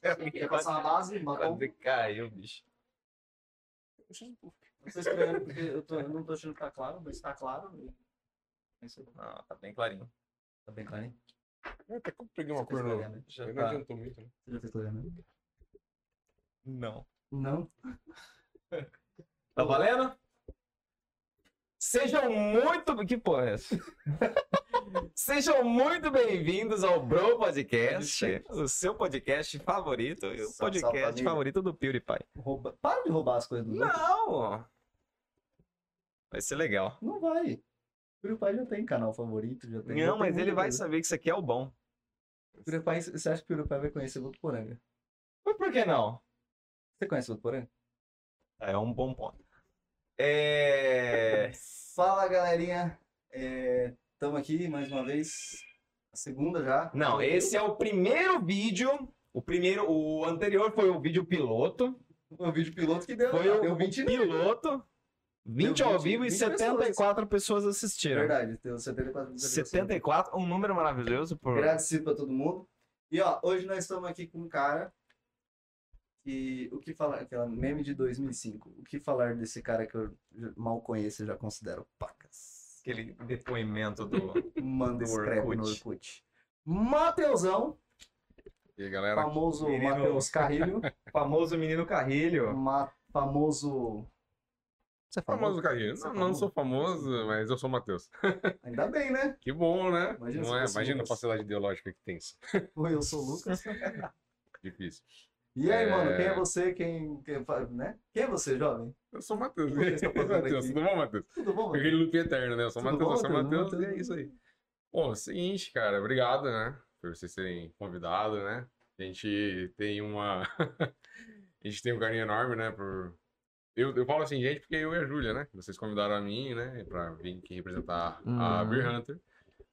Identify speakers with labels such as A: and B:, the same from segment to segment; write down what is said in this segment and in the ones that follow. A: chave, quer passar uma base, matou.
B: Quase caiu, bicho.
A: Não tô estranhando porque eu, tô, eu não tô achando que tá claro, mas tá claro. É isso aí.
B: Não, tá bem clarinho.
A: Tá bem claro, hein?
C: Eu é, até que peguei uma
A: Você fez
C: cor
A: pra
C: nova.
A: olhar, né?
B: Já
C: Mas Não
B: tá.
C: adiantou muito, né?
A: Você já fez pra olhar, né?
B: Não.
A: Não.
B: Tá valendo? Sejam muito. Que porra é essa? Sejam muito bem-vindos ao Bro Podcast, o seu podcast favorito e o
A: Salve, salve,
B: podcast
A: família.
B: favorito do PewDiePie.
A: Rouba... Para de roubar as coisas do outro.
B: Não! Vai ser legal.
A: Não vai. O pai já tem canal favorito, já tem. já
B: Não,
A: tem
B: mas
A: muita
B: ele vai
A: coisa.
B: saber que isso aqui é o bom.
A: Pirupá, você acha que o Pirupá vai conhecer Votuporanga?
B: Mas por que não?
A: Você conhece Votuporanga?
B: É um bom ponto. É.
A: Fala galerinha, estamos aqui mais uma vez, a segunda já.
B: Não, esse é o primeiro vídeo. O primeiro, o anterior foi o vídeo piloto.
A: o vídeo piloto que deu. né?
B: Foi o-
A: deu 20
B: Piloto. 20
A: Deu
B: ao
A: 20,
B: vivo e
A: 20
B: 74 pessoas
A: É
B: assistiram.
A: Verdade, deu 74 visualizações.
B: 74, um número maravilhoso por.
A: Agradecido pra todo mundo. E ó, hoje nós estamos aqui com um cara que o que falar, aquela meme de 2005, o que falar desse cara que eu já- mal conheço e já considero pacas.
B: Aquele depoimento do.
A: Manda
B: Do
A: escreve no
B: Orkut.
A: Orkut. Mateusão,
C: E aí, galera?
A: famoso
B: menino-
A: Mateus Carrilho,
B: famoso menino Carrilho.
A: ma- famoso... Você é
C: Famoso Carrinho.
A: Você é
C: Não, não
A: famoso?
C: sou famoso, mas eu sou o Matheus.
A: Ainda bem, né?
C: Que bom, né?
A: Imagina se
C: não é?
A: fosse
C: Imagina a
A: Lucas.
C: facilidade ideológica que tem isso.
A: Oi, eu sou o Lucas.
C: Difícil.
A: E aí,
C: É.
A: mano, quem é você? Quem, quem, né? quem é você, jovem?
C: Eu sou o Matheus.
A: O que você tá fazendo
C: Matheus,
A: aqui?
C: tudo bom, Matheus?
A: Tudo bom, mano?
C: Aquele loop eterno, né? Eu sou
A: Tudo
C: Matheus, eu
A: bom,
C: sou
A: Matheus?
C: Matheus, e
A: Matheus.
C: é isso aí. Bom, é o seguinte, cara, obrigado, né? Por vocês terem convidado, né? A gente tem uma. a gente tem um carinho enorme, né? Por... Eu, eu falo assim, gente, porque eu e a Júlia, né? Vocês convidaram a mim, né? Pra vir aqui representar a
B: Uhum.
C: Beer Hunter.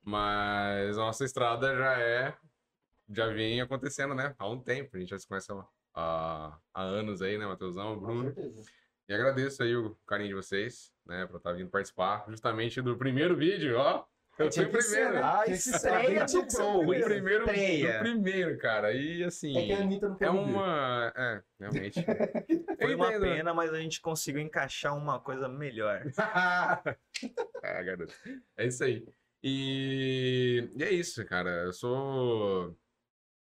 C: Mas a nossa estrada já é. Já vem acontecendo, né? Há um tempo. A gente já se conhece há, há- há anos aí, né, Matheusão,
A: Com
C: Bruno?
A: certeza.
C: E agradeço aí o carinho de vocês, né, pra estar vindo participar justamente do primeiro vídeo, ó. Eu fui
A: Tinha
C: o
A: que ser,
C: primeiro.
A: né?
B: Ah,
A: Tinha que
B: isso
A: ser
B: aí
A: alguém
B: é
A: que tinha que ser o
B: bom,
C: O
A: primeiro.
C: primeiro,
B: Estreia.
C: o primeiro, cara. E
A: É
C: assim,
A: que a Anitta não
C: é
A: foi uma...
C: uma, é, realmente. Eu
B: Foi uma
C: entendo, né?
B: pena, mas a gente conseguiu encaixar uma coisa melhor.
C: Ah, garoto. É isso aí. E, e é isso, cara. Eu sou.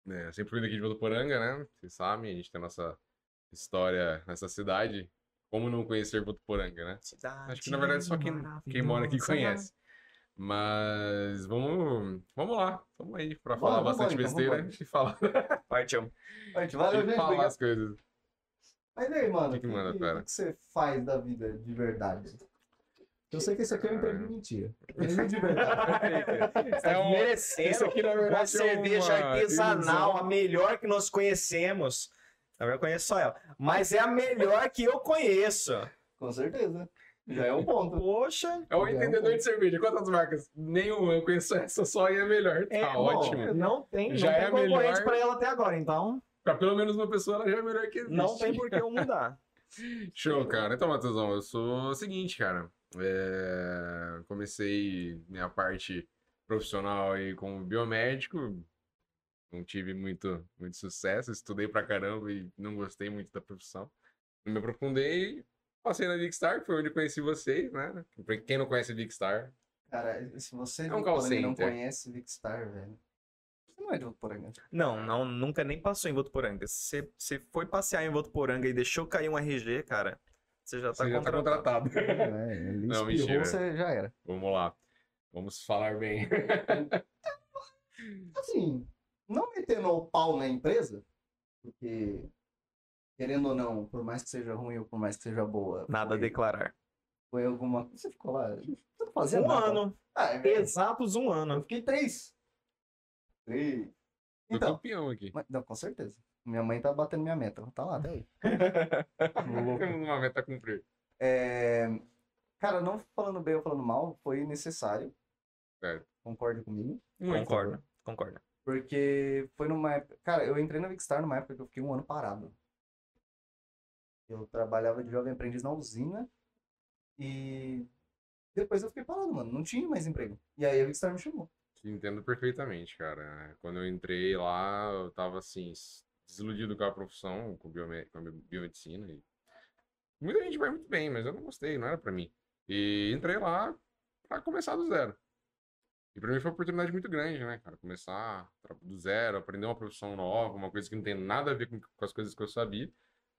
C: né, sempre fui daqui de Votuporanga, né? Vocês sabem, a gente tem a nossa história nessa cidade. Como não conhecer Votuporanga, né? Acho que na verdade só quem, quem mora aqui conhece. Mas vamos, vamos lá, vamos aí pra falar
A: Vamos, vamos
C: bastante
A: então,
C: besteira
A: vamos.
C: e falar,
B: Parte 1.
A: Gente, valeu,
C: e
A: gente.
C: falar
A: obrigado.
C: as coisas.
A: Mas e aí, mano, o
C: Que
A: que,
C: que manda,
A: que-
C: cara?
A: que você faz da vida de verdade? Eu sei que esse aqui é um emprego de mentira. Emprego de verdade.
B: É
C: um- Isso
B: merecendo.
C: aqui, na verdade,
B: Uma
C: é
B: cerveja
C: uma
B: artesanal,
C: ilusão.
B: a melhor que nós conhecemos. Na verdade, eu conheço só ela. Mas é a melhor que eu conheço.
A: Com certeza. Já é um ponto.
B: Poxa.
C: É o entendedor de cerveja. Quantas marcas? Nenhuma, eu conheço essa só e é a melhor. Tá
B: É, bom,
C: ótimo.
B: Não tem,
C: Já
B: não tem
C: é a
B: concorrente
C: melhor.
B: pra ela até agora, então
C: Pra pelo menos uma pessoa, ela já é a melhor que existe.
B: não tem por que eu mudar.
C: Show, cara. Então, Matheusão, eu sou o seguinte, cara. É, Comecei minha parte profissional aí como biomédico. Não tive muito, muito sucesso. Estudei pra caramba e não gostei muito da profissão. Não me aprofundei. Passei na Big Star, que foi onde eu conheci vocês, né? Pra quem não conhece Big Star,
A: Cara, se você
C: É
A: não,
C: um call
A: porém, não
C: center.
A: conhece Vicstar, velho, você não é de Votuporanga.
B: Não, não, nunca nem passou em Votuporanga. Se você foi passear em Votuporanga e deixou cair um RG, cara, você já tá
C: você já tá
B: contratado.
C: contratado.
A: É, ele
C: Não,
A: espirrou,
C: mentira.
A: você já era.
C: Vamos lá. Vamos falar bem.
A: Assim, não metendo o pau na empresa, porque, querendo ou não, por mais que seja ruim ou por mais que seja boa,
B: Nada a
A: foi,
B: declarar.
A: foi alguma... Você ficou lá, você não fazia
B: Um
A: nada.
B: ano.
A: Ah, é verdade.
B: Exatos um
A: Eu
B: ano.
A: fiquei três. Três.
C: Tô
A: Então,
C: campeão aqui.
A: mas- não, com certeza. Minha mãe tá batendo minha meta. Tá lá até hoje.
C: Temos uma meta a cumprir.
A: É, Cara, não falando bem ou falando mal, foi necessário.
C: Certo.
A: Concorde comigo.
C: Muito.
B: Concordo, concordo.
A: Porque foi numa época. Cara, eu entrei na Vicstar numa época que eu fiquei um ano parado. Eu trabalhava de jovem aprendiz na usina e depois eu fiquei parado, mano. Não tinha mais emprego. E aí a Vicstar me chamou.
C: Entendo perfeitamente, cara. Quando eu entrei lá, eu tava assim, s- desiludido com a profissão, com, biome- com a bi- biomedicina. e- Muita gente vai muito bem, mas eu não gostei, não era pra mim. E entrei lá pra começar do zero. E pra mim foi uma oportunidade muito grande, né, cara? Começar tra- do zero, aprender uma profissão nova, uma coisa que não tem nada a ver com, com as coisas que eu sabia.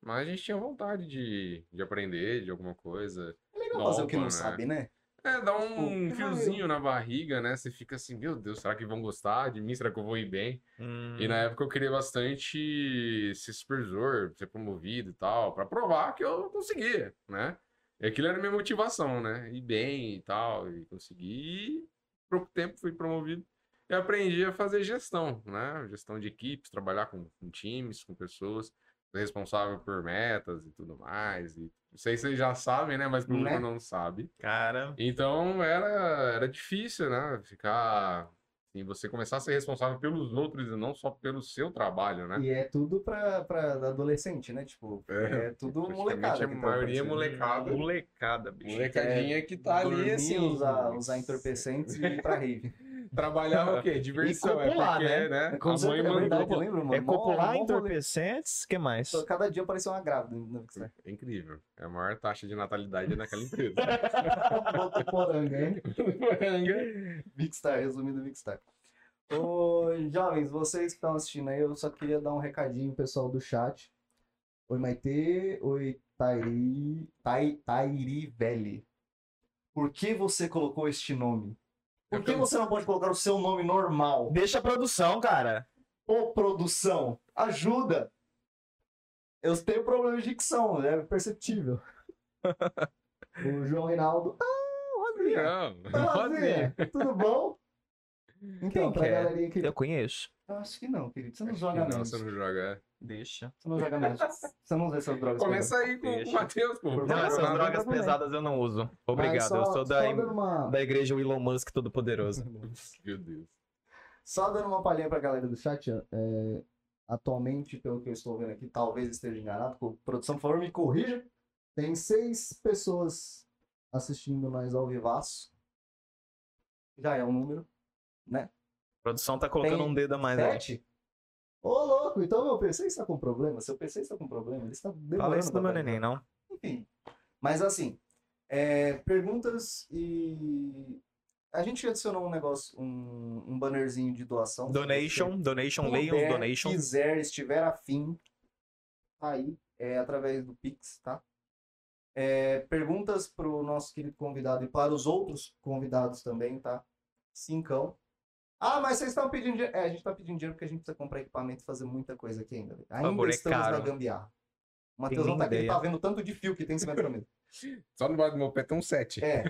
C: Mas a gente tinha vontade de, de aprender de alguma coisa.
A: É legal fazer o que não
C: Nova, né?
A: sabe, né?
C: É, dá um
A: Tipo,
C: friozinho na barriga, né? Você fica assim, meu Deus, será que vão gostar de mim? Será que eu vou ir bem?
B: Hum,
C: E
A: Uhum.
C: na época eu queria bastante ser supervisor, ser promovido e tal, pra provar que eu conseguia, né? E aquilo era minha motivação, né? Ir bem e tal, e conseguir. E pouco tempo fui promovido e aprendi a fazer gestão, né? Gestão de equipes, trabalhar com, com times, com pessoas, ser responsável por metas e tudo mais. E não sei se vocês já sabem, né? Mas o público
A: Né?
C: não sabe.
B: Cara,
C: Então era, era difícil, né? Ficar. Assim, você começar a ser responsável pelos outros e não só pelo seu trabalho, né?
A: E é tudo pra, pra adolescente, né? Tipo, é, tudo
C: praticamente
A: molecada.
C: a
A: que tá
C: maioria é
A: acontecendo.
C: molecada.
B: molecada, bicho.
C: Molecadinha que tá ali,
A: Dormir,
C: assim.
A: Usar, usar entorpecentes e ir pra rave.
C: Trabalhar o quê? Diversão. é
B: copular,
C: porque,
B: né?
C: né?
A: Com
C: A mãe
A: certeza, é
C: mandou.
A: verdade, eu lembro, mano.
B: É
A: Mó-
B: copular,
A: mó rolê.
B: entorpecentes, que mais?
A: Só Cada dia apareceu uma grávida no Vickstar.
C: É incrível. É a maior taxa de natalidade naquela empresa.
A: Bota poranga, hein? Vickstar, resumido Vickstar. Ô, jovens, vocês que estão assistindo aí, eu só queria dar um recadinho pro pessoal do chat. Oi, Maitê. Oi, Tairi. Tai, Tairi Velli. Por que você colocou este nome? Por que você não pode colocar o seu nome normal?
B: Deixa a produção, cara.
A: Ô, produção, ajuda! Eu tenho problema de dicção, é perceptível. o João Reinaldo. Ah, Rosinha!
C: Não,
A: Oi, Rosinha, tudo bom? Então,
B: Quem
A: pra
B: que é?
A: galerinha que.
B: Eu conheço.
A: Eu acho que não, querido. Você não
C: acho
A: joga
C: que
A: não,
C: não, você não joga. é.
B: Deixa.
A: Você não joga menos. Você não usa essas drogas.
C: Começa aí com, com o
B: Deixa.
C: Matheus, pô.
A: Não,
B: Não,
A: essas
B: essas
A: nada,
B: drogas
A: nada
B: pesadas eu não uso. Obrigado,
A: Mas só-
B: eu sou da,
A: Só dando uma,
B: da igreja Elon Musk Todo-Poderoso.
C: Meu Deus.
A: só dando uma palhinha pra galera do chat. é, atualmente, pelo que eu estou vendo aqui, talvez esteja enganado. co- Produção, por favor, me corrija. Tem seis pessoas assistindo nós ao vivaço. Já é um número.
B: A produção tá colocando
A: Tem
B: um dedo a mais aí.
A: Sete? Ô, louco, então meu PC está com problema. Seu PC está com problema. Ele está demorando.
B: Fala isso do
A: pra
B: meu
A: carregar.
B: neném, não.
A: Enfim. Mas assim, é, perguntas e. A gente adicionou um negócio, um, um bannerzinho de doação.
B: Donation, donation,
A: Quem
B: Então, leiam os
A: puder,
B: donations.
A: quiser, estiver afim, tá aí, é através do Pix, tá? É, perguntas para o nosso querido convidado e para os outros convidados também, tá? Cincão. Ah, mas vocês estão pedindo dinheiro. É, a gente está pedindo dinheiro porque a gente precisa comprar equipamento e fazer muita coisa aqui ainda. velho. Ainda
B: favor, é
A: estamos na
B: caro.
A: gambiarra. O Matheus não tá aqui, ele tá vendo o tanto de fio que tem em cima da mesa.
C: Só no bar do meu pé tem um 7.
A: É.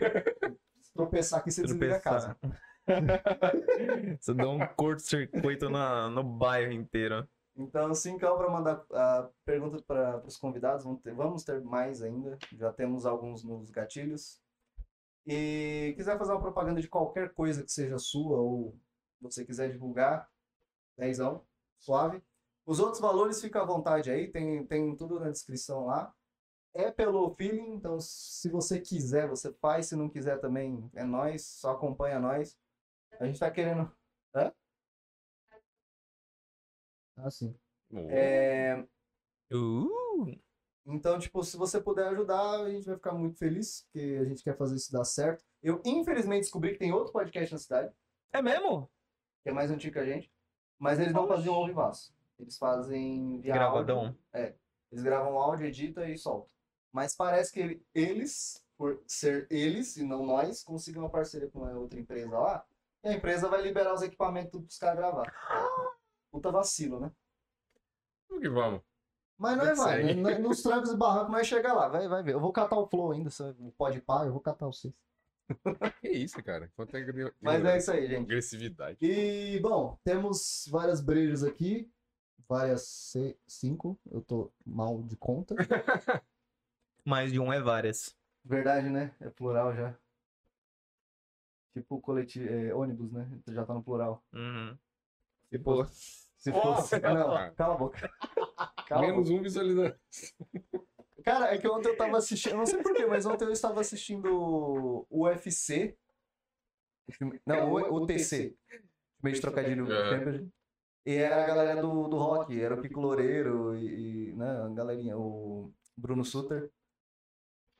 A: Se tropeçar aqui, você desliga a casa.
B: Você dá um curto-circuito na- no bairro inteiro.
A: Então, cincão para mandar a pergunta para os convidados. Vamos ter, vamos ter mais ainda. Já temos alguns nos gatilhos. E quiser fazer uma propaganda de qualquer coisa que seja sua ou você quiser divulgar, dezão, suave. Os outros valores fica à vontade aí, tem, tem tudo na descrição lá. É pelo feeling, então se você quiser, você faz. Se não quiser também, é nós, só acompanha nós. A gente tá querendo. Hã? Ah, sim. É,
B: Uh,
A: então, tipo, se você puder ajudar, a gente vai ficar muito feliz, porque a gente quer fazer isso dar certo. Eu, infelizmente, descobri que tem outro podcast na cidade,
B: é mesmo?
A: que é mais antigo que a gente, mas eles não
B: Oxi.
A: faziam ao vivaço. Eles fazem via áudio,
B: Gravadão.
A: eles gravam áudio, edita e soltam. Mas parece que ele- eles, por ser eles e não nós, conseguem uma parceria com uma outra empresa lá, e a empresa vai liberar os equipamentos pros caras gravar. Puta vacilo, né?
C: Vamos que vamos.
A: Mas nós
C: Vida
A: vai,
C: segue.
A: né? nos trancos e barrancos nós chega lá, vai, vai ver. Eu vou catar o Flow ainda, se pode pá, eu vou catar o vocês.
C: Que isso, cara? Quanto é agri-
A: Mas é isso aí, gente.
C: agressividade.
A: E, bom, temos várias brejas aqui, várias se- cinco, eu tô mal de conta.
B: Mais de um é várias.
A: Verdade, né? É plural já. Tipo coletivo, é, ônibus, né? Já tá no plural.
B: Uhum.
A: Se fosse. Se fosse.
C: Nossa!
A: Não, cala a boca. Cala a boca.
C: Menos um visualizando.
A: Cara, é que ontem eu tava assistindo, eu não sei porquê, mas ontem eu estava assistindo o UFC. Não, o, o TC. Meio de trocadilho.
C: É.
A: sempre. E era a galera do, do rock, era o Kiko Loureiro e, e, né, a galerinha, o Bruno Suter.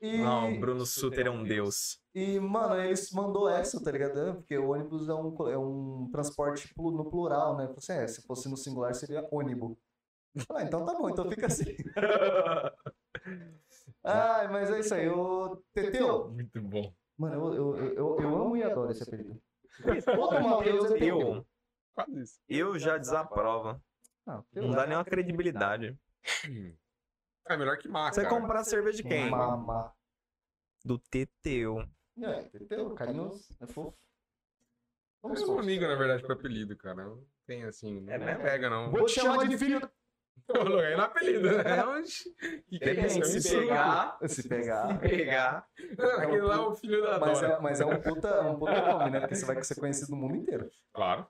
A: E,
B: Não, o Bruno Suter é um deus.
A: e, mano, eles mandou essa, tá ligado? Porque o ônibus é um, co- é um transporte plu- no plural, né? Falei assim, é, se fosse no singular seria ônibus. Ah, então tá bom, então fica assim. Ai, mas é isso aí, o Teteu.
C: Muito bom.
A: Mano, eu, eu, eu, eu amo e adoro esse apelido. Todo Matheus é Teteu.
B: Eu,
C: Quase isso.
B: eu já desaprova.
A: Ah,
B: Não dá nenhuma credibilidade.
C: É melhor que Max.
B: Você comprar cerveja de quem?
A: Mamá.
B: Do Teteu.
A: É, Teteu, carinhoso, é fofo.
C: Eu sou um amigo, na verdade, pro apelido, cara. Não tem assim. Não
B: É mesmo?
C: pega, não.
A: Vou te chamar de filho.
C: Não é no apelido, né? Oxi. Que que é isso? É um
B: Depende, se
C: insulto.
B: pegar,
A: Se
B: se
A: pegar.
B: pegar.
C: Não, Aquele lá é o filho da
A: Mas
C: Dora.
A: é, mas é um puta, é um puta nome, né? Porque você vai ser conhecido no mundo inteiro.
C: Claro.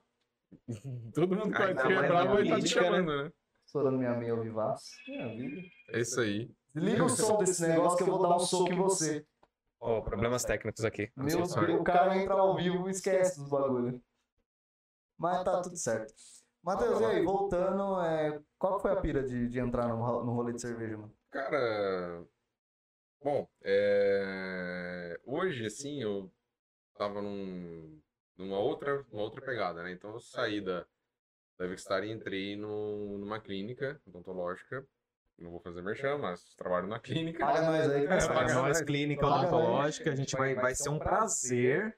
C: Todo mundo é que vai
B: Ainda
C: te
B: mais
C: quebrar
B: na
A: é
C: vai estar te
B: política, né?
C: chamando, né?
A: Estourando minha meia ao vivaço. Minha vida.
C: É isso aí.
A: Liga o som desse negócio que eu vou dar um soco em você.
B: Ó, problemas técnicos aqui.
A: Meu
C: Nossa,
A: Deus, o cara entra ao vivo e esquece dos bagulho. Mas tá tudo certo. Matheus, e aí, voltando, é, qual foi a pira de, de entrar no, ro- no rolê de cerveja, mano?
C: Cara, bom, é, hoje assim eu tava num- numa outra, uma outra pegada, né? Então eu saí da, da Vicstar e entrei num- numa clínica odontológica. Não vou fazer merchan, mas trabalho na clínica.
A: Paga nós aí, que nós faz.
C: É, paga
B: Nós,
C: nós.
B: clínica odontológica, a gente vai, vai ser um prazer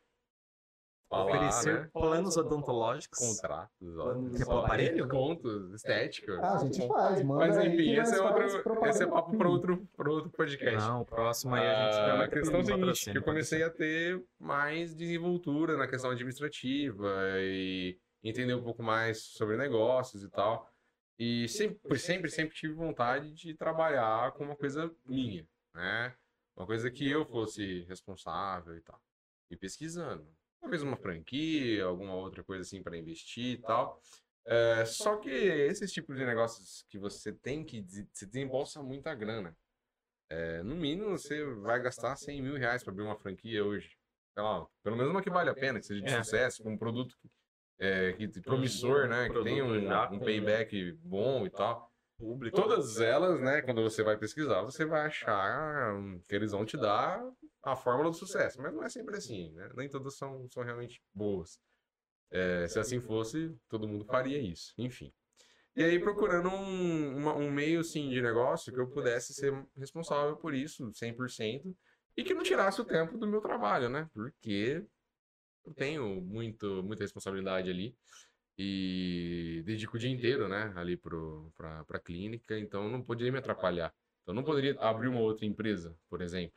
C: Falar,
B: oferecer
C: né?
B: planos odontológicos.
C: Contratos, ó.
A: Planos
B: Quer pôr aparelho?
C: Contos, estética.
A: Ah, a gente faz, mano.
C: Mas
B: né?
C: enfim, esse é, outro, esse é papo para outro, pra outro podcast.
B: Não, o próximo aí a gente vai
C: Ah,
B: vai
C: a
B: ter
C: questão é o
B: um
C: seguinte, que
B: patrocínio,
C: eu comecei a ter mais desenvoltura na questão administrativa e entender um pouco mais sobre negócios e tal. E sempre, sempre, sempre tive vontade de trabalhar com uma coisa minha, né? Uma coisa que eu fosse responsável e tal. E pesquisando. Talvez uma franquia, alguma outra coisa assim para investir e tal. É, só que esses tipos de negócios que você tem que... des- Você desembolsa muita grana. É, No mínimo, você vai gastar 100 mil reais para abrir uma franquia hoje. Sei lá, pelo menos uma que vale a pena, que seja de
B: É.
C: sucesso, com um produto que- é, que, promissor, né? Que tem
B: produto
C: um,
B: já
C: um
B: com-
C: payback bom e tal.
B: público.
C: Todas elas, né? Quando você vai pesquisar, você vai achar hum, que eles vão te dar a fórmula do sucesso. Mas não é sempre assim, né? Nem todas são, são realmente boas. É, se assim fosse, todo mundo faria isso. Enfim. E aí procurando um, uma- um meio, assim, de negócio que eu pudesse ser responsável por isso, 100%, e que não tirasse o tempo do meu trabalho, né? Porque eu tenho muito, muita responsabilidade ali e dedico o dia inteiro, né? Ali pro, pra, pra clínica, então eu não poderia me atrapalhar. Então eu não poderia abrir uma outra empresa, por exemplo.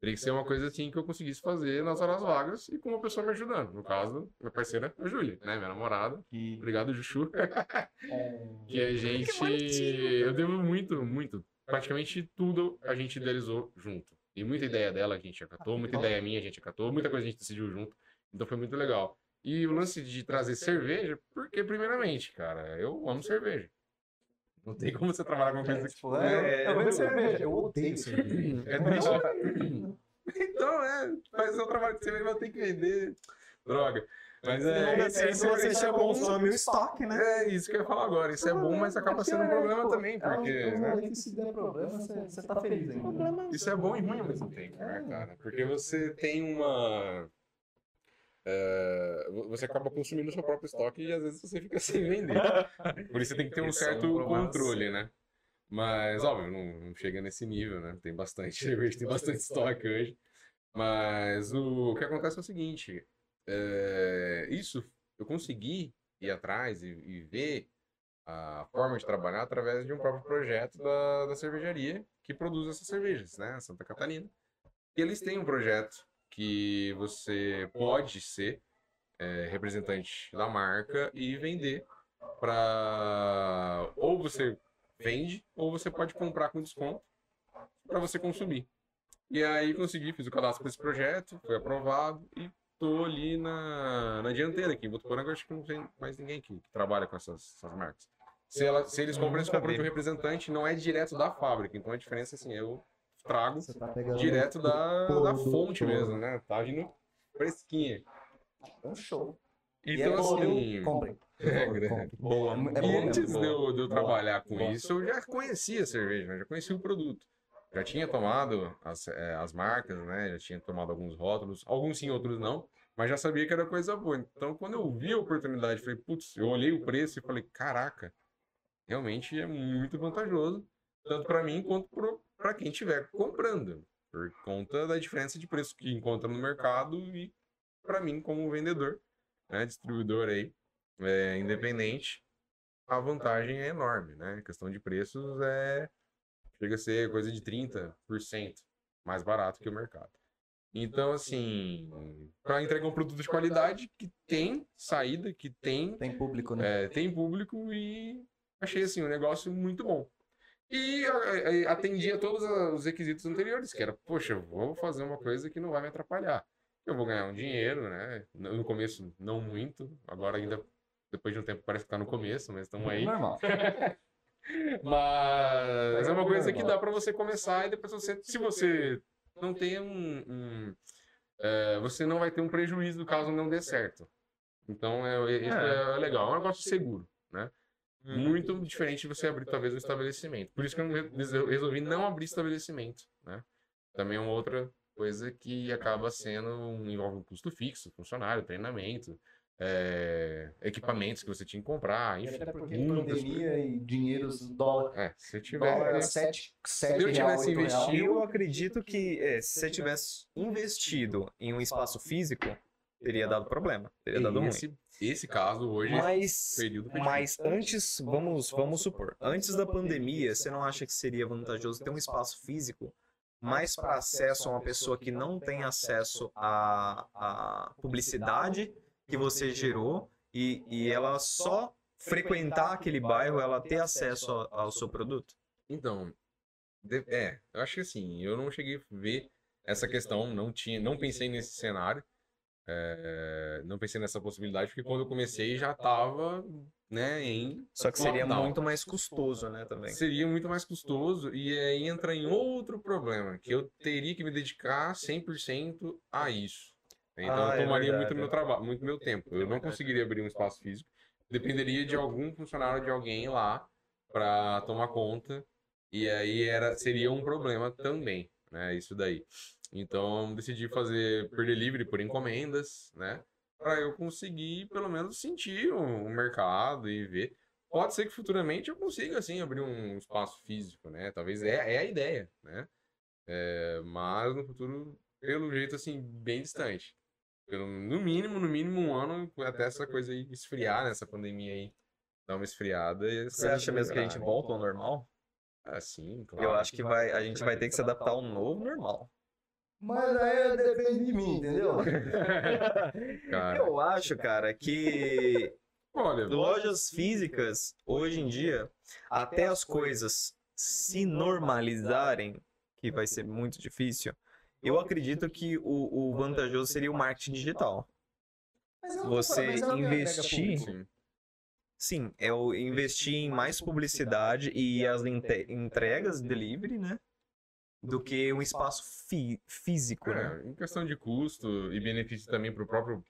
C: Teria que ser uma coisa assim que eu conseguisse fazer nas horas vagas e com uma pessoa me ajudando. No caso, minha parceira, a Júlia, né? Minha namorada. Obrigado, Juchu. Que a gente. eu devo muito, muito. Praticamente tudo a gente idealizou junto. E muita ideia dela a gente acatou, muita ideia minha a gente acatou, muita coisa a gente decidiu junto. Então foi muito legal. E o lance de trazer cerveja, porque, primeiramente, cara, eu amo cerveja. Não tem como você trabalhar com coisa que.
A: Tipo, é, eu- eu vendo cerveja. Eu odeio cerveja.
C: É triste. Então, é, mas o trabalho que você vai ter que vender. Droga. Mas é. esse- esse- esse é bom,
B: consome o estoque, né?
C: é isso que eu ia falar agora. Isso é bom, mas acaba sendo um problema também,
A: É
C: porque
A: um
C: né,
A: rolê que se der problema, você você tá feliz ainda.
C: isso é bom e ruim ao mesmo tempo, né, cara? Porque você tem uma. é, vo- você acaba consumindo o seu próprio estoque e às vezes você fica sem vender. Por isso você tem que ter um
B: Isso é um
C: certo
B: problema,
C: controle, né? Mas, óbvio, não, não chega nesse nível, né? Tem bastante cerveja, tem bastante estoque hoje. Mas o, que acontece é o seguinte: é, isso eu consegui ir atrás e, e ver a forma de trabalhar através de um próprio projeto da, da cervejaria que produz essas cervejas, né? Santa Catarina. E eles têm um projeto que você pode ser é, representante da marca e vender para ou você vende ou você pode comprar com desconto para você consumir. E aí consegui, fiz o cadastro para esse projeto, foi aprovado e tô ali na, na dianteira aqui. Em Botuporanga eu acho que não tem mais ninguém aqui que trabalha com essas, essas marcas. Se, ela, se eles compram, eles compram de um representante, não é direto da fábrica. Então a diferença é assim, eu trago
A: Você tá pegando
C: direto da, da
A: Produtor.
C: fonte mesmo, né? Tá vindo fresquinha.
A: um show. E é
C: Então
A: bom,
C: assim...
A: viu? Comprem. É,
C: grande.
B: Boa,
A: é muito
B: boa,
C: e
A: bom
C: antes
A: mesmo.
C: de eu, de eu
B: Boa,
C: trabalhar com
B: boa.
C: isso, eu já conhecia a cerveja, né? já conhecia o produto. Já tinha tomado as, eh, as marcas, né? Já tinha tomado alguns rótulos, alguns sim, outros não, mas já sabia que era coisa boa. Então, quando eu vi a oportunidade, falei, putz, eu olhei o preço e falei, caraca, realmente é muito vantajoso, tanto para mim quanto para quem estiver comprando, por conta da diferença de preço que encontra no mercado e para mim como um vendedor, né, distribuidor aí, eh, independente a vantagem é enorme, né? A questão de preços é chega a ser coisa de 30% mais barato que o mercado. Então, assim, para entregar um produto de qualidade que tem saída, que tem
A: Tem público, né?
C: é, tem público e achei assim um negócio muito bom. E a- a- atendia todos a- os requisitos anteriores, que era, poxa, eu vou fazer uma coisa que não vai me atrapalhar. Eu vou ganhar um dinheiro, né? No no começo, não muito. Agora ainda, depois de um tempo, parece que tá no começo, mas estamos aí.
A: Normal.
C: Mas é uma coisa que dá para você começar e depois você, se você não tem um, um, é, você não vai ter um prejuízo caso não dê certo. Então é, é- isso é legal, é um negócio seguro, né? Muito diferente de você abrir talvez um estabelecimento. Por isso que eu não re- eu resolvi não abrir estabelecimento, né? Também é uma outra coisa que acaba sendo um- envolve um custo fixo, funcionário, treinamento, é, equipamentos que você tinha que comprar, enfim.
A: Até porque
C: muitas
A: pandemia e dinheiros, dólar,
C: é, se eu tiver.
A: dólar
B: é,
A: era 7, 7
C: eu
A: real,
C: tivesse
A: oito real.
C: investido-
B: Eu acredito que é, se você tivesse investido em um espaço físico, teria dado problema, teria dado ruim.
C: esse, esse caso hoje,
B: Mas,
C: período foi
B: mas antes, vamos, vamos supor, antes da pandemia, você não acha que seria vantajoso ter um espaço físico mais para acesso a uma pessoa que não tem acesso à, à publicidade que você gerou e, e ela só frequentar aquele bairro, ela ter acesso ao- ao seu produto?
C: então. de- É, eu acho que assim, eu não cheguei a ver essa questão, não tinha, não pensei nesse cenário, é, não pensei nessa possibilidade, porque quando eu comecei já tava, né, em.
B: Só que seria
C: lockdown.
B: muito mais custoso, né, também.
C: Seria muito mais custoso e aí entra em outro problema, que eu teria que me dedicar 100% a isso. Então
B: Ah, é
C: eu tomaria muito
B: verdade.
C: meu trabalho, muito meu tempo. Eu não conseguiria abrir um espaço físico. Dependeria de algum funcionário de alguém lá para tomar conta. E aí era seria um problema também, né? Isso daí. Então decidi fazer por delivery, por encomendas, né? Para eu conseguir pelo menos sentir o, o mercado e ver. Pode ser que futuramente eu consiga, assim, abrir um espaço físico, né? Talvez é, é a ideia, né? É, mas no futuro, pelo jeito, assim, bem distante. Pelo, no mínimo, no mínimo um ano, até essa coisa aí esfriar, né? Essa pandemia aí dar uma esfriada. E
B: Você acha mesmo que a gente
C: volta?
B: volta ao normal?
C: Ah,
B: né,
C: sim, claro.
B: então. Eu acho que vai, a gente vai ter que se adaptar ao novo normal.
A: Mas
B: é
A: aí depende de mim, entendeu?
C: Cara.
B: Eu acho, cara, que
C: Olha,
B: né, lojas físicas, hoje em dia, até as coisas se normalizarem, que vai ser muito difícil, eu acredito que o, o vantajoso seria o marketing digital.
A: Mas ela-
B: Você
A: mas ela agrega
B: investir
A: público.
C: sim.
B: Sim, é o investir em mais publicidade e as inte- entregas delivery, né? Do que um espaço fi- físico, né?
C: É, em questão de custo e benefício também para o próprio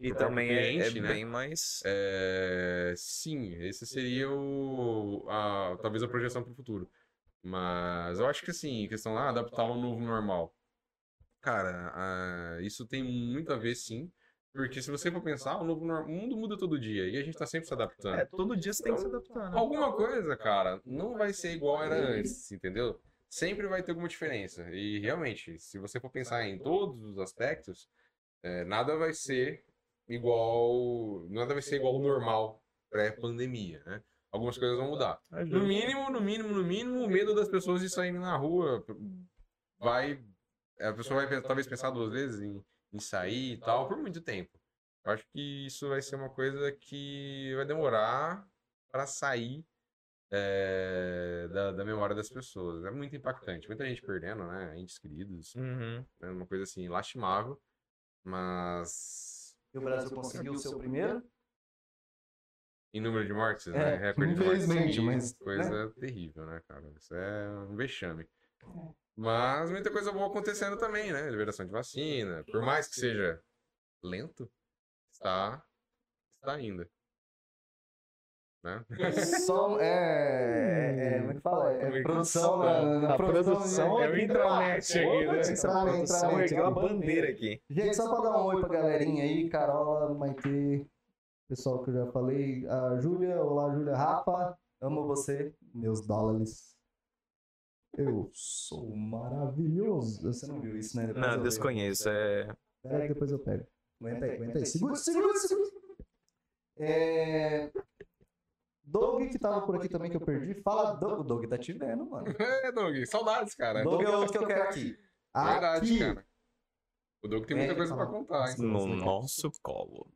B: E
C: pro próprio
B: também é, é
C: cliente, né?
B: bem mais.
C: É, sim, esse seria o, a- talvez a projeção para o futuro. Mas eu acho que assim, questão lá, adaptar ao novo normal. Cara, ah, isso tem muito a ver sim, porque se você for pensar, o novo nor- o mundo muda todo dia e a gente está sempre se adaptando.
B: É, todo dia você tem que se adaptar, né?
C: Alguma coisa, cara, não vai ser igual era antes, entendeu? Sempre vai ter alguma diferença. E realmente, se você for pensar em todos os aspectos, é, nada vai ser igual. Nada vai ser igual ao normal pré-pandemia, né? Algumas coisas vão mudar.
B: né?
C: No
B: Uhum.
C: mínimo, no mínimo, no mínimo, o medo das pessoas de saírem na rua vai. A pessoa vai pe- talvez pensar duas vezes em, em sair e tal por muito tempo. Eu acho que isso vai ser uma coisa que vai demorar para sair eh, da, da memória das pessoas. É muito impactante. Muita gente perdendo, né? Entes queridos.
B: Uhum.
C: É uma coisa assim, lastimável. Mas.
A: E o Brasil conseguiu o seu primeiro?
C: Em número de mortes,
A: É,
C: né? Recorde de mortes.
A: infelizmente, mas,
C: Coisa terrível, né, cara? Isso é um vexame. Mas muita coisa boa acontecendo também, né? Liberação de vacina. Por mais que seja lento, está, está ainda. né?
A: Som é. é, é como é que fala? É produção né? na, na
B: A produção
A: né?
B: é o intranet aqui, né?
A: Entrar,
B: A produção
A: entrar,
B: ergueu
A: entrar.
B: a bandeira aqui.
A: Gente, só pra dar um oi pra galerinha aí, Carola, Maite, pessoal que eu já falei, a Júlia, olá Júlia, Rafa, amo você, meus dólares. Eu sou maravilhoso. Você não viu isso, né? Depois eu
B: Não,
A: vejo.
B: desconheço. É...
A: Pera aí que depois eu pego. Aguenta aí, aguenta aí. Segura, segura, segura. É... Doug, que tava por aqui também, que eu perdi. Fala, Doug. O Doug tá te vendo, mano.
C: É, Doug, saudades, cara.
A: Doug é outro que eu quero aqui.
C: Verdade,
A: Aqui.
C: cara. O Doug tem
A: É,
C: muita
A: eu
C: coisa pra
A: falava.
C: contar, hein?
B: No nosso colo.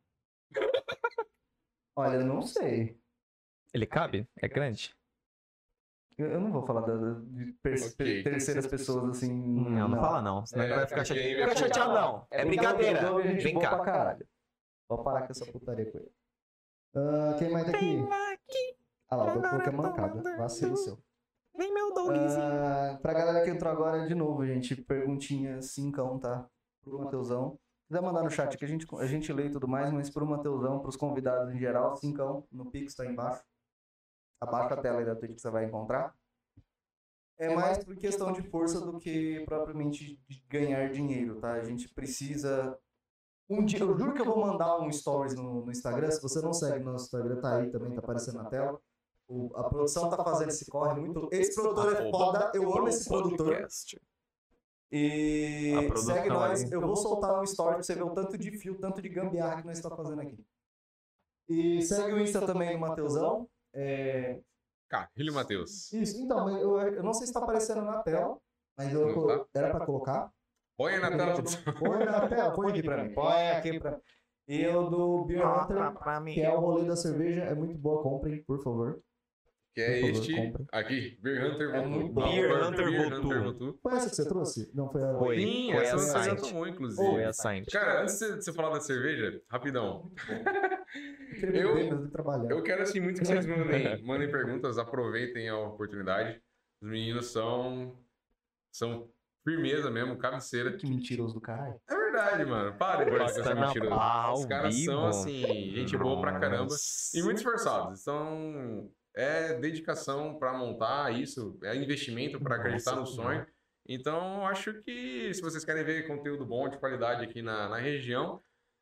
A: Olha, eu não sei.
B: Ele cabe? É grande?
A: Eu, eu não vou falar da- da- de per-
C: Ok.
A: per- terceiras pessoas assim.
B: Não, não fala não. Senão
C: É,
B: ele vai ficar
C: cara,
B: chateado.
C: quem
B: Não
C: vai
B: Fica chateado,
A: falar?
B: não. É
A: Doug-
B: brincadeira.
A: Doug é gente
B: Vem
A: boa
B: cá.
A: Pra caralho. Vou parar com essa putaria com ele. Ah, quem mais tá aqui? Ah lá, o Doug falou que é mancada. Vacilo seu.
B: Vem meu
A: Ah, pra galera que entrou agora, de novo, gente, perguntinha cincão, tá? Pro Mateusão. Se quiser mandar no chat que a gente, a gente lê e tudo mais, mas pro Mateusão, pros convidados em geral, cincão no Pix tá aí embaixo. Abaixo a tela aí da Twitch que você vai encontrar. É mais por questão de força do que propriamente de ganhar dinheiro, tá? A gente precisa. Um dia, eu juro que eu vou mandar um stories no, no Instagram. Se você não segue nosso Instagram, tá aí também, tá aparecendo na tela. O- a produção tá fazendo esse corre muito. Esse produtor é foda, eu amo esse produtor.
B: Podcast.
A: E
B: A produção
A: segue nós.
B: aí.
A: Eu vou soltar um story pra você ver o tanto de fio, tanto de gambiarra que nós estamos fazendo aqui. E segue o Insta também do Mateusão. É...
C: Carrilho Matheus.
A: Isso, então, mas eu, eu não sei se tá aparecendo na tela, mas eu
C: Não
A: colo-
C: tá?
A: era pra colocar.
C: Põe aí na tela.
A: Tá Põe na tela, põe aqui pra mim. Põe aqui pra mim. E o do Beer
B: tá
A: Hunter, que é o rolê da cerveja, é muito boa, comprem, por favor.
C: Que é
A: Por favor,
C: este.
A: compra.
C: Aqui, Beer Hunter
A: É muito bom.
B: Beer Hunter Votu.
C: Votu.
A: Foi essa que você trouxe? Não foi a.
B: Foi.
C: Sim,
B: Foi
C: essa
B: a
C: você já
B: Saint.
C: tomou,
B: Foi
C: inclusive.
B: a Saint.
C: Cara, antes de você falar da cerveja, rapidão.
A: Queria beber,
C: Eu-
A: mas Eu, vou trabalhar.
C: Eu quero, assim, muito que vocês mandem, mandem perguntas, aproveitem a oportunidade. Os meninos são. são firmeza mesmo, cabeceira.
A: Que mentiroso do caralho.
C: É verdade, mano. Para de falar que eu sou
B: Tá na
C: mentiroso.
B: pau,
C: Os caras são,
B: vivo.
C: assim, gente boa pra caramba.
B: Nossa.
C: E muito esforçados. Então, é dedicação pra montar isso, é investimento pra acreditar no
B: Nossa,
C: sonho. Então, acho que se vocês querem ver conteúdo bom, de qualidade aqui na, na região,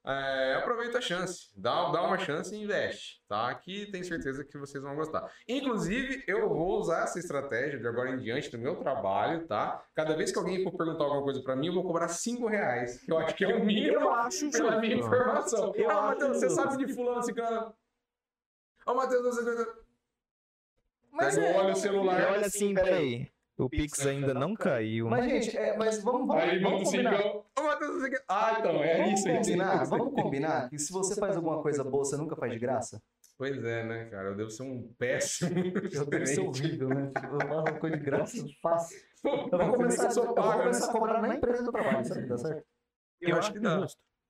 C: é, aproveita a chance. Dá, dá uma chance e investe, tá? Que tenho certeza que vocês vão gostar. Inclusive, eu vou usar essa estratégia de agora em diante no meu trabalho, tá? Cada vez que alguém for perguntar alguma coisa pra mim, eu vou cobrar 5 reais. que Eu acho que é o mínimo
B: Eu acho
C: pela é minha
B: justo.
C: informação.
B: Eu
C: ah,
B: acho
C: Matheus, você
B: justo.
C: sabe de fulano, ciclano. Ó, Matheus, você... Mas
B: é-
C: eu
A: um
C: olho o celular.
B: E olha assim, peraí. O Pix é ainda não caiu. né?
A: Mas, gente, é, mas vamos, vamos,
C: Aí manda o
A: vamos combinar.
C: cingão. Ô, Matheus, você quer... Ah, então, é
A: vamos
C: isso aí.
A: combinar, vamos combinar que se você faz alguma coisa boa, você nunca faz de graça.
C: Pois é, né, cara? Eu devo ser um péssimo.
A: Eu devo ser horrível, né? Tipo, Eu faço uma coisa de graça, eu faço. Eu vou começar, eu
C: sou
A: vou
C: pago, né?
A: começar a cobrar na empresa do trabalho, sabe? Dá certo?
C: Eu acho que dá.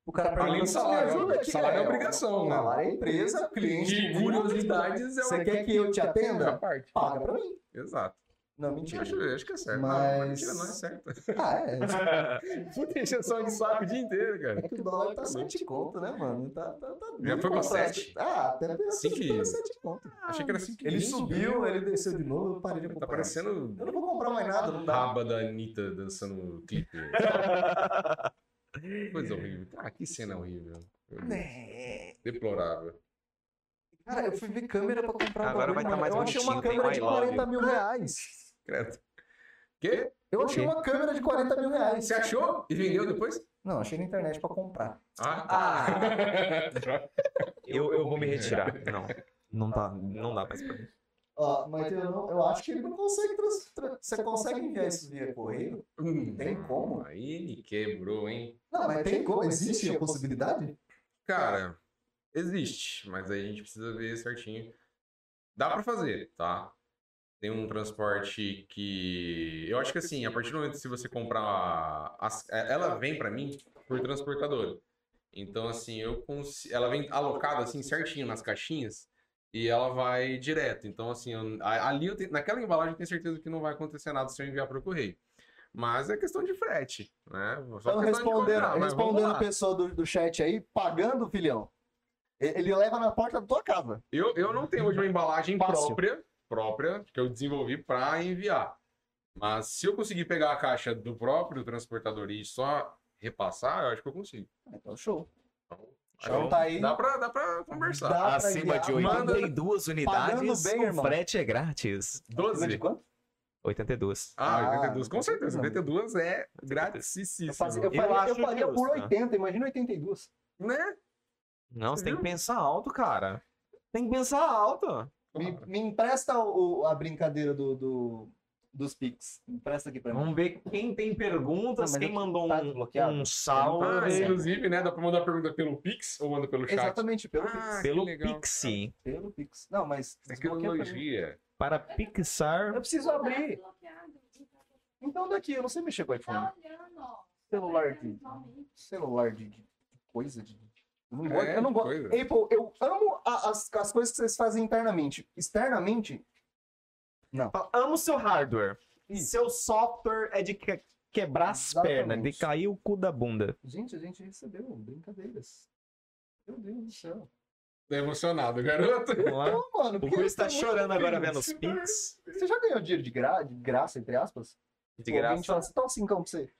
A: O cara
C: Além do
A: "Você me
C: salário,
A: ajuda
C: né?
A: aqui?"
C: Salário é
A: ó,
C: obrigação, né?
A: Salário é empresa, cliente.
C: De curiosidades é
A: Você
C: uma
A: quer que eu te
C: a
A: atenda?
C: parte.
A: Paga pra mim.
C: Exato.
A: Não,
C: Eu
A: mentira.
C: acho, eu acho que é certo.
A: Mas-
C: Não, mentira, não é certo.
A: Ah, é.
C: Puta encheção de saco o dia inteiro, cara.
A: É que o dólar tá 7 conto, né, mano? Tá, tá, tá
C: Já foi pra sete?
A: Ah, até mesmo
C: Sim que-
A: tá 7 conto.
C: Achei que era assim que
A: Ele
C: isso,
A: subiu, ele desceu de novo, eu parei de
C: Tá
A: comprar.
C: parecendo
A: Eu não vou comprar mais nada, não dá.
C: raba da Anitta dançando o clipe. Coisa horrível. Ah, que cena horrível. Meu Deus.
A: Né?
C: Deplorável.
A: Cara, eu fui ver câmera pra comprar um
B: Agora
A: bagulho,
B: vai tá
A: mano.
B: mais
A: Eu achei uma
B: bonitinho, tem
A: câmera de
B: um I love
A: 40 mil reais.
C: Credo. Quê?
A: Eu achei
B: quê?
A: uma câmera de 40 mil reais.
C: Você achou? E vendeu depois?
A: Não, achei na internet pra comprar.
C: Ah, tá.
A: Ah.
B: Eu, eu vou me retirar. Não. Não, tá, não dá mais pra mim.
A: Ó, mas eu, não- eu acho que ele não consegue. trans- tra- Você consegue enviar isso via correio?
C: Hum,
A: Tem como?
C: Aí me quebrou, hein?
A: Não, mas tem como? Existe a possibilidade?
C: Cara, existe, mas aí a gente precisa ver certinho. Dá pra fazer, tá? Tem um transporte que. Eu acho que assim, a partir do momento que se você comprar. as- é, Ela vem pra mim por transportadora. Então, assim, eu consigo. Ela vem alocada assim certinho nas caixinhas e ela vai direto. Então, assim, eu- a- ali eu tenho... naquela embalagem eu tenho certeza que não vai acontecer nada se eu enviar pro correio. Mas é questão de frete, né? Só
A: Então,
C: questão de
A: respondendo,
C: combinar, mas vamos
A: respondendo
C: lá.
A: a pessoa do, do chat aí, pagando, filhão. Ele ele leva na porta da tua casa.
D: Eu, eu não tenho hoje uma embalagem
A: Fácil.
D: própria, própria, que eu desenvolvi para enviar. Mas se eu conseguir pegar a caixa do próprio transportador e só repassar, eu acho que eu consigo.
A: Então, show.
D: Então,
A: Então
D: acho que
A: tá aí.
D: Dá pra, dá pra conversar.
A: Dá pra
B: Acima
A: enviar.
B: de
A: Manda-
B: 82 unidades,
A: bem,
B: o
A: irmão.
B: frete é grátis.
A: Acima de
D: 12.
A: quanto?
B: 82.
D: Ah,
A: Ah,
D: 82. Com certeza.
A: não.
D: 82 é
A: Eu fazia, eu
D: gratisíssimo.
B: Eu
A: faria, eu
B: acho
A: faria por
B: justo, né?
A: 80, imagina 82.
D: Né?
B: Não, você tem que
D: Viu?
B: pensar alto, cara. Tem que pensar alto.
A: Me,
D: Ah,
B: Ah.
A: me empresta o- o- a brincadeira do, do- dos Pix. Empresta aqui pra mim.
B: Vamos ver quem tem perguntas,
A: Não, mas
B: quem
A: eu-
B: mandou
A: tá
B: um,
A: desbloqueado?
B: um salve
D: Ah,
A: sim.
D: inclusive, né? Dá pra mandar pergunta pelo Pix ou manda pelo chat?
A: Exatamente, pelo
D: Ah,
A: Pix.
B: pelo
D: que legal,
B: Pixie.
A: Pelo Pix. Não, mas desbloqueia pra mim.
D: Tecnologia.
B: Para pixar.
A: Eu preciso abrir.
E: Bloqueado, bloqueado.
A: Então daqui, eu não sei mexer com o iPhone.
E: Tá olhando, ó. tá
A: Celular de.
E: Normalmente.
A: Celular de, de coisa de. Eu não
D: É,
A: gosto. eu não
D: que
A: gosto.
D: coisa.
A: Apple, eu amo a- as, as coisas que vocês fazem internamente. Externamente,
B: Fala, Amo seu hardware.
A: Isso.
B: Seu software é de que- quebrar as pernas, de
A: Exatamente.
B: cair o cu da bunda.
A: gente, a gente recebeu brincadeiras. Meu Deus do céu.
D: Tá emocionado, garoto.
B: Vamos lá.
A: Não, mano,
B: O
A: porque
B: Rui
A: isso é
B: está
A: muito
B: chorando agora
A: incrível.
B: vendo os pix.
A: Você já ganhou dinheiro de, gra... de graça, entre aspas?
B: De
A: O ouvinte
B: graça.
A: fala, você tá um cincão pra você.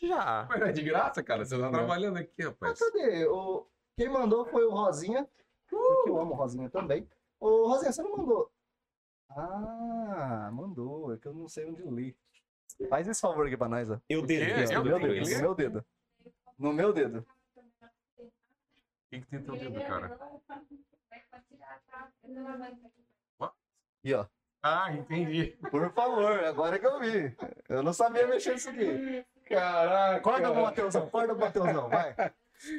B: Já.
D: Mas não é de graça, cara. Você tá
A: Não.
D: trabalhando aqui,
A: Mas tá
D: rapaz.
A: cadê? O... Quem mandou foi o Rosinha,
D: Uh!
A: porque eu amo o Rosinha também. Ô, Rosinha, você não mandou? Ah, mandou. É que eu não sei onde ler. Faz esse favor aqui pra nós, ó.
B: Eu
D: O quê?
B: detesto
D: Eu
A: No meu
D: tenho que
A: dedo,
D: ler?
A: no meu dedo. No meu dedo.
D: O que, que tem no teu
E: é
D: dedo, Então, cara?
E: tá?
A: E ó.
D: Ah, entendi.
A: Por favor, agora que eu vi. Eu não sabia mexer nisso aqui.
D: Caraca.
A: Acorda, Matheusão, acorda, Matheusão, vai.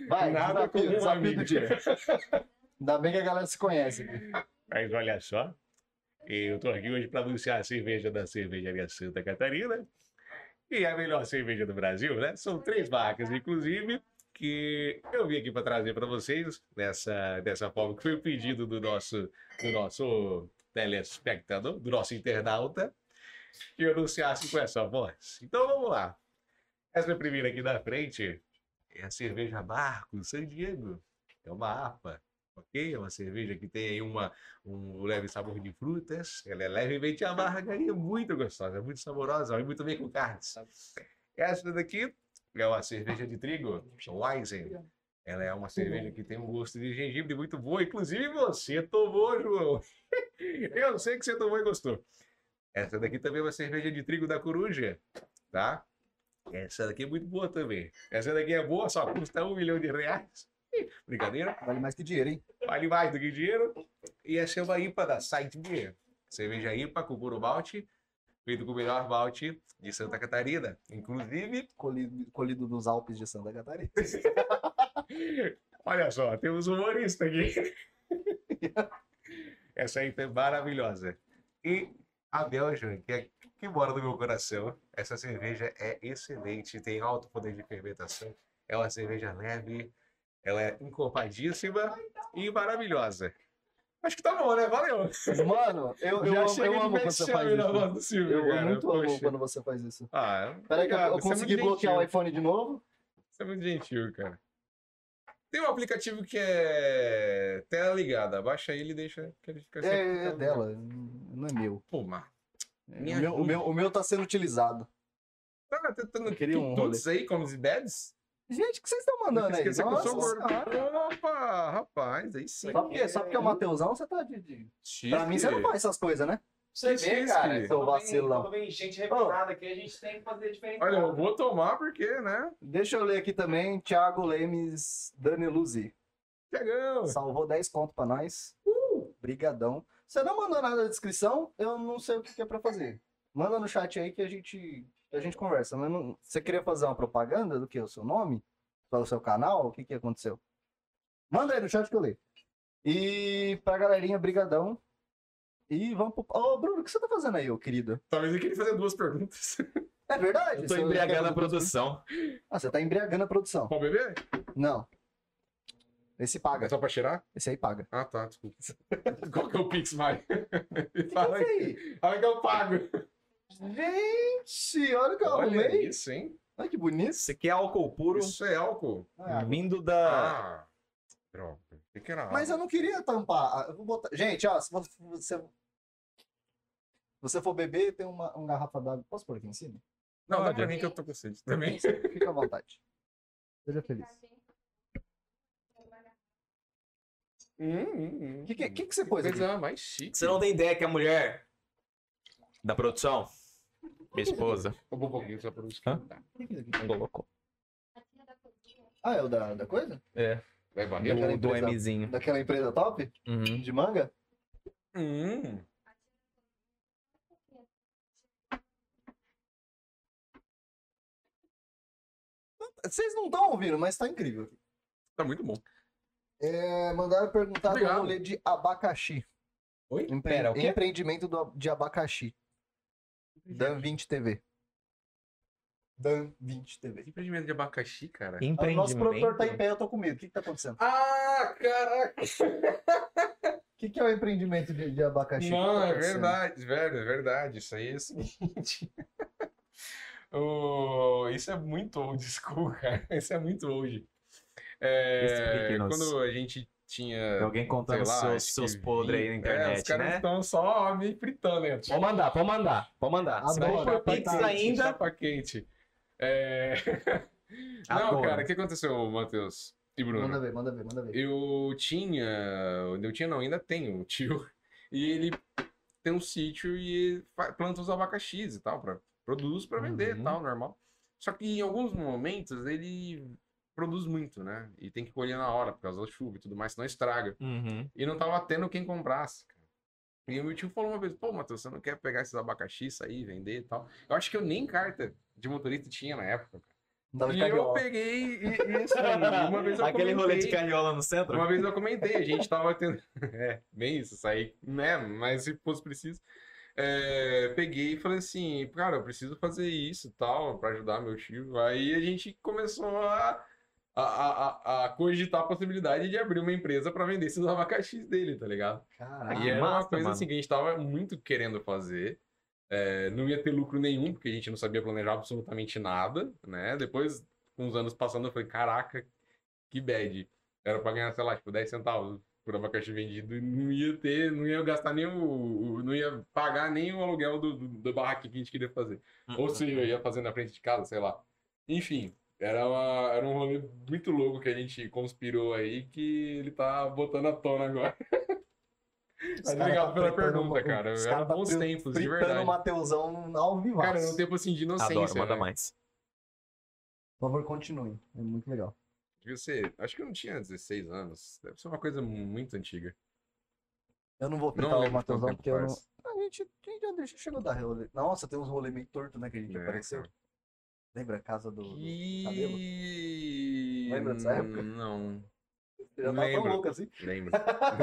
A: Vai,
D: Nada
A: desafio,
D: como um
A: desafio
D: amigo.
A: do dia. Ainda bem que a galera se conhece. aqui.
C: Mas olha só, eu tô aqui hoje para anunciar a cerveja da Cervejaria Santa Catarina, e a melhor cerveja do Brasil, né? São três marcas, inclusive, que eu vim aqui para trazer para vocês, dessa, dessa forma que foi o pedido do nosso, do nosso telespectador, do nosso internauta, que eu anunciasse com essa voz. Então vamos lá. Essa primeira aqui da frente é a cerveja Marco San Diego. É uma APA, ok? É uma cerveja que tem aí uma um leve sabor de frutas. Ela é levemente amarga e é muito gostosa, é muito saborosa e muito bem com carnes. Essa daqui é uma cerveja de trigo, Weizen. Ela é uma cerveja que tem um gosto de gengibre muito bom. Inclusive você tomou, João. Eu sei que você tomou e gostou. Essa daqui também é uma cerveja de trigo da coruja, tá? Essa daqui é muito boa também. Essa daqui é boa, só custa um milhão de reais. Brincadeira.
A: Vale mais que dinheiro, hein?
C: Vale mais do que dinheiro. E essa é uma IPA da Site Beer. Cerveja IPA com couro malte, feito com o melhor malte de Santa Catarina. Inclusive,
A: Colhido, colhido dos Alpes de Santa Catarina.
C: olha só, temos um humorista aqui. Essa IPA é maravilhosa. E a Belgian, que, é, que mora no meu coração, essa cerveja é excelente, tem alto poder de fermentação. É uma cerveja leve, ela é encorpadíssima e maravilhosa. Acho que tá bom, né? Valeu!
A: Mano, eu, eu,
C: Já
A: amo,
C: chega
A: eu
C: de
A: amo quando você
C: vexame
A: faz
C: na
A: isso.
C: voz do Silvio,
A: Eu, eu
C: cara.
A: muito amo
C: Poxa.
A: quando você faz isso.
C: Ah,
A: Peraí que eu, eu
C: obrigado, você é
A: consegui
C: muito
A: bloquear o
C: gentil.
A: iPhone de novo.
D: Você é muito gentil, cara. Tem um aplicativo que é tela ligada. Abaixa ele e deixa que ele fica
A: É,
D: sempre
C: tá
D: com
A: é
D: tela ligada.
A: dela, não é meu.
D: Pô, mas
A: É,
D: Me
A: o, meu o,
D: ajuda.
A: meu, o meu tá sendo utilizado.
D: tá tentando
A: Eu queria um
D: quitutes aí, comes e bebes?
A: Gente, o que vocês estão
D: Não
A: mandando aí?
D: esqueça que eu sou
A: Nossa
D: gordo.
A: Senhora.
D: Opa, rapaz, aí sim.
A: Só porque, só porque é o Mateusão, você tá de... de...
D: Chique.
A: Pra mim, você não faz essas coisas, né?
F: Você
D: Isso,
F: vê,
D: isso,
F: cara.
D: querido.
A: Seu
F: Quando vem-
A: vacilão.
F: Quando vem gente refinada aqui, a gente tem que fazer diferente.
D: Olha, eu vou tomar porque, né?
A: Deixa eu ler aqui também, Thiago Lemes, Dani Luzi.
D: Chegamos.
A: Salvou 10 conto pra nós.
B: Uh!
A: Brigadão. Você não mandou nada na descrição, eu não sei o que que é pra fazer. Manda no chat aí que a gente, a gente conversa. Mas não- você queria fazer uma propaganda do que? O seu nome? Pelo seu canal? O que, que aconteceu? Manda aí no chat que eu leio. E pra galerinha, brigadão. E vamos pro... Ô, Bruno, o que você tá fazendo aí, ô querido?
D: Talvez eu queria fazer duas perguntas.
A: É verdade?
B: Eu tô
A: Você-
B: embriagando a produção.
A: Ah, você tá embriagando a produção.
D: Pode beber?
A: Não. Esse paga.
D: É só pra cheirar?
A: Esse aí paga.
D: Ah, tá, desculpa. Qual que é o Pix, Mai?
A: Então,
D: Fala aí.
A: aí.
D: Olha que eu pago.
A: Gente, olha o que eu
D: Olha
A: arrumei.
D: isso, hein?
A: Olha que bonito.
B: Isso aqui é álcool puro
D: Isso é álcool.
A: Ah,
B: vindo da.
D: Ah,
C: Droga. O que que era?
A: Mas eu não queria tampar. Ah, Eu vou botar... Gente, ó, se vo- se você. se você for beber, tem uma, uma garrafa d'água. Posso pôr aqui em cima?
C: Não, dá
E: Olha.
C: pra mim que eu tô com sede também.
A: Fica à vontade.
E: tá
A: Seja feliz. O que, que, que que você pôs aqui?
C: Coisa mais chique.
G: Você não tem ideia que a mulher da produção, minha esposa,
C: Eu vou um pouquinho só pra eu esquentar.
A: O que que é isso aqui?
G: não colocou.
E: tá
A: Ah, é o da, da coisa?
B: é,
C: Vai barrer.
A: Daquela
G: Do, do
A: empresa,
G: Mzinho.
A: daquela empresa top?
G: Uhum.
A: De manga?
C: Hum.
A: Vocês não estão ouvindo, mas tá incrível.
C: Tá muito bom.
A: É, mandaram perguntar
C: Obrigado.
A: do rolê de abacaxi.
C: Oi?
A: Empre-
C: Pera, o quê?
A: Empreendimento do- de abacaxi. Dan 20 TV. Dan 20 TV.
C: Empreendimento de abacaxi, cara.
A: Ah,
B: É,
A: O
G: Empreendimento.
A: nosso produtor tá em pé, eu tô com medo. O que, que tá acontecendo?
C: Ah, caraca!
A: O que, que é o empreendimento de, de abacaxi? O que que
C: Não,
A: tá
G: né?
C: é
A: acontecendo?
C: verdade, velho, é verdade. Isso aí é o seguinte. O- Isso é muito old school, cara. Isso é muito old. É,
G: Explique-nos.
C: Quando a gente tinha.
G: Alguém contando
C: sei lá,
G: seus,
C: acho que
G: seus podres aí na
C: vinte- É, os
G: internet,
C: caras
G: né?
C: estão só me fritando, né?
G: Pode mandar, pode mandar, pode mandar. Se
A: Adoro.
G: for por
A: Adoro.
G: pizza
C: tá,
A: Adoro.
G: ainda,
C: Chapa quente. É... Não,
G: Adoro.
C: cara, o que aconteceu, Matheus e Bruno?
A: Manda ver, manda ver, manda ver.
C: Eu tinha. Eu tinha, não, ainda tenho um tio. E ele tem um sítio e fa- planta os abacaxis e tal, pra, produz pra vender e
G: Uhum.
C: tal, normal. Só que em alguns momentos ele produz muito, né? E tem que colher na hora, por causa da chuva e tudo mais, senão estraga.
G: Uhum.
C: E não tava tendo quem comprasse. cara. E o meu tio falou uma vez: pô, Matheus, você não quer pegar esses abacaxis aí, vender e tal? Eu acho que eu nem carta de motorista tinha na época.
A: Dava de
C: E eu
A: carioca.
C: peguei e, e assim, uma vez eu
G: Aquele rolê de
C: comentei-
G: carriola no centro?
C: uma vez eu comentei, a gente tava tendo. É, bem isso, saí, né? Mas se fosse preciso. é, peguei e falei assim, cara, eu preciso fazer isso e tal, pra ajudar meu tio. Aí a gente começou a, a, a, a- a cogitar a possibilidade de abrir uma empresa pra vender esses abacaxis dele, tá ligado?
A: Caralho.
C: e era uma
G: Ah, massa,
C: coisa
G: mano.
C: assim que a gente tava muito querendo fazer. É, não ia ter lucro nenhum, porque a gente não sabia planejar absolutamente nada, né? Depois, com uns anos passando, eu falei, caraca, que bad. Era pra ganhar, sei lá, tipo, 10 centavos por abacaxi vendido. e Não ia ter, não ia gastar nem o. o- Não ia pagar nem o aluguel do, do, do barraque que a gente queria fazer.
G: Uhum.
C: Ou seja, eu ia fazer na frente de casa, sei lá. Enfim, era, uma, era um rolê muito louco que a gente conspirou aí, que ele tá botando à tona agora.
A: Os
C: Mas
A: cara
C: obrigado
A: tá
C: pela
A: fritando
C: pergunta,
A: uma-
C: cara.
A: os
C: Era
A: cara tá
C: bons
A: fri-
C: tempos, de
A: Fritando
C: verdade.
A: o Mateusão ao vivaço.
C: Cara, era um tempo assim de inocência.
G: Adoro, manda
C: né?
G: mais.
A: Por favor, continuem. É muito legal.
C: Devia ser- Acho que eu não tinha 16 anos. Deve ser uma coisa muito antiga.
A: Eu não vou
C: Não
A: fritar o
C: lembro de quanto
A: Mateusão Então,
C: tempo
A: porque eu não...
C: faz.
A: A gente, a gente já deixa- chegou a dar rolê. Nossa, tem uns rolê meio torto, né? Que a gente
C: É,
A: apareceu.
C: cara.
A: Lembra a casa do. do- cabelo?
C: E...
A: Lembra dessa época?
C: Não.
A: Eu já tava tão
C: Lembro.
A: louco assim.
C: Lembro.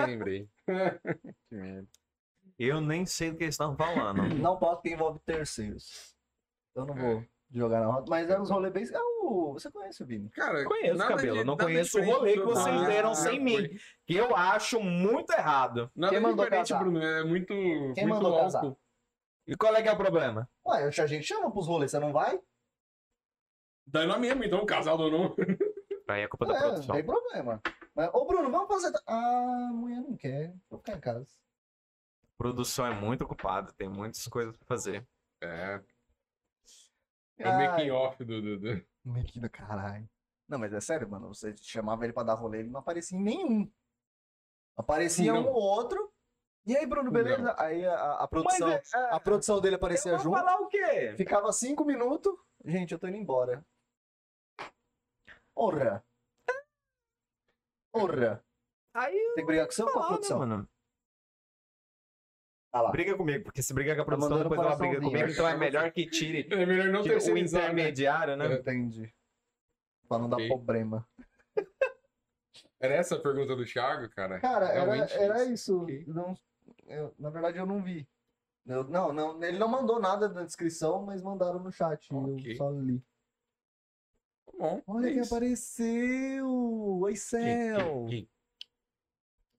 C: Lembrei. que merda.
G: Eu nem sei do que eles estão
B: Uhum.
G: falando.
A: Não posso que envolve terceiros. Então, Eu não vou jogar na roda. Mas era uns rolê bem. É o. Você conhece o Vini?
C: Cara,
G: Conheço,
C: nada
G: Cabelo,
C: de-
G: não
C: nada
G: conheço o
C: diferente
G: rolê
C: do
G: que
C: outro.
G: vocês deram sem
C: já
G: mim.
C: foi.
G: que eu acho muito errado.
C: Nada
A: Quem mandou
C: diferente,
A: casar?
C: Bruno. É muito, muito
A: mandou
C: álcool.
A: casar?
G: E qual é que é o problema?
A: Ué, a gente chama pros rolês, você não vai?
C: Daí não é mesmo, então, casal ou não.
G: Aí é culpa da
A: É, não
G: produção.
A: tem problema. Mas, ô Bruno, vamos fazer. Ah, a mulher não quer. Vou ficar em casa.
G: Produção é muito ocupada, tem muitas coisas pra
A: Tá,
G: fazer.
C: É. É o
A: Ai.
C: making off do... do, do...
A: Mequinho, caralho. Não, mas é sério, mano. Você chamava ele pra dar rolê, ele não aparecia em nenhum. Aparecia
C: Não.
A: um ou outro. E aí, Bruno, beleza? Aí a- a, a produção,
G: Mas é- é,
A: a produção dele
G: eu
A: aparecia
G: vou
A: junto.
G: falar o quê?
A: Ficava cinco minutos. Gente, eu tô indo embora. Orra. Orra.
G: Aí eu
A: Tem que brigar com você ou
G: vou
A: com a
G: falar, né,
A: produção?
G: mano?
A: Ah lá.
G: Briga comigo, porque se brigar com a produção,
A: Tá mandando
G: depois ela briga
A: coraçãozinho.
G: comigo, então é melhor que tire
C: É melhor não
G: que o
C: terceirizar, né?
G: intermediário, né?
A: Entendi. Pra não dar
C: Ok.
A: problema.
C: Era essa a pergunta do Thiago, cara?
A: Cara, era,
C: Realmente
A: era isso.
C: Ok.
A: Não- eu- na verdade, eu não vi. Eu- não, não, ele não mandou nada na descrição, mas mandaram no chat.
C: Ok.
A: Eu só li.
C: Tá Bom,
A: Olha
C: é
A: quem
C: isso.
A: apareceu! Oi, Céu! é
C: Quem?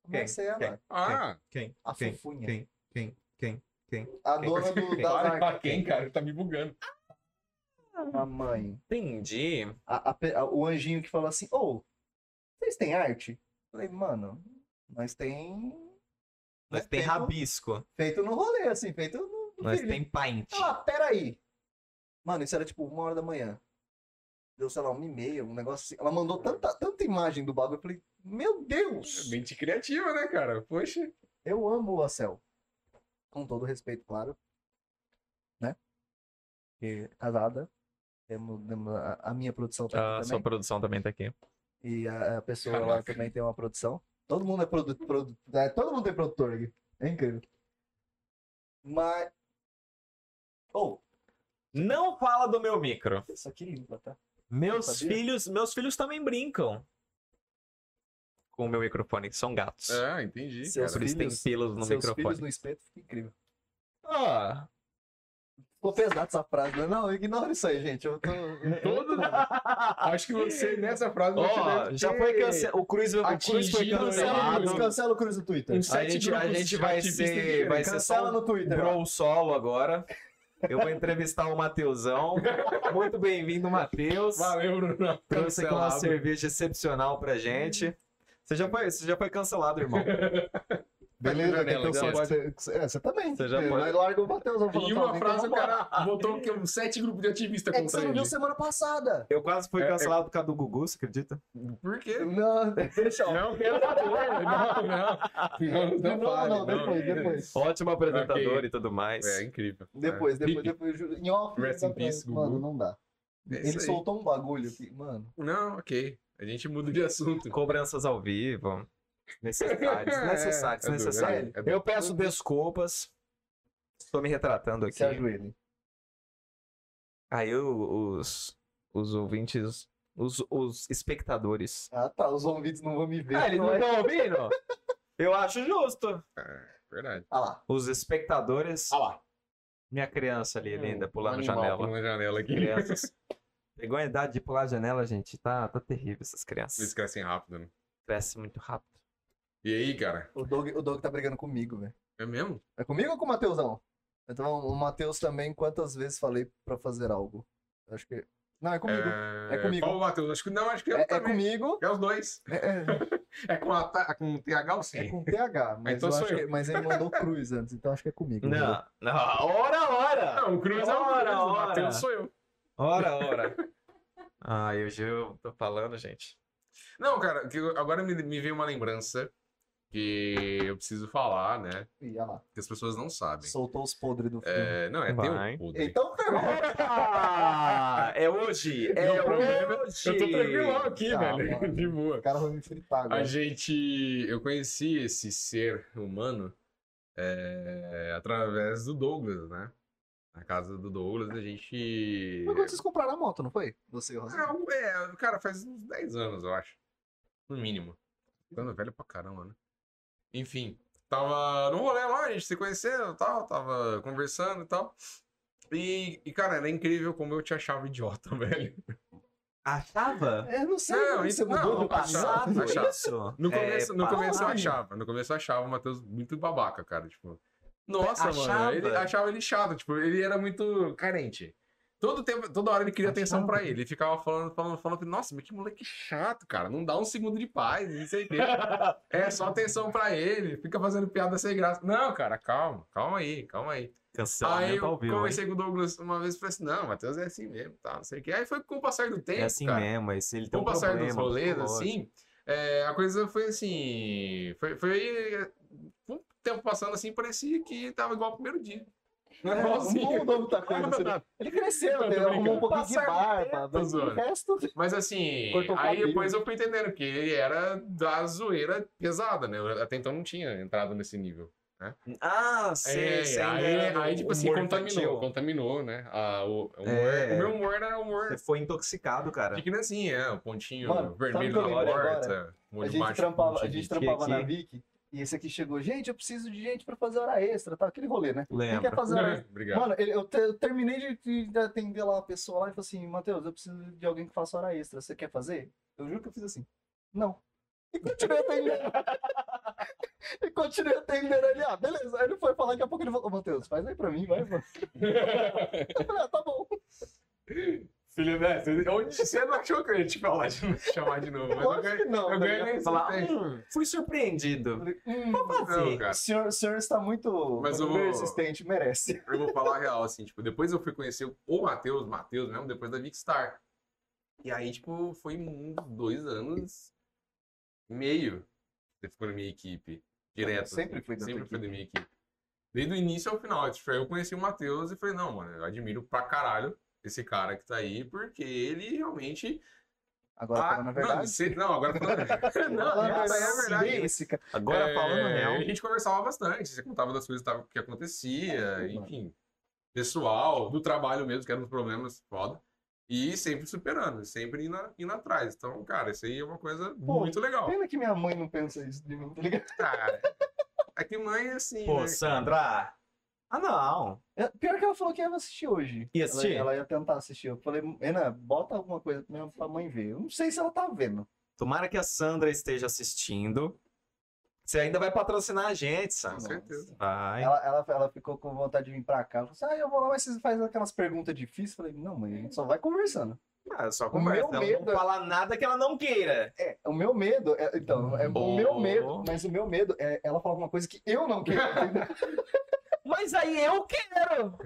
A: Marcela,
C: Ah,
B: É.
A: a
G: Quem?
A: fofinha.
G: Quem? Quem? Quem? Quem?
A: A dona do,
G: Quem?
A: da
C: para
A: marca.
C: pra quem, cara? Tá me bugando.
A: A mãe.
G: Entendi.
A: A- a pe- a- o anjinho que falou assim: Ô, vocês têm arte? Falei, mano, nós tem
B: Nós tem rabisco.
A: feito no rolê, assim, feito no. no
B: Nós
A: feeling.
B: tem paint.
A: Ah, peraí. Mano, isso era tipo uma hora da manhã. Deu, sei lá, um e-mail, um negócio assim. Ela mandou tanta, tanta imagem do bagulho. Eu falei, meu Deus!
C: Mente criativa, né, cara? Poxa.
A: Eu amo o Acel. Com todo respeito, claro. Né? Porque é casada. Temos, temos a, a minha produção tá
G: A
A: aqui
G: sua
A: também.
G: produção também tá aqui.
A: E a, a pessoa lá
C: Caraca.
A: também tem uma produção. Todo mundo é produtor. Produ, é, todo mundo tem produtor aqui. É incrível. Mas. Ou,
B: Não fala do meu micro.
A: isso aqui limpa, tá?
B: Meus
A: sabia?
B: filhos, meus filhos também brincam com o meu microfone, são gatos.
C: Ah, entendi.
A: Seus
B: Por isso tem
A: filhos-
B: pelos no
A: Seus filhos
B: microfone.
A: no espeto fica incrível.
B: Ah,
A: Ficou pesado essa frase, né? Não, ignora isso aí, gente. Eu tô.
C: Todo... Acho que você, nessa frase, você
B: ó,
C: deve
B: já
C: ter
B: foi cancelado. O Cruz, o Cruz foi
C: atingido, né?
B: cancelado.
A: Cancela, cancela o Cruz do Twitter.
C: Uns
B: A
C: sete
B: gente, a
C: grupos
B: gente vai
C: ativistas
B: ser, vai ser só
A: Cancela
B: um
A: no Twitter. ó.
B: bro solo agora. Eu vou entrevistar o Matheusão. Muito bem-vindo, Matheus.
C: Valeu, Bruno.
B: Trouxe aqui uma
C: Cancelado.
B: cerveja excepcional pra gente. Você já foi, você já foi cancelado, irmão.
A: Beleza,
C: Janela,
A: então você
C: janela.
A: pode. É, você também.
B: Você já pode.
A: Mas larga o Matheusão falando
C: Em
A: pra
C: uma
A: mim que
C: frase,
A: eu
C: o
A: não posso.
C: cara botou que um sete grupos de ativistas
A: então É que você
C: contra
A: não viu
C: ele.
A: semana passada.
B: Eu quase fui
C: É, é-
B: cancelado por causa do Gugu, você acredita?
C: Por quê?
A: Não, deixa eu.
C: Não, tá pelo amor, não, não. Não, não,
A: Então. Não, não,
C: fale,
A: não, depois, depois.
B: Ótimo apresentador
C: Ok.
B: e tudo mais.
C: É incrível.
A: Depois, depois,
C: Rick,
A: depois. ju- Em off.
C: Rest
A: dá
C: in
A: pra-
C: peace, Gugu.
A: Mano, não dá.
C: é isso
A: Ele
C: aí.
A: soltou um bagulho que, mano.
C: Não, ok. A gente muda de assunto.
B: Cobranças ao vivo. Necessários,
C: É,
B: necessários,
C: é duro,
B: necessários.
C: é duro.
B: Eu peço desculpas. Estou me retratando aqui.
A: Se ajoelhe.
B: Aí o- os, os ouvintes, os, os espectadores.
A: Ah, tá. Os ouvintes não vão me ver.
B: Ah, eles não estão ouvindo? Eu acho justo.
C: É, Verdade.
A: Ah lá.
B: Os espectadores.
H: Ah lá.
B: Minha criança ali, linda, pulando a
C: Um animal
B: janela. É.
C: Pulando janela aqui.
B: Crianças. Pegou a idade de pular a janela, gente. Tá, tá terrível essas
C: Eles
B: crianças.
C: crescem rápido, né?
B: Cresce muito rápido.
C: E aí, cara?
A: O Doug, o Doug tá brigando comigo, velho.
C: É mesmo?
A: É comigo ou com o Matheusão? Então, o Matheus também, quantas vezes falei pra fazer algo? Acho que. Não, é comigo.
C: É,
A: É comigo.
C: Qual o Matheus? Acho que não, acho que eu
A: É, é
C: também.
A: comigo.
C: É os dois.
A: É, é-
C: É com, a, ta- com o TH ou sem?
A: é com TH, mas,
C: Então
A: eu
C: sou
A: acho
C: eu.
A: que- mas ele mandou cruz antes, então acho que é comigo. entendeu?
B: Não, não. Ora, ora!
C: Não, o Cruz é o
B: Ora,
C: Cruz, o
B: ora.
C: Matheus sou eu.
B: Ora, ora. Ai, hoje eu tô falando, gente.
C: Não, cara, que eu- agora me, me veio uma lembrança que eu preciso falar, né?
A: Ih, olha lá.
C: Que as pessoas não sabem.
A: Soltou os podres do filme.
C: É, não, é
B: Vai.
C: teu podre.
A: Então ferrou.
B: Ah, é hoje! É
C: Meu problema-
B: hoje!
C: Eu tô tranquilão aqui,
A: Tá,
C: velho.
A: mano.
C: De boa.
A: O cara vai me fritar
C: A
A: agora.
C: gente. Eu conheci esse ser humano é, através do Douglas, né? Na casa do Douglas, a gente.
A: Mas quando vocês compraram a moto, não foi? Você e o Rosinha.
C: Ah, um- é, cara, faz uns 10 anos, eu acho. No mínimo. Ficando velho pra caramba, né? Enfim, tava no rolê lá, a gente se conheceu e tal, tava conversando e tal. E, e, cara, era incrível como eu te achava idiota, velho.
B: Achava?
A: Eu não sei,
C: Não,
A: mano,
C: isso-
A: você mudou
C: não, tá
A: do passado.
C: achava, achava.
B: Isso?
C: No começo,
B: É,
C: no começo eu
B: caralho.
C: achava, no começo eu achava o Matheus muito babaca, cara, tipo... Nossa, mano,
B: Achava?
C: ele achava ele chato, tipo, ele era muito carente. Todo tempo, toda hora ele queria atenção pra ele, ele ficava falando, falando, falando, nossa, mas que moleque chato, cara, não dá um segundo de paz, não sei o quê. É, só atenção pra ele, fica fazendo piada sem graça. Não, cara, calma, calma aí, calma aí. Aí
B: Cancelamento
C: eu
B: ao vivo. hein?
C: conversei com o Douglas uma vez e falei assim, não, Matheus é assim mesmo, tá, não sei o quê. Aí foi com o passar do tempo,
B: É assim
C: cara
B: mesmo, esse ele tem
C: com
B: um
C: o passar dos
B: problema,
C: rolês,
B: lógico.
C: assim, é, a coisa foi assim. Foi, foi. com o tempo passando assim, parecia que tava igual ao primeiro dia.
A: É, não mudou muita coisa. entendeu? Ele cresceu,
C: Eu tô
A: ele arrumou um
C: brincando.
A: pouquinho de
C: Passar
A: barba, mas o
C: zoando.
A: resto...
C: Mas assim,
A: Cortou o
C: aí
A: cabelo.
C: depois eu fui entendendo que ele era da zoeira pesada, né? Eu até então não tinha entrado nesse nível.
B: Ah, sei,
C: É,
B: sei.
C: aí,
B: ainda era
C: aí,
B: um
C: tipo assim,
B: humor
C: contaminou,
B: infantil.
C: contaminou, né? Ah, o, o humor-
B: É.
C: o meu humor era o humor
B: Você foi intoxicado, cara.
C: de criancinha, é, o pontinho
A: Mano, sabe
C: vermelho
A: o que eu
C: na
A: lembrei
C: porta, o
A: A
C: olho
A: gente
C: baixo.
A: trampava, a
C: pontinho
A: gente
C: de-
A: trampava
B: aqui.
A: na Vic e esse aqui chegou, gente, eu preciso de gente pra fazer hora extra, tá? Aquele rolê, né? Quem quer
B: Lembra?
A: fazer hora extra?
C: Obrigado.
A: Mano, ele- eu, te- eu terminei de, de atender lá a pessoa lá e falei assim, Matheus, eu preciso de alguém que faça hora extra, você quer fazer? Eu juro que eu fiz assim, não. E continuei atendendo. e continuei atendendo ele, ah, beleza. Aí ele foi falar, daqui a pouco ele falou, ô Matheus, faz aí pra mim, vai, mano. eu falei, ah, tá bom.
C: Filha
H: né? Onde
C: é, Você não achou que eu ia te falar de novo, chamar de novo, mas eu ganhei.
B: não,
C: Então eu
B: né?
C: ganhei esse
B: falar,
C: teste.
B: "Hum, fui surpreendido.
A: Hum.
C: Não, cara.
A: "Ah, O senhor, o senhor está muito
C: Mas o-
A: persistente, merece.
C: Eu vou falar a real, assim, tipo, depois eu fui conhecer o Matheus, Matheus mesmo, depois da Vic Star. E aí, tipo, foi uns dois anos e meio. Você ficou na minha equipe. Direto.
A: sempre
C: assim,
A: fui da tua
C: Sempre fui da
A: equipe.
C: minha equipe. Desde o início ao final. Tipo, aí eu conheci o Matheus e falei, não, mano, eu admiro pra caralho esse cara que tá aí, porque ele realmente.
A: Agora,
C: Ah,
A: falando a
C: Não,
A: É verdade.
C: você- não, agora falando. não,
A: Falando a
C: essa é a verdade.
A: Esse cara-
B: Agora
C: É,
B: falando
C: A
B: real.
C: gente conversava bastante, você contava das coisas que tava- que acontecia, enfim. Pessoal, do trabalho mesmo, que eram os problemas foda. E sempre superando, sempre indo, a- indo atrás. Então, cara, isso aí é uma coisa
A: Pô,
C: muito legal.
A: Pena que minha mãe não pensa isso de mim, tá ligado?
C: Cara, é que mãe é assim,
B: Pô,
C: né?
B: Sandra. Ah, não.
A: É, Pior que ela falou que ia assistir hoje.
B: Ia
A: Ela-
B: assistir?
A: Ela, ia tentar assistir. Eu falei, Renan, bota alguma coisa pra minha pra mãe ver. Eu não sei se ela tá vendo.
B: Tomara que a Sandra esteja assistindo. Você ainda vai patrocinar a gente,
C: Com
B: Sandra.
C: certeza.
B: Vai.
A: Ela, ela, ela ficou com vontade de vir pra cá. Ela falou assim, ah, eu vou lá, mas vocês fazem aquelas perguntas difíceis. Eu falei, não, mãe, a gente só vai conversando.
B: Ah, só
A: O
B: conversa.
A: meu
B: Ela
A: medo
B: não
A: é-
B: fala nada que ela não queira.
A: É, o meu medo, é- então, é o
B: Boa.
A: meu medo, mas o meu medo é ela falar alguma coisa que eu não quero. entendeu?
B: Mas aí eu quero.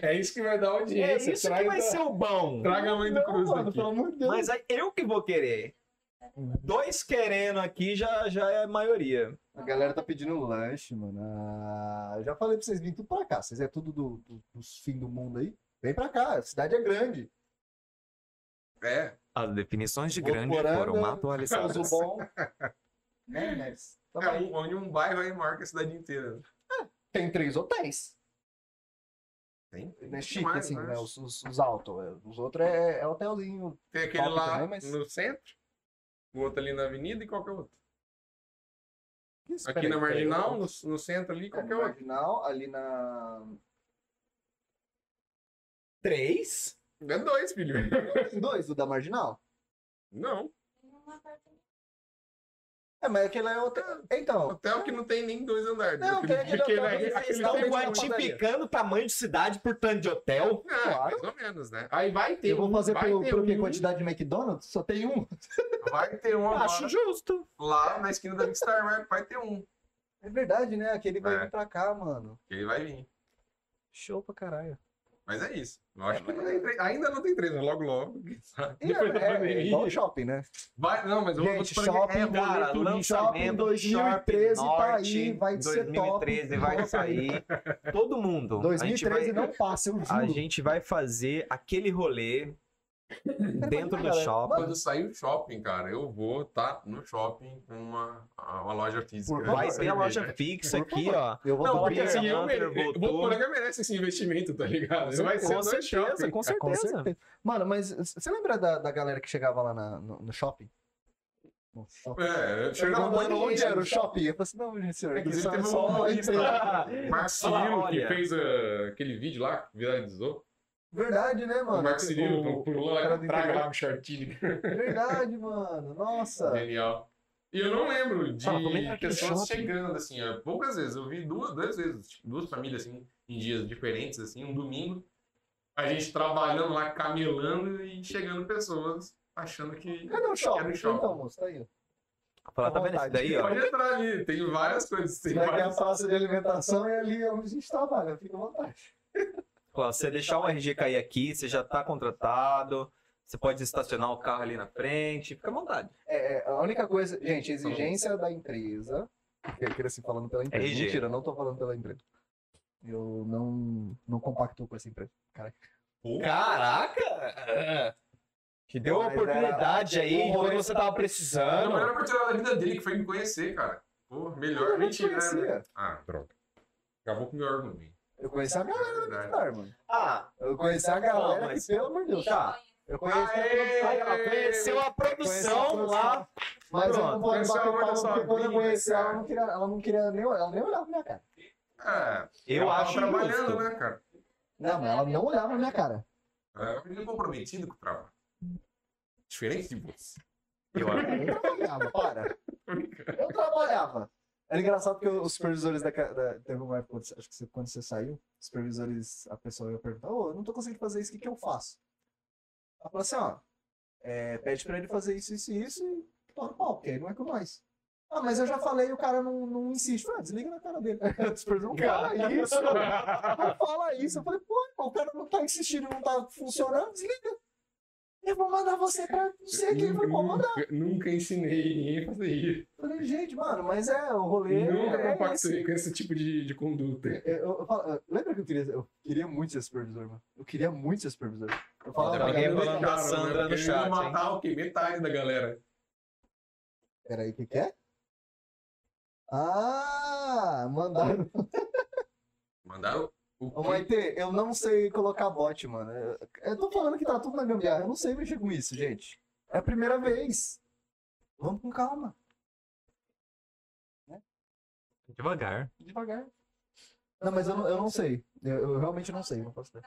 H: É isso que vai dar
B: É
H: audiência.
B: isso que
H: traz
B: vai
H: a-
B: ser o bom.
C: Traga a mãe do
A: não,
C: Cruz
A: mano,
C: aqui.
A: pelo amor de Deus.
B: Mas aí eu que vou querer. Dois querendo aqui já, já é maioria.
A: A galera tá pedindo lanche, mano. Ah, eu já falei pra vocês virem tudo pra cá. Vocês é tudo do, do- dos fim do mundo aí. Vem pra cá, a cidade é grande.
C: É,
B: As definições de
A: grande foram
B: atualizadas.
A: Caso bom. né, mas tá
C: é
A: bom.
C: um, onde um bairro aí marca a cidade inteira. né?
A: Tem três hotéis.
C: Tem, tem
A: Né?
C: muito
A: Chique,
C: mais,
A: assim,
C: né?
A: né? Os, os, os altos. Os outros é, é hotelzinho.
C: Tem aquele
A: Top
C: lá
A: também, mas-
C: no centro, o outro ali na avenida e qualquer outro.
A: Isso,
C: Aqui
A: peraí,
C: na
A: peraí.
C: Marginal, no, no centro ali,
A: É,
C: qualquer
A: na
C: outro.
A: marginal, ali na.
B: Três?
C: É dois, filho.
A: Tem dois, o da marginal?
C: Não.
A: É, mas aquele é hotel. Então.
C: Hotel que não tem nem dois andares.
A: Não, tem aquele
C: Aquele-
A: hotel.
C: aquele-
A: que
C: aquele
A: vocês
C: tá
A: estão
C: bem
A: vendo na padaria.
B: quantificando tamanho de cidade por tanto de hotel.
C: Ah,
A: Claro.
C: mais ou menos, né? Aí vai ter
A: Eu vou
C: um-
A: fazer
C: vai
A: pelo,
C: ter
A: pelo que?
C: um-
A: Quantidade de McDonald's? Só tem um.
C: Vai ter
A: Ah,
C: um agora,
B: Acho justo.
C: lá na esquina da Big Star, mas vai ter um.
A: É verdade, né? Aquele vai
C: É.
A: vir pra cá, mano.
C: Ele vai vir.
A: Show pra caralho.
C: Mas é isso. Eu acho que não tem três- ainda não tem três, mas logo logo. quem sabe?
A: E
H: Depois
A: é,
H: da
A: é,
H: pandemia.
A: é igual o shopping, né?
C: Vai, não, mas eu
A: Gente,
C: vou vou-
A: shopping,
C: é,
A: cara, shopping 2013 tá aí, vai ser top.
B: 2013 vai sair. Todo mundo. a
A: 2013
B: gente vai,
A: não é passa, eu juro.
B: A gente vai fazer aquele rolê dentro do
A: galera.
B: shopping.
C: Quando sair o shopping, cara, eu vou estar no shopping com uma, uma loja física.
A: Por favor.
B: Vai
A: Por
B: ter a
C: Cerveja.
B: loja fixa
A: Por
B: aqui,
A: favor.
B: ó.
A: Eu vou
B: Não,
A: dar uma
B: porque
A: olhada.
B: assim, eu- Hunter
H: mere-
B: voltou.
H: Votuporanga merece esse investimento, tá ligado? Vai ser
B: com,
H: dois
B: certeza,
H: shopping.
B: com
A: É, Com
B: certeza,
A: certeza. Mano, mas você lembra da, da galera que chegava lá na- no, no shopping? No shopping.
C: É,
A: Chegava
C: chegava
A: lá,
C: mano,
A: onde
C: onde
A: era o shopping? Eu falei assim, não, gente, senhor, aqui
C: Inclusive,
A: só,
C: teve um
A: só uma
C: humorista
A: empresa.
C: lá, Marcelino,
B: Olha.
C: que fez ah, aquele vídeo lá, que viralizou.
A: Verdade, né, mano?
C: o Marcelino
A: O-
C: pulou
A: o cara
C: lá,
A: do
C: traga lá
A: Integral.
C: um shortinho.
A: Verdade, mano. Nossa.
C: Genial. E eu não lembro de
A: Ah, pelo menos aqui no
C: pessoas
A: shopping.
C: chegando, assim, ó, poucas vezes. Eu vi duas, duas vezes, tipo, duas famílias, assim, em dias diferentes, assim, um domingo. A gente trabalhando lá, camelando e chegando pessoas achando que...
A: Cadê o shopping?
C: Era um
A: Então,
C: shopping.
A: moço, tá aí. ó.
B: Fala,
A: À
B: tá vendo isso
A: vontade.
B: daí, ó?
C: Pode entrar ali, tem várias coisas. Tem
A: Você vai ganhar
C: várias...
A: é praça de alimentação e ali é onde a gente trabalha, fica à vontade.
B: Ó, Você deixar o RG cair aqui, você já tá contratado. Você pode estacionar o carro ali na frente. Fica à vontade.
A: É, é, a única coisa, gente, exigência da empresa. Eu queria assim falando
C: É
A: pela empresa.
B: RG.
A: Mentira, eu não tô falando pela empresa. Eu não, não compacto com essa empresa.
B: Caraca! Que deu a
A: Mas era-
B: oportunidade aí,
A: Um
B: quando
A: rolê-
B: você tava
C: A melhor
B: precisando.
C: oportunidade da vida dele que foi me conhecer, cara. Pô, melhor.
A: Eu não te
C: Mentira, né?
A: conhecia.
C: Ah, droga. Acabou com o meu argumento.
A: Eu conheci a galera da
C: Verdade.
A: Star, mano.
B: Ah,
A: Eu conheci a galera,
B: Não, mas-
A: que, pelo amor de Deus.
B: tá.
A: Eu conheci a
C: Aê!
A: galera da Star,
B: Conheceu a
A: conheci tá? a
B: produção
A: produção.
B: lá.
A: Mas eu
B: Pronto,
A: não posso
C: conheceu
A: bater
C: a mulher da
A: palma
C: sua
A: porque quando eu
C: vida,
A: conheci ela,
C: cara.
A: ela não queria, ela não queria nem, ela nem olhava pra minha cara.
C: Ah,
B: Eu
C: tava
B: acho
C: trabalhando,
B: justo.
C: né, cara?
A: Não, mas ela não olhava pra minha cara.
C: Ela é um menino comprometido com o trabalho. Diferente de você.
B: Eu acho.
A: Cara, eu trabalhava, para. Eu trabalhava. Era engraçado porque os supervisores da. ca- da teve uma época, quando- acho que você- quando você saiu, os supervisores, a pessoa ia perguntar: Ô, eu não tô conseguindo fazer isso, o que, que eu faço? Ela falou assim, ó, é, pede pra ele fazer isso, isso e isso e toma o pau, porque aí não é com nós. Ah, mas eu já falei e o cara não, não insiste. Eu Falei, ah, desliga na cara dele. Eu disse, "Não fala isso, não fala isso. Eu falei, pô, irmão, o cara não tá insistindo, não tá funcionando, desliga. Eu vou mandar você pra não sei quem. é Eu falei, pô, manda
C: Nunca, nunca ensinei ninguém a fazer isso.
A: Eu falei, gente, mano, mas é, o rolê
C: nunca
A: é
C: compactuei
A: esse.
C: com esse tipo de, de conduta.
A: Eu- eu- eu falo- eu- lembra que eu queria, eu queria muito ser supervisor, mano? Eu queria muito ser supervisor. Eu falava,
B: Tem
C: é
B: alguém
A: "Galera,
B: falando da Sandra no
C: Porque eu ia
B: chat, hein?
C: né? matar o quê? Metade da galera.
A: Peraí, o que, que é? Ah, mandaram.
C: Mandaram o
A: Ô,
C: quê?
A: Maite, eu não sei colocar bot, mano. Eu, eu tô falando que tá tudo na gambiarra. Eu não sei mexer com isso, gente. É a primeira vez. Vamos com calma, Né?
G: Devagar.
A: devagar. Não, mas eu, não- eu não sei. Eu, eu realmente não sei, não posso ver.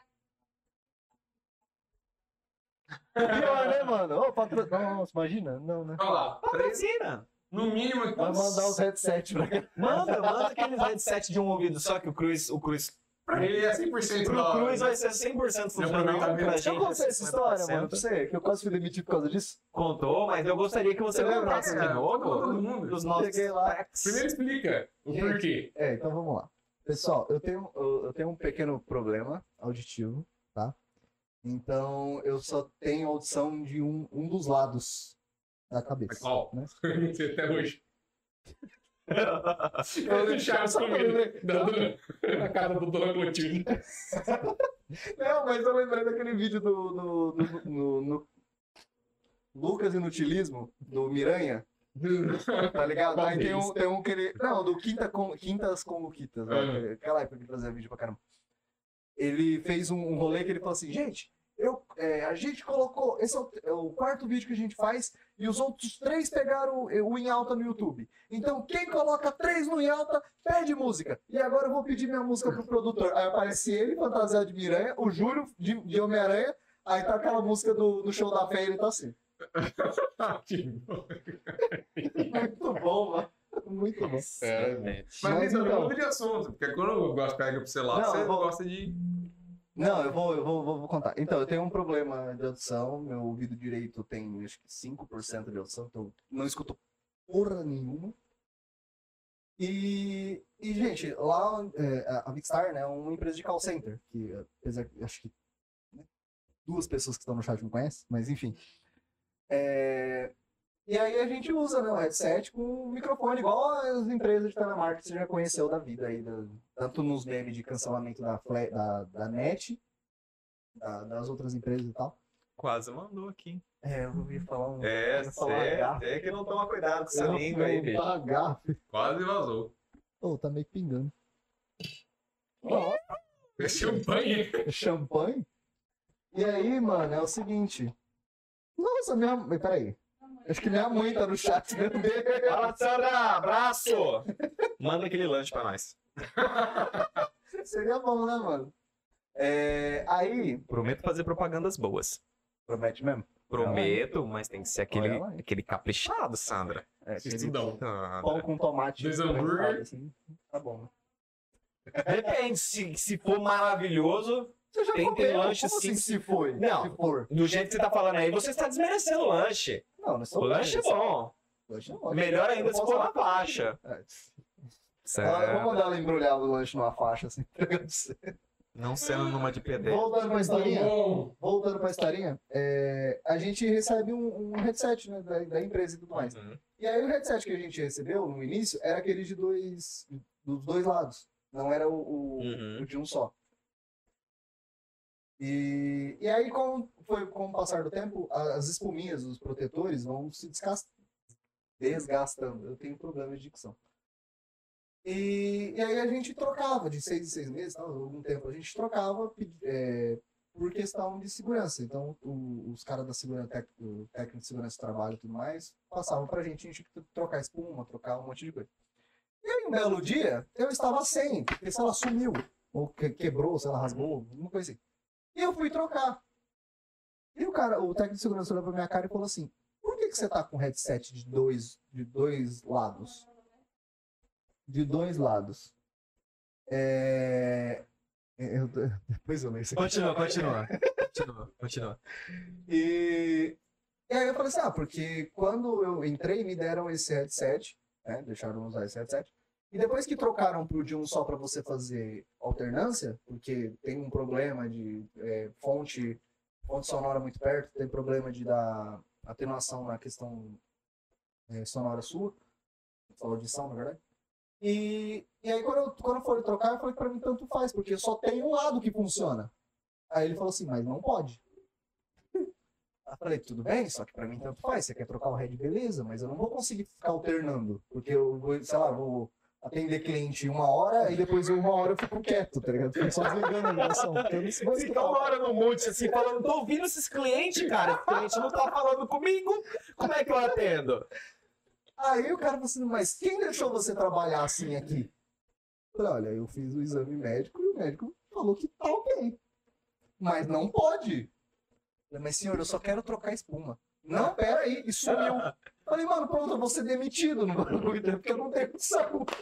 A: Pior, né, mano? Ô, patro... Nossa, imagina? Não, né?
C: Olha lá, três,
G: Patrocina!
C: no mínimo então, aqui.
A: Vai mandar os headset pra cá.
G: Manda, manda aquele headset de um ouvido só que o Cruz. O Cruz
C: Pra ele é 100%
G: pro
C: da hora.
G: Cruz vai ser 100%
C: Eu
G: funcional
C: também,
G: pra
C: eu
A: Deixa
G: gente.
A: eu contar essa história, mano, pra
G: 50%.
A: você, que eu quase fui demitido por causa disso.
G: Contou, mas eu gostaria que você
A: Eu lembro,
G: lembrasse de
C: cara, contou todo
G: novo
C: mundo.
G: dos nossos
A: Cheguei lá.
G: packs.
C: Primeiro explica o
A: Gente.
C: porquê.
A: É, então vamos lá. Pessoal, eu tenho, eu, eu tenho um pequeno problema auditivo, tá? Então eu só tenho audição de um, um dos lados da cabeça.
C: Qual?
A: Né?
C: Eu não sei até hoje.
A: Eu
C: Eu Chaves
A: só pra
C: comida
A: lembrar-
C: da dona- na casa do Tá Dona Clotilde.
A: Não, mas eu lembrei daquele vídeo do, do, do- no, no- Lucas Inutilismo, do Miranha, tá ligado?
C: Qual
A: Aí tem um,
C: deles?
A: tem um que ele. Não, do Quinta com, Quintas com Luquitas, né?
C: Ah.
A: Aquela época que fazia vídeo pra caramba. Ele fez um, um rolê que ele falou assim, gente. Eu, é, a gente colocou. Esse é o, é o quarto vídeo que a gente faz e os outros três pegaram o, o em alta no YouTube. Então, quem coloca três no em alta, pede música. E agora eu vou pedir minha música pro produtor. Aí aparece ele, fantasiado de Miranha, o Júlio de, de Homem-Aranha, aí tá aquela música do, do show da fé e ele tá assim. Muito bom, mano. Muito bom.
C: É, mano.
A: Mas
C: Mas então,
A: então-
C: muda de assunto, porque quando eu gosto pega pro seu lado,
A: Não,
C: você
A: eu vou-
C: gosta de.
A: Não, eu vou, eu vou, vou, vou contar. Então, eu tenho um problema de audição. Meu ouvido direito tem acho que 5% de audição, então eu não escuto porra nenhuma. E, e gente, lá é, a- a Vicstar né, é uma empresa de call center, que apesar que acho que né, duas pessoas que estão no chat não conhecem, mas enfim. É, e aí a gente usa né, o headset com um microfone, igual as empresas de telemarketing que você já conheceu da vida aí, da, tanto nos memes de cancelamento da, Fle- da, da NET, da- das outras empresas e tal.
G: Quase mandou aqui.
A: É, eu ouvi falar um.
G: É,
A: eu ia falar
G: cê-
A: garfo.
G: é que não toma cuidado com
A: Eu
G: essa
A: ia
G: língua aí, bicho.
A: perguntar garfo.
C: Quase vazou.
A: Ô, tá meio pingando.
C: É champanhe.
A: é Champanhe? E aí, mano, é o seguinte. Nossa, minha. mas Peraí. Acho que minha mãe tá no chat, meu Deus.
G: Fala, Sandra! Abraço! Manda aquele lanche pra nós.
A: Seria bom, né, mano? É, aí.
G: Prometo fazer propagandas boas.
A: Promete mesmo?
G: Prometo, mas tem que ser aquele,
A: Olha lá.
G: aquele caprichado, Sandra. Ah,
A: É, aquele
C: Estudão.
A: pão com tomate.
C: Dois hambúrguer.
A: assim. Tá bom, né?
G: Depende, se, se for maravilhoso,
A: Você já
G: Tem-
A: comeu?
G: tem lanche
A: Como assim,
G: sim-
A: se foi?
G: Não.
A: Se for.
G: do jeito que você tá falando aí, você está desmerecendo o lanche.
A: Não, não sou
G: O lanche é bom.
A: Lanche é ótimo.
G: Melhor ainda
A: Eu
G: se
A: posso
G: for na
A: falar.
G: faixa.
A: É. Ela-
G: Sério.
A: Vou mandar ela embrulhar o lanche numa faixa, assim.
B: Não sendo numa de
G: É.
B: PD.
A: Voltando pra historinha.
C: Tá Bom,
A: voltando pra historinha, é, a gente recebe um, um headset né, da, da empresa e tudo mais. E aí o headset que a gente recebeu no início era aquele de dois, dos dois lados. Não era o, o-
G: Hum.
B: Uhum.
A: o de um só. E, e aí, com, foi, com o passar do tempo, a- as espuminhas, os protetores vão se descas- desgastando. Eu tenho problema de dicção. E, e aí a gente trocava de seis em seis meses, tal, algum tempo a gente trocava pe- é, por questão de segurança. Então, o- os caras da segurança, tec- o técnico de segurança do trabalho e tudo mais, passavam pra gente, a gente tinha que trocar espuma, trocar um monte de coisa. E aí, um belo dia, eu estava sem, porque se ela sumiu, ou que- quebrou, se ela rasgou, alguma coisa assim. E eu fui trocar. E o cara, o técnico de segurança olhou pra minha cara e falou assim: por que, que você tá com headset de dois, de dois lados? De dois lados. É. eu- eu- Depois eu leio isso aqui.
G: Continua, continua.
I: Continua, continua.
A: E, e aí eu falei assim, ah, porque quando eu entrei, me deram esse headset, né? Deixaram usar esse headset. E depois que trocaram pro de um só para você fazer alternância, porque tem um problema de é, fonte, fonte sonora muito perto, tem problema de dar atenuação na questão é, sonora sua, sua audição, na verdade. E, e aí quando eu, quando eu for trocar, eu falei que pra mim tanto faz, porque só tem um lado que funciona. Aí ele falou assim, mas não pode. Aí Eu falei, tudo bem, só que pra mim tanto faz. Você quer trocar o head, beleza, mas eu não vou conseguir ficar alternando. Porque eu vou, sei lá, vou atender cliente uma hora e depois uma hora eu fico quieto, tá ligado? Fico só desligando a ligação. Então, porque Eu não vou
B: Fica
A: escutar.
B: uma hora Então, no monte, assim, falando, tô ouvindo esses clientes, cara. Esse cliente não tá falando comigo. Como é que eu atendo?
A: Aí o cara falou assim, mas quem deixou você trabalhar assim aqui? Eu Falei, olha, eu fiz o exame médico e o médico falou que tá ok. Mas não pode. Eu Falei, mas senhor, eu só quero trocar espuma. Não, peraí, e sumiu. Eu Falei, mano, pronto, eu vou ser demitido no bagulho, porque eu não tenho saúde.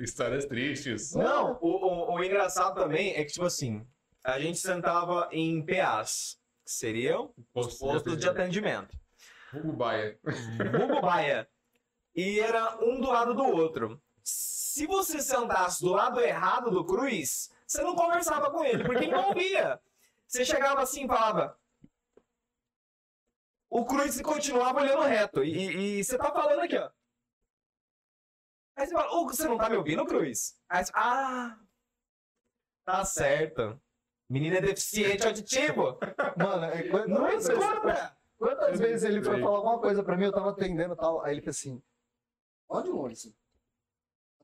J: Histórias tristes.
B: Não, o, o- o engraçado também é que, tipo assim, a gente sentava em PAs, que seriam os postos de atendimento.
C: Hugo Baia.
B: Bugo Baia. E era um do lado do outro. Se você sentasse do lado errado do Cruz, você não conversava com ele, porque ele não ouvia. Você chegava assim e falava. O Cruz continuava olhando reto. E, e você tá falando aqui, ó. Aí você fala, "Ô, você não tá me ouvindo, Cruz? Aí você, ah, tá certo. Menina é deficiente auditivo.
A: Mano, é, quant-
B: Não
A: quantas, vezes,
B: escuta!
A: quantas vezes ele foi
C: Sim.
A: falar alguma coisa pra mim, eu tava atendendo e tal. Aí ele fez assim, olha de longe, assim.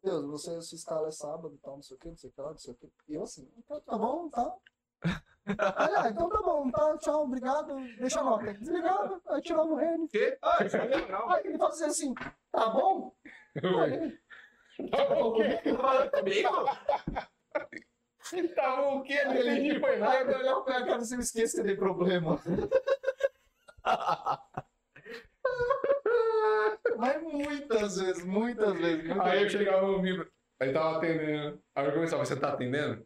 A: Deus, você se escala é sábado e tal, não sei o que, não sei o que lá, não sei o que. E eu assim, então tá bom, tá. Olha, ah, então tá bom, tá, tchau, obrigado, deixa a nota. Desligava, aí tirava o Rene.
C: Quê?
A: Ah, isso aí é legal. Aí ele fazia assim, tá bom? Olha, tá bom,
J: Tá bom, o quê? Não entendi, foi
A: Aí eu olhava pra cara, você me esquece que tem problema. Mas muitas vezes, muitas vezes. muitas
C: Aí eu
A: vezes.
C: chegava ouvindo. Aí tava atendendo. Aí eu começava, você tá atendendo?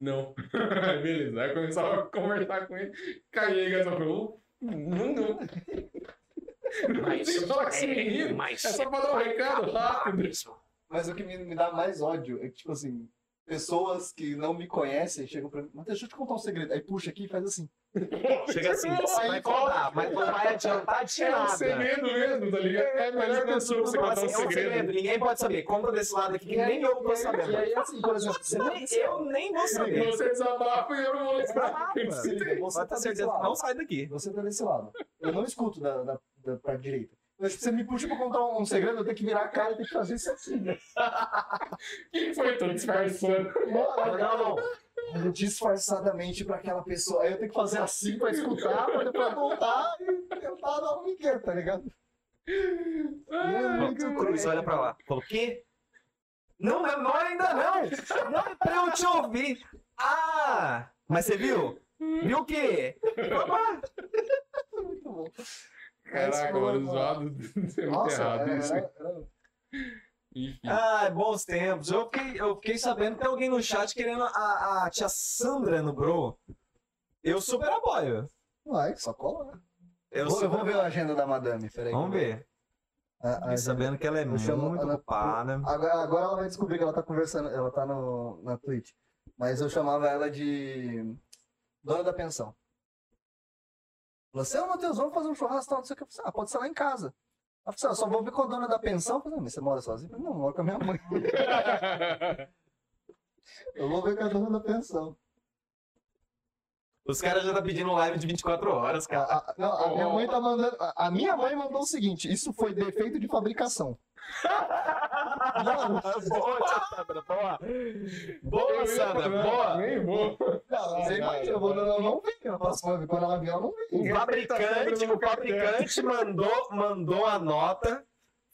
C: Não. Aí Beleza. Aí eu começava a conversar com ele. Caí a ligação. Falei, "Oh, não, não. Não sei falar com esse menino. um É só pra dar um recado rápido.
A: Mas o que me, me dá mais ódio é que, tipo assim, pessoas que não me conhecem chegam pra mim, mas deixa eu te contar um segredo. Aí puxa aqui e faz assim.
B: Chega assim, vai contar, mas não vai adiantar de
C: É um
B: nada.
C: segredo mesmo, tá ligado? É a melhor pessoa pra você
B: Fala
C: contar
B: assim,
C: um
B: é um segredo,
C: segredo. É,
B: ninguém pode saber. Conta desse lado aqui que nem eu né? vou
A: E
B: saber.
A: aí, assim, por exemplo, você
B: Nem- Eu nem vou saber.
C: Você desabafa e eu não vou lembrar.
A: se liga, você
B: Pode ter
A: tá
B: certeza
A: desse
B: que não
A: lado.
B: sai daqui.
A: Você tá desse lado. Eu não escuto da, da, da parte direita. Mas se você me puxa pra contar um segredo, eu tenho que virar a cara e tenho que fazer isso assim. né?
C: Quem foi? Tô disfarçando.
A: Mano,
B: Não,
A: eu disfarçadamente pra aquela pessoa. Aí eu tenho que fazer assim pra escutar, pra depois voltar e tentar dar um migué, tá ligado? É
B: não. O Cruz olha pra lá. Falou, o quê? Não, não olha ainda não. Não é pra eu te ouvir. Ah, mas você viu? Viu o quê?
A: Muito bom.
C: Caraca, mano, zoado. É muito
A: Nossa, né? é,
C: errado
A: era-
C: isso.
A: era- era-
C: Enfim.
B: Ah, bons tempos. Eu fiquei, eu fiquei sabendo que tem alguém no chat querendo a, a tia Sandra no bro. Eu super apoio.
A: Vai, só cola. né?
B: Eu
A: Vou-
B: super
A: Eu vou ver a agenda da madame, peraí. Ah,
B: Vamos ver.
A: A- a
B: Fiquei sabendo que ela é
A: Eu chamo
B: muito
A: ela-
B: ocupada.
A: Agora, agora ela vai descobrir que ela tá conversando, ela tá no, na Twitch. Mas eu chamava ela de dona da pensão. Falou assim, ô Matheus, vamos fazer um churrasco, tal, não sei o que. Eu falei, ah, pode ser lá em casa. Ela falou assim, ah, só vou ver com a dona da pensão. Eu falei, mas você mora sozinho? Eu falei, não, eu moro com a minha mãe. eu vou ver com a dona da pensão.
B: Os caras já tá pedindo live de 24 horas,
A: A,
B: cara.
A: a- não, a minha mãe tá mandando. A, a minha mãe mandou o seguinte: isso foi defeito de fabricação. Mano,
B: boa, tia Sandra, boa. Boa, Sandra,
C: Não,
B: boa.
C: Nem vou.
A: não, você imagina, eu vou- eu não vi na próxima vez. Quando ela vier, eu não vi.
B: O fabricante, o fabricante mandou, mandou a nota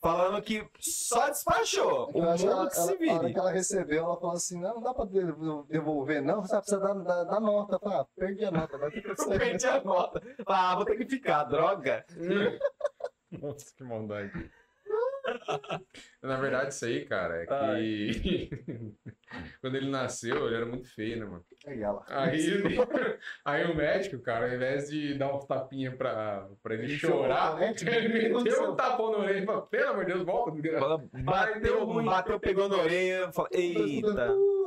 B: falando que só despachou. O
A: Eu acho que ela,
B: mundo que
A: ela-
B: se
A: a hora
B: vire.
A: que ela recebeu, ela falou assim: não, não dá pra de- devolver, não, você precisa da, da, da nota. Eu falei, ah, perdi a nota, vai ter que
B: Eu
A: sair.
B: perdi a nota. Ah, vou ter que ficar, droga.
C: Nossa, que maldade. Na verdade, isso aí, cara, é que. Quando ele nasceu, ele era muito feio, né, mano?
A: Aí, olha lá.
C: Aí, ele- aí o médico, cara, ao invés de dar um tapinha pra, pra ele, chorar,
A: chorou, né?
C: ele me deu um tapão na orelha e falou: pelo amor de Deus, volta, desgraça.
B: Fala, bateu,
C: ruim.
B: bateu, pegou na orelha. Fala, eita.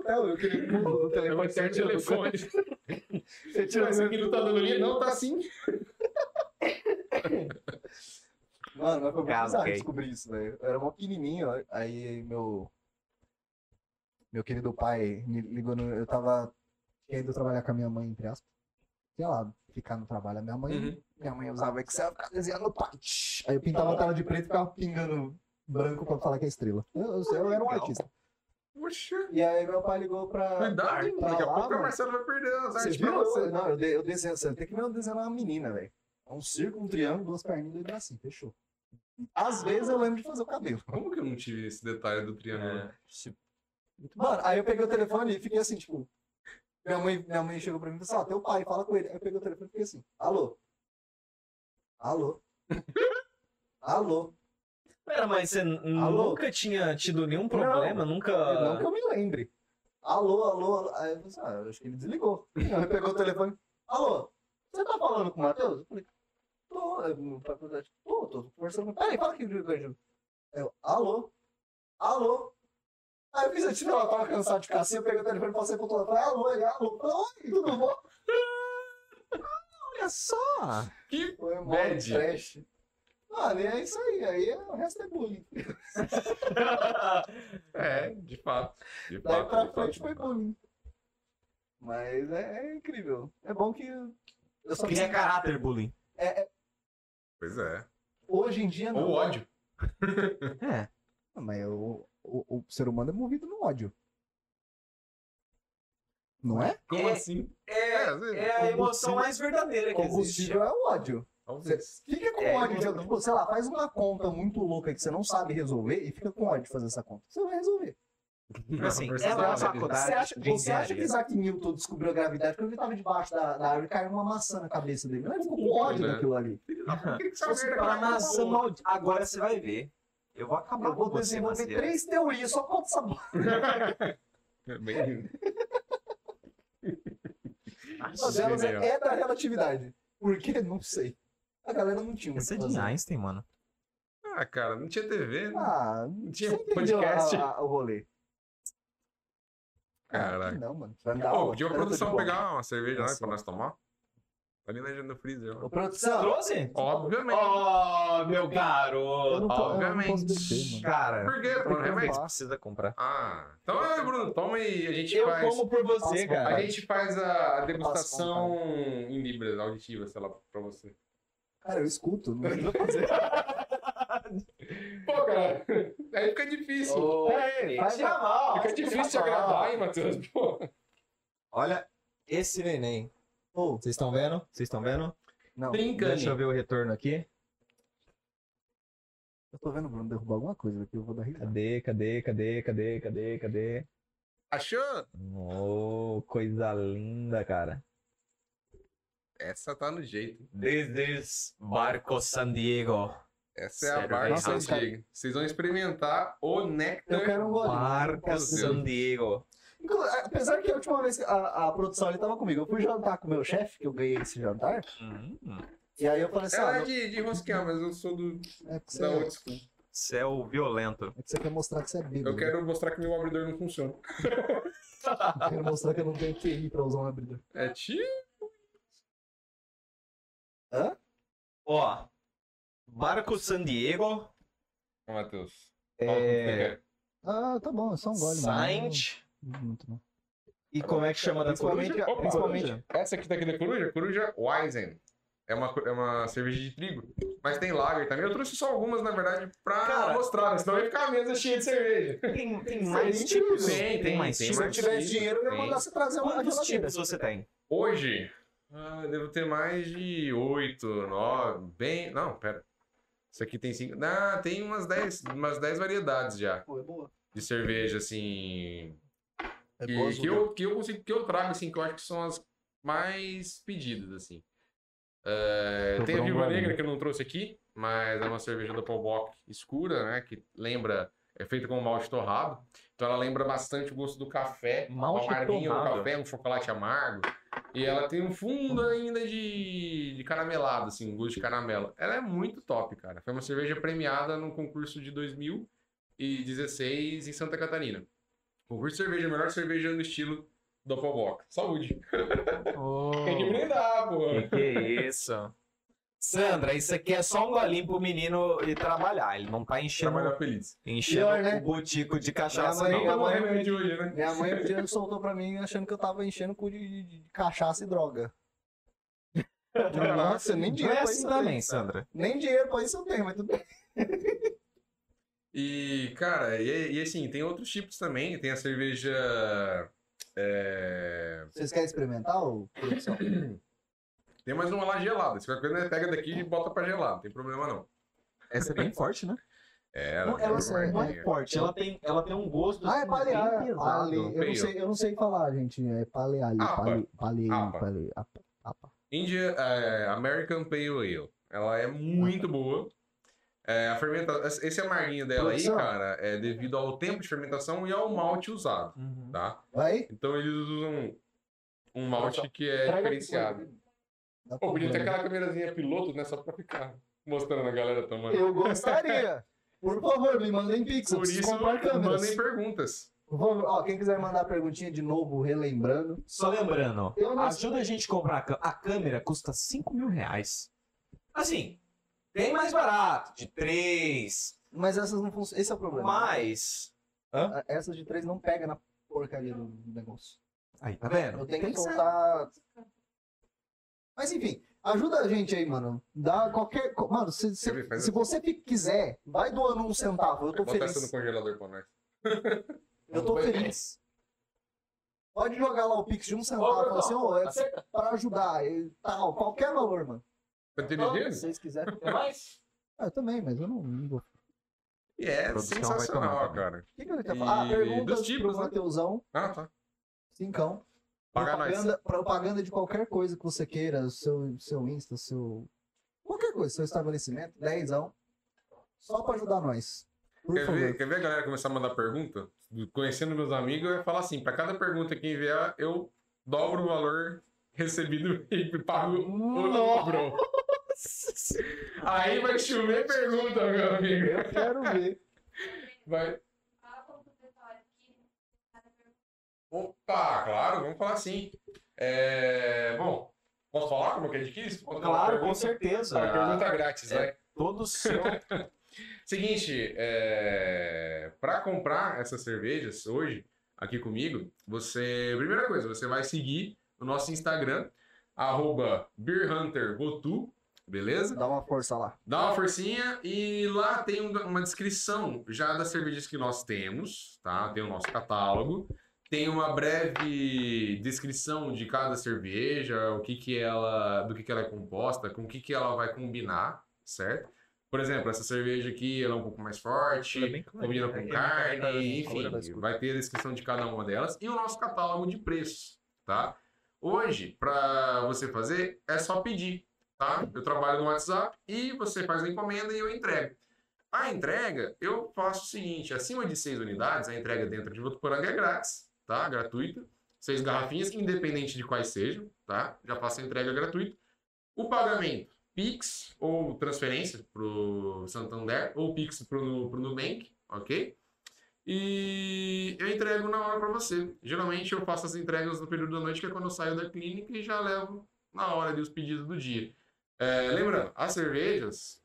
A: Eu queria o
C: Eu vou
A: telefone
C: ter o telefone.
A: Você tirou
C: Mas aqui não tá dando linha? Não, tá sim.
A: Mano, mas foi muito
B: Galo,
A: bizarro
B: gay.
A: descobrir isso, velho. Eu era mó pequenininho, ó, aí meu... Meu querido pai me ligou no... Eu tava querendo trabalhar com a minha mãe, entre aspas. Sei lá, ficar no trabalho. A minha mãe...
B: Uhum.
A: Minha mãe usava Excel, ficava desenhando no pai. Tch, Aí eu pintava a tela de preto e ficava pingando branco pra falar que é estrela. Eu, eu- eu era um artista.
C: Puxa,
A: E aí meu pai ligou pra...
C: cuidado,
A: pra
C: daqui
A: Ah, tá
C: a
A: lá,
C: pouco a
A: mano.
C: Marcela vai perder as
A: Vocês
C: artes
A: viram?
C: pra você.
A: Eu, não, eu, de, eu desenho assim, tem que ver eu desenhar uma menina, velho. É um círculo, um triângulo, duas perninhas, dois bracinhos, fechou. Às vezes eu lembro de fazer o cabelo.
C: Como que eu não tive esse detalhe do
A: É.
C: triângulo?
A: Mano, aí eu peguei o telefone e fiquei assim, tipo. Minha mãe, minha mãe chegou pra mim e falou assim: ó, teu pai, fala com ele. Aí eu peguei o telefone e fiquei assim: alô? Alô? alô?
B: Pera, mas você n-
A: Alô?
B: nunca tinha tido nenhum problema? Nunca.
A: Não que eu me lembre. Ah. Alô, alô, alô. Aí eu falei assim: ah, eu acho que ele desligou. Aí eu pegou o telefone: alô? Você tá falando com o Matheus? Eu falei: tô, é, eu não- tô, tô conversando com Peraí, fala aqui, Jurandir. Aí eu: alô? Alô? Aí eu fiz a tira, ela tava cansada de ficar assim, eu peguei o telefone e passei pro outro lado. Falei, alô, ele, alô, oi, tudo bom?
B: Olha só!
A: Foi mó
C: Bad.
A: trash. Mano, e é isso aí. Aí é- o resto é bullying.
C: É, de fato. De
A: Daí
C: fato,
A: pra
C: de fato,
A: frente
C: de
A: foi
C: fato.
A: bullying. Mas é, é incrível. É bom que. Eu só preciso-
B: Cria é caráter, bullying.
C: Pois é.
A: Hoje em dia não. Ah,
C: Ou ódio.
B: É.
A: Mas o, o, o ser humano é movido no ódio. Não é?
C: Como
B: É-
C: assim?
B: É,
C: às vezes.
B: é a emoção mais verdadeira que existe.
A: Combustível é o ódio.
C: Talvez.
A: Fica com
B: É,
A: ódio. de alguém. Tipo, sei lá, faz uma conta muito louca que você não sabe resolver e fica com ódio de fazer essa conta. Você vai resolver.
B: Assim,
C: Não,
B: é uma
C: personalidade.
B: faculdade.
A: Você acha,
B: de
A: você acha que
B: engenharia.
A: Isaac Newton descobriu a gravidade quando ele estava debaixo da, da árvore e caiu uma maçã na cabeça dele? Não, ele ficou com ódio
C: Né?
A: daquilo ali.
C: Por que que
A: é
C: essa
B: Você
C: merda
B: fala,
C: caiu na
B: maçã
C: boca?
B: maldita. Agora você vai ver. Eu vou acabar
A: Eu vou
B: com você,
A: desenvolver
B: Maciel.
A: três teorias só contra essa bola.
C: É bem-
A: Uma delas é,
C: genial.
A: é da relatividade. Por quê? Não sei. A galera não tinha muito
B: Essa é
A: o que
B: de
A: fazer.
B: Einstein, mano.
C: Ah, cara, não tinha TV, né?
A: Ah,
C: não
A: você
C: tinha
A: entendeu
C: podcast.
A: a- a- o rolê. Ah,
C: Caraca.
A: Não, mano. Vai me dar
C: Ô,
A: aula.
C: pediu pra
A: Garota de
C: produção
A: bola.
C: pegar uma cerveja lá
A: Nossa.
C: pra nós tomar. Tá ali na agenda do freezer. ó.
A: Ô, produção.
B: Trouxe?
C: Obviamente.
B: Oh, meu
A: Eu não, tô,
B: garoto.
A: eu não posso
C: Obviamente.
A: beber, mano.
B: Cara, é
C: Por quê? Bruno?
A: que
C: remédio.
A: tomar.
B: precisa comprar.
C: Ah, então, é, Bruno, toma aí. A gente
B: Eu
C: faz.
B: como por
A: Passa,
B: você, cara.
C: A gente faz a, a
A: Passa
C: degustação em libras, auditiva, sei lá, pra você.
A: Cara, eu escuto. Não tem o que fazer.
C: Pô, cara, aí fica difícil.
B: Ei,
A: Vai,
B: tira a mão.
C: fica difícil de agradar, hein, Matheus? Pô.
B: Olha esse neném.
A: Ô,
B: Vocês estão vendo? Vocês estão vendo?
A: não.
B: Deixa eu ver o retorno aqui.
A: Eu tô vendo o Bruno derrubar alguma coisa aqui, eu vou dar risada.
B: Cadê, cadê, cadê, cadê, cadê, cadê?
C: Achou?
B: Oh, coisa linda, cara.
C: Essa tá no jeito.
B: This is Barco San Diego.
C: Essa é a
B: Sério,
C: barra
B: velho?
C: San
A: Nossa, cara.
C: Diego. Vocês vão experimentar o néctar.
A: Eu quero um golinho.
B: Barco San Diego.
A: Inclu- é, Apesar que a última vez que a, a produção ele tava comigo, eu fui jantar com o meu chefe, que eu ganhei esse jantar,
B: Hum,
A: e aí eu falei assim,
C: Ela
A: ah,
C: é de, de rosquear, mas eu sou do,
A: não- é que você,
C: da old school.
B: Céu violento.
A: é que você quer mostrar que você é bêbado.
C: Eu quero mostrar que meu abridor não funciona.
A: né? Eu quero mostrar que eu não tenho QI pra usar um abridor.
C: É ti?
B: Ó, Barco San Diego.
C: Ô, Matheus. fala o que você
B: É,
C: quer.
A: Ah, tá bom, é só um gole,
B: Saint.
A: mano. Não- Muito, não.
B: E como é que chama da coruja?
C: Coruja? Opa,
B: Principalmente.
C: Essa aqui daqui da coruja? Coruja Weizen. É uma, co- é uma cerveja de trigo. Mas tem lager também. Eu trouxe só algumas, na verdade, pra
B: Cara.
C: mostrar, né? senão ia ficar a mesa cheia de cerveja.
B: Tem, tem
C: Tem,
B: mais tipos.
C: tem,
B: mais
C: tem
B: tipos.
A: Se eu
C: mais
A: tivesse
C: Sim,
A: dinheiro, eu ia
C: tem.
A: mandar você trazer uma
B: Quantos
A: geladeira.
B: tipos você tem?
C: Hoje, ah, devo ter mais de 8, 9, bem... Não, pera. Isso aqui tem 5... Ah, tem umas 10, umas 10 variedades já
A: Pô, é boa.
C: de cerveja, assim...
A: É
C: que,
A: boa,
C: que eu, que eu consigo, que eu trago, assim, que eu acho que são as mais pedidas, assim. Eh, Ah, tem a
A: Sobrou um
C: Viúva
A: pra mim.
C: Negra que eu não trouxe aqui. mas é uma cerveja do Polbock escura, né? Que lembra, é feita com malte torrado. Então ela lembra bastante o gosto do café.
B: Malte
C: um amarguinho no
B: torrado.
C: café, um chocolate amargo. E ela tem um fundo ainda de, de caramelado, assim, gosto de caramelo. Ela é muito top, cara. Foi uma cerveja premiada no concurso de 2016 em Santa Catarina. Concurso de cerveja, melhor cerveja no estilo Doppelbock. Saúde. Tem que brindar, pô.
G: Que que é isso? Sandra, isso aqui é só um golinho pro menino ir trabalhar. Ele não tá enchendo,
C: Trabalhar feliz.
G: enchendo
A: Pior, né?
G: o botico de cachaça,
A: Minha mãe-
G: não.
C: Então, é o remédio hoje, né?
A: Minha mãe um dia soltou pra mim achando que eu tava enchendo o cu de, de- de cachaça e droga. Nossa, nem
G: Não
A: dinheiro
G: é
A: pra
G: assim
A: isso eu tenho.
G: também, Sandra.
A: Nem dinheiro pra isso eu tenho, mas tudo bem.
C: E, cara, e, e assim, tem outros tipos também. Tem a cerveja. é,
A: Vocês querem experimentar ou produção?
C: Tem mais uma lá gelada. Se qualquer coisa, né, pega daqui e bota pra gelar. Não tem problema, não.
G: Essa é bem forte, né?
C: É,
G: Não, ela
C: é
G: não é forte, ela tem, ela tem um gosto
A: Ah, é
G: assim, bem
A: palear.
G: pesado.
A: pale- Eu não
C: feio.
A: sei, eu não sei falar, gente. É palear,
C: Apa.
A: pale, pale,
C: Apa.
A: pale, ah, apa.
C: India é, American Pale Ale. Ela é muito boa. É, a fermenta... Esse amarguinho dela aí,
A: Produção.
C: cara, é devido ao tempo de fermentação e ao malte usado,
A: Uhum.
C: tá?
A: Vai?
C: Então eles usam um malte que é diferenciado.
A: Dá
C: Pô, podia ter
A: problema.
C: aquela câmerazinha piloto, né? Só pra ficar mostrando a galera tomando.
A: Eu gostaria. Por favor, me mandem pix. Eu
C: Por
A: preciso
C: isso,
A: comprar câmeras.
C: mandem perguntas.
A: Por favor, ó, quem quiser mandar perguntinha de novo, relembrando.
G: Só lembrando,
A: Eu não
G: ajuda a gente a comprar a, câ- a câmera, custa 5 mil reais. Assim, tem mais barato, de 3,
A: Mas essas não funcionam. Esse é o problema.
G: mais.
A: A- Essas de três não pega na porcaria do do negócio.
G: Aí, tá
C: É,
G: vendo?
A: Eu tenho
G: Tem
A: que
G: que ser.
A: soltar.
E: Tipo,
A: Mas enfim, ajuda a gente aí, mano. Dá qualquer. co- Mano, se, se-
C: Quer ver? Faz
A: se
C: assim.
A: você fi- quiser, vai doando um centavo. Eu tô
C: Botar essa no
A: feliz.
C: congelador pra nós.
A: Eu tô feliz. Pode jogar lá o Pix de um centavo e falar assim, ô, é pra ajudar. e tal, qualquer valor, mano.
C: Tá dirigindo?
A: Se vocês quiserem.
K: Quer mais?
A: Ah, eu também, mas eu não, não vou.
C: E é
G: Produção vai
C: sensacional,
G: tomar
C: cara.
A: O que, que eu quero falar? Ah,
C: E
A: perguntas
C: dos tipos,
A: pro
C: né?
A: Mateusão,
C: Ah, tá.
A: cincão.
C: Paga nós.
A: propaganda, propaganda de qualquer coisa que você queira, seu, seu Insta, seu. Qualquer coisa, seu estabelecimento, dezão. Só pra ajudar nós. Por
C: Quer
A: favor.
C: ver, quer ver a galera começar a mandar pergunta? Conhecendo meus amigos, eu ia falar assim: pra cada pergunta que enviar, eu dobro o valor recebido e pago o dobro. Aí vai chover pergunta, meu amigo.
A: Eu quero ver.
C: Vai.
E: Fala como tu prepara aqui. cada pergunta.
C: Opa, claro, vamos falar assim. É, Bom, posso falar como é que adquire?
G: Claro, com certeza.
C: A pergunta grátis,
G: É.
C: né?
G: Todo o seu.
C: Seguinte, é... para comprar essas cervejas hoje aqui comigo, você, primeira coisa, você vai seguir o nosso Instagram arroba @beerhunterbotu, beleza?
A: Dá uma força lá.
C: Dá uma forcinha e lá tem um- uma descrição já das cervejas que nós temos, tá? Tem o nosso catálogo, tem uma breve descrição de cada cerveja, o que que ela, do que que ela é composta, com o que que ela vai combinar, certo? Por exemplo, essa cerveja aqui, ela é um pouco mais forte, combina com
G: Uhum.
C: carne, enfim, vai ter a descrição de cada uma delas e o nosso catálogo de preços, tá? Hoje, para você fazer, é só pedir, tá? Eu trabalho no WhatsApp e você faz a encomenda e eu entrego. A entrega, eu faço o seguinte, acima de seis unidades, a entrega dentro de Votuporanga é grátis, tá? Gratuita. Seis garrafinhas, independente de quais sejam, tá? Já faço a entrega gratuita. O pagamento Pix ou transferência pro Santander ou Pix pro, pro Nubank, ok? E eu entrego na hora para você. Geralmente eu faço as entregas no período da noite, que é quando eu saio da clínica e já levo na hora ali os pedidos do dia. É, lembrando, as cervejas,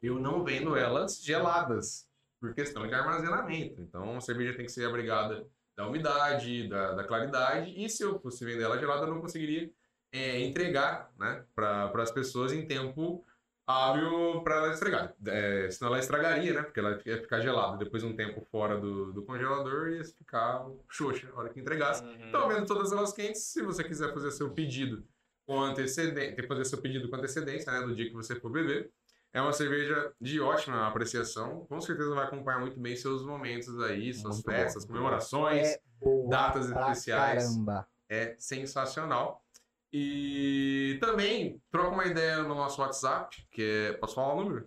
C: eu não vendo elas geladas, por questão de armazenamento. Então a cerveja tem que ser abrigada da umidade, da, da claridade, e se eu fosse vender ela gelada, eu não conseguiria é, entregar né, para as pessoas em tempo hábil para ela estragar. É, senão ela estragaria, né? Porque ela ia ficar gelada depois de um tempo fora do, do congelador ia ficar xoxa na hora que entregasse. Então, vendo todas elas quentes, se você quiser fazer seu pedido com antecedência, fazer seu pedido com antecedência, né, do dia que você for beber, é uma cerveja de ótima apreciação. Com certeza vai acompanhar muito bem seus momentos aí, suas
G: Muito bom.
C: festas, comemorações,
A: É boa
C: datas
A: pra
C: especiais
A: Caramba.
C: é sensacional. E também troca uma ideia no nosso WhatsApp, que é. Posso falar o número?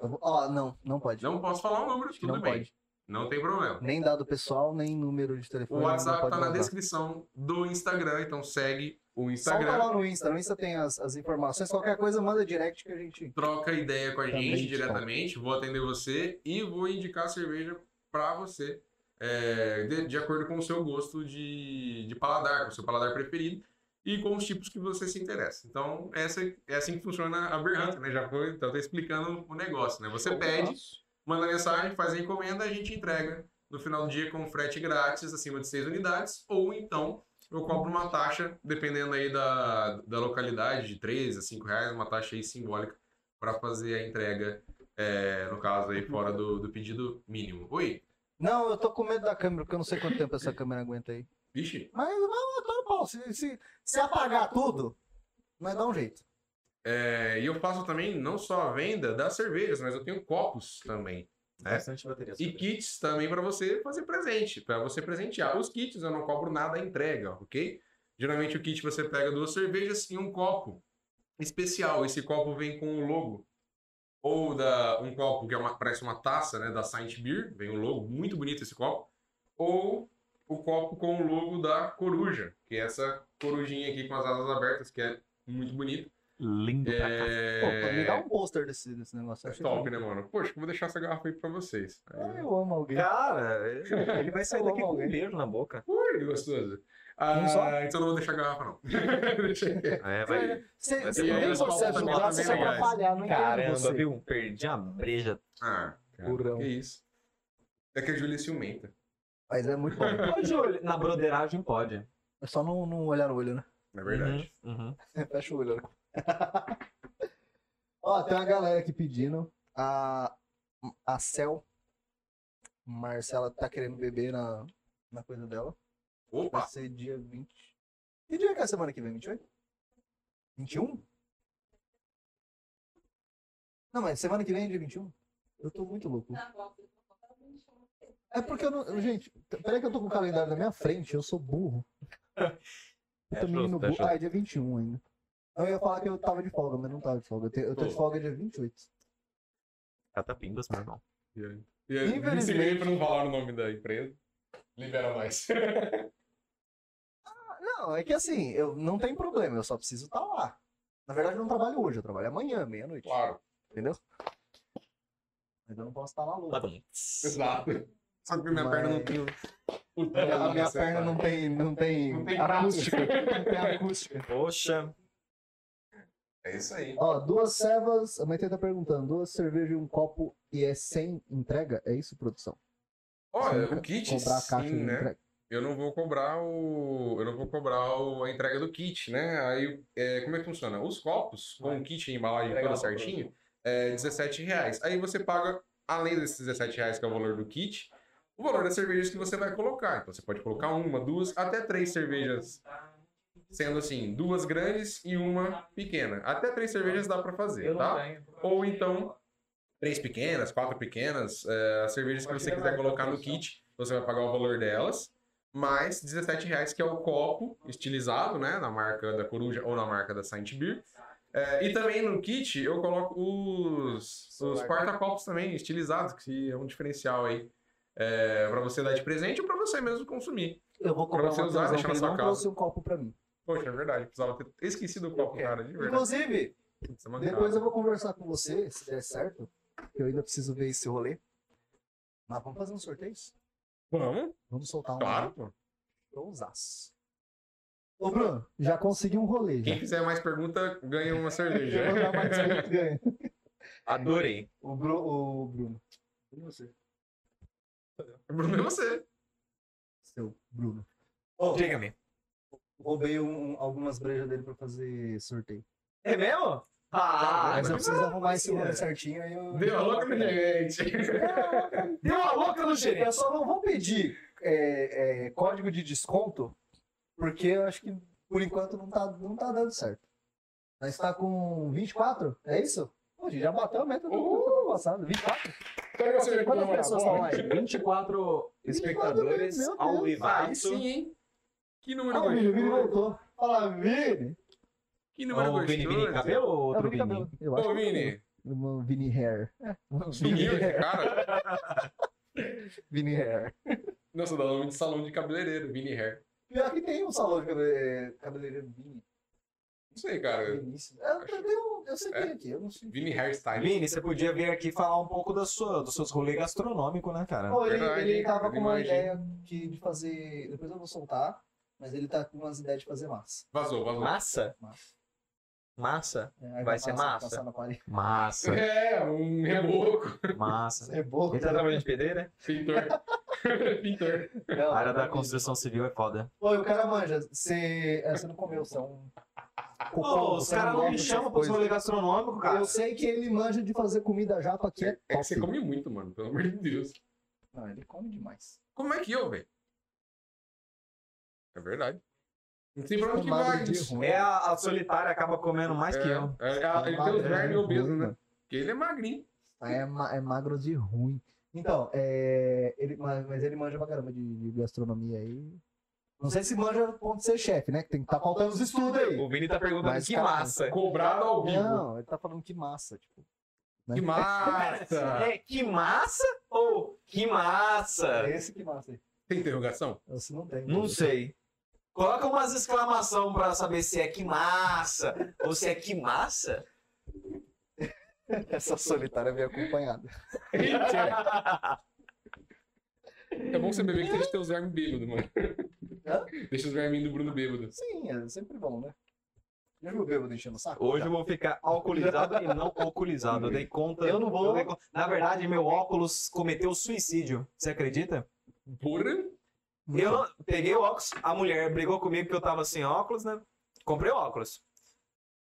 A: Eu vou- Ó, não, não pode.
C: Não posso falar o número, tudo
A: Não
C: bem.
A: pode.
C: Não tem problema.
A: Nem dado pessoal, nem número de telefone.
C: O
A: não
C: WhatsApp
A: pode
C: tá na
A: mandar.
C: descrição do Instagram, então segue o
A: Solta
C: Instagram,
A: lá no Insta. No Insta tem as, as informações. Qualquer coisa, manda direct que a gente.
C: troca ideia com a
A: Também,
C: gente
A: cara.
C: diretamente, vou atender você e vou indicar a cerveja pra você, é, de, de acordo com o seu gosto de, de paladar, com o seu paladar preferido e com os tipos que você se interessa. Então, essa, é assim que funciona a Berranta, né? Já foi, então tá explicando o negócio, né? Você pede, manda mensagem, faz a encomenda, a gente entrega no final do dia com frete grátis acima de 6 unidades, ou então eu cobro uma taxa, dependendo aí da, da localidade, de 3 a 5 reais, uma taxa aí simbólica para fazer a entrega, é, no caso aí fora do, do pedido mínimo. Oi?
A: Não, eu tô com medo da câmera, porque eu não sei quanto tempo essa câmera aguenta aí.
C: Vixe,
A: Mas, mas eu tô no pau. Se, se, se apagar tudo, nós dá um jeito.
C: é, e eu faço também não só a venda das cervejas, mas eu tenho copos também.
G: Bastante bateria.
C: E kits também para você fazer presente, para você presentear. Os kits eu não cobro nada à entrega, ok? Geralmente o kit você pega duas cervejas e um copo especial. Esse copo vem com o logo. Ou da, um copo que é uma- parece uma taça, né? Da Saint Beer, vem o logo, muito bonito esse copo. Ou o copo com o logo da coruja, que é essa corujinha aqui com as asas abertas, que é muito bonito.
B: Lindo pra cá.
A: Pô, me dá
C: É...
A: um pôster desse, desse negócio.
C: é
A: eu achei
C: top,
A: bonito.
C: né, mano? Poxa, eu vou deixar essa garrafa aí pra vocês.
A: Ah, eu amo alguém.
B: Cara, ele vai sair daqui com um
A: Alguém.
B: beijo na boca.
C: Ui, gostoso. Ah,
B: Um só?
C: então não vou deixar a garrafa, não. Deixa aí.
B: É, vai.
A: Você,
C: Mas
A: você
C: e aí
A: nem
C: os
A: você
C: palpites
A: ajudar,
C: também
A: você
C: são
A: vai
C: legais.
A: atrapalhar, não entendo
B: Caramba,
A: você.
B: viu? Perdi a breja.
C: Ah, cara,
A: Purão.
C: que isso. É que a Júlia é ciumenta.
A: Mas é muito bom.
G: Ô, Júlio, na broderagem pode.
A: É só não, não olhar no olho, né?
C: Na verdade.
G: Uhum.
A: Fecha o olho, né? Ó, tem uma galera aqui pedindo. A, a Cel. Marcela tá querendo beber na, na coisa dela. Vai
C: Opa!
A: ser dia 20. Que dia que é a semana que vem? 28? 21? Não, mas semana que vem é dia 21. Eu tô muito louco.
E: Na volta, Tá eu vou falar,
A: É porque eu não. eu- Gente, t- peraí que eu tô com o calendário na minha frente, eu sou burro. Eu tô menino
B: justo, é
A: burro. Ah, é dia 21 ainda. Eu ia falar que eu tava de folga, mas não tava de folga. Eu, tenho- eu tô de folga dia 28.
B: Catapimbas, meu irmão.
C: E aí? E aí,
A: Infelizmente.
C: Me segurei pra não falar o nome da empresa. Libera mais.
A: Não, é que assim, eu não tem problema, eu só preciso estar lá. Na verdade, eu não trabalho hoje, eu trabalho amanhã, meia-noite.
C: claro.
A: Entendeu? Mas eu não posso estar lá louco.
C: Exato. Só que minha perna não tem é o- o tanto
A: A minha
C: de
A: perna não tem, não tem,
C: Não tem
A: acústica. Não tem acústica.
B: Poxa,
C: É isso aí.
A: Ó, duas cevas. A Maitê tá perguntando: duas cervejas e um copo e é sem entrega? É isso, produção?
C: Olha,
A: Nunca
C: o kit,
A: Comprar a caixa
C: sim,
A: de
C: né?
A: entrega.
C: eu não vou cobrar o. Eu não vou cobrar o- a entrega do kit, né? Aí, é, como é que funciona? Os copos, com o kit e a embalagem toda certinho, é R$17,00. Aí você paga, além desses 17 reais, que é o valor do kit, o valor das cervejas que você vai colocar. Então você pode colocar uma, duas, até três cervejas. Sendo assim, duas grandes e uma pequena. Até três cervejas dá pra fazer, tá? Ou então, três pequenas, quatro pequenas, é, as cervejas que você quiser
A: então,
C: colocar no kit, você vai pagar o valor delas, mais R$17,00, que é o copo estilizado, né, na marca da Coruja ou na marca da Saint Beer. É, e também no kit eu coloco os, os porta-copos também estilizados, que é um diferencial aí. É, para você dar de presente ou para você mesmo consumir.
A: Eu vou comprar
C: você
A: uma
C: usar,
A: televisão que
C: deixar na
A: ele
C: sua
A: não
C: casa.
A: trouxe um copo pra mim.
C: Poxa, é verdade, precisava ter esquecido o copo, cara, de verdade.
A: Inclusive,
C: Isso é mancada.
A: depois eu vou conversar com você, se der certo. que Eu ainda preciso ver esse rolê. Mas vamos fazer um sorteio?
C: Vamos,
A: Vamos soltar um
C: claro, pô.
A: showzaço. Ô, Bruno, já consegui um rolê. Já.
C: Quem fizer mais pergunta ganha uma cerveja.
A: Eu vou dar mais um que ganha.
B: adorei.
A: O, Bru, o Bruno.
C: Bruno é você.
A: Seu Bruno.
B: Diga-me.
A: Roubei um- algumas brejas dele pra fazer sorteio.
G: É mesmo?
B: Tá,
G: Ah,
A: Mas eu preciso arrumar esse rolê certinho aí eu. É,
C: Deu a louca no gerente.
G: deu
B: Tá
G: a louca no gerente.
A: Eu só não vou pedir é, é, código de desconto, porque eu acho que por enquanto não tá, não tá dando certo. Nós tá com 24, é isso? Hoje já bateu a meta do ano passado. 24?
C: Pega a cerveja
A: Quantas pessoas estão lá?
G: 24 espectadores
A: meu Deus.
G: ao
B: Ah, é
C: Aí
G: vivaço.
C: sim, hein? Que número
A: Ah, o Vini, o Vini
C: gostoso.
A: voltou. Fala, Vini!
C: Que número
G: Ô, Vini, Vini,
C: gostoso.
G: cabelo ou
A: É o
G: outro
A: Vini
G: Vini?
A: Cabelo. Eu acho
C: Ô,
A: que é o
C: Vini,
A: Uma Vini Hair.
C: Sumiu esse cara?
A: Vini Hair.
C: Nossa, dá nome de salão de cabeleireiro, Vini Hair.
A: Pior que tem um salão de cabele- cabeleireiro Vini.
C: Não sei, cara.
A: Vinícius. É, Eu, eu, um, eu, eu sei que
C: É?
A: tem aqui, eu não sei.
C: Vini Hairstyle.
B: Vini, você podia vir aqui falar um pouco da sua, dos seus rolês gastronômicos, né, cara?
A: Pô, ele,
C: Verdade,
A: ele tava
C: eu
A: com uma
C: imagino.
A: ideia que, de fazer. Depois eu vou soltar, mas ele tá com umas ideias de fazer massa.
C: Vazou, vazou.
B: Massa?
A: Massa.
B: Massa?
A: É, aí
B: Vai ser massa?
A: passar na parede.
B: Massa,
C: É, um reboco.
B: massa.
A: É boa.
B: Ele tá trabalhando de pedreira?
C: Pintor. Pintor.
A: Não,
B: A área da
A: maravilha.
B: construção civil é foda.
A: Pô, e o cara manja. Você é, você não comeu, você é um.
B: Pô, os
A: você é
B: caras não
A: gosta
B: me
A: dessas
B: chamam pros
A: coisas.
B: um rolê gastronômico, cara.
A: Eu sei que ele manja de fazer comida japa que é
C: É que você
A: top.
C: come muito, mano, pelo amor de Deus.
A: Não, ele come demais.
C: Como é que eu, velho? É verdade. Não tem pra onde que
A: Tomado
C: vai
A: de
C: isso.
A: ruim.
B: É a, a solitária acaba comendo mais que um- eu.
C: É, é, é, ele tem os
A: Tomado de
C: vermes obesos,
A: ruim,
C: né?
A: mano.
C: Porque ele é magrinho.
A: É, ma- é magro de ruim. Então,
B: Tá.
A: é, ele, mas, mas ele manja pra caramba de, de gastronomia aí. Não sei se manja no ponto de ser chefe, né? Que tem que tá faltando os estudos aí.
B: O Vini tá perguntando
A: Mas,
B: que
A: cara,
B: massa.
C: Cobrado ao vivo.
A: Não, ele tá falando que massa, tipo.
C: Que massa!
B: É que massa ou que massa?
A: É esse que massa aí.
C: Tem interrogação?
A: Eu, se não tem.
B: Não
A: entendeu?
B: sei. Coloca umas exclamação pra saber se é que massa ou se é que massa.
A: Essa solitária vem acompanhada.
C: Eita. É bom você beber que você deixa os vermes bêbados, mano.
A: Hã?
C: Deixa os vermes do Bruno bêbado.
A: Sim, é sempre bom, né? Já viu o bêbado enchendo o saco?
B: Hoje eu vou ficar alcoolizado e não alcoolizado. Eu dei conta.
A: Eu não vou.
B: dei con- Na verdade, meu óculos cometeu suicídio. Você acredita?
C: Porra!
B: Eu peguei o óculos, a mulher brigou comigo que eu tava sem óculos, né? Comprei o óculos.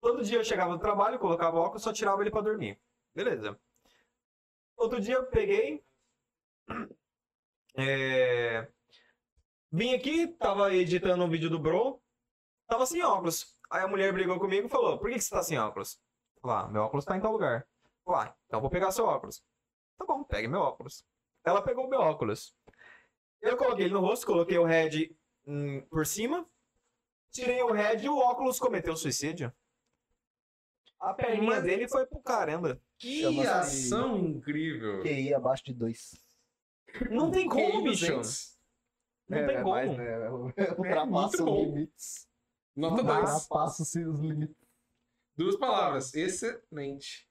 B: Todo dia eu chegava do trabalho, colocava o óculos, só tirava ele pra dormir. Beleza. Outro dia eu peguei. É... Vim aqui, tava editando um vídeo do Bro, tava sem óculos. Aí a mulher brigou comigo e falou: Por que, que você tá sem óculos? Lá, meu óculos tá em tal lugar. Lá, então eu vou pegar seu óculos. Tá bom, pegue meu óculos. Ela pegou meu óculos. Eu coloquei ele no rosto, coloquei o head hum, por cima, tirei o head e o óculos cometeu suicídio. A perninha
C: Mas-
B: dele foi pro caramba.
C: Que
A: Chama-se-
C: ação incrível!
A: QI abaixo de 2.
B: Não tem como,
C: Que
B: bicho.
C: inocentes.
B: Não tem
A: mais,
B: como. É
A: né? Ultrapassa
C: bom.
A: os limites.
C: Nota 2.
A: Ultrapassa os limites.
C: Duas palavras. Excelente.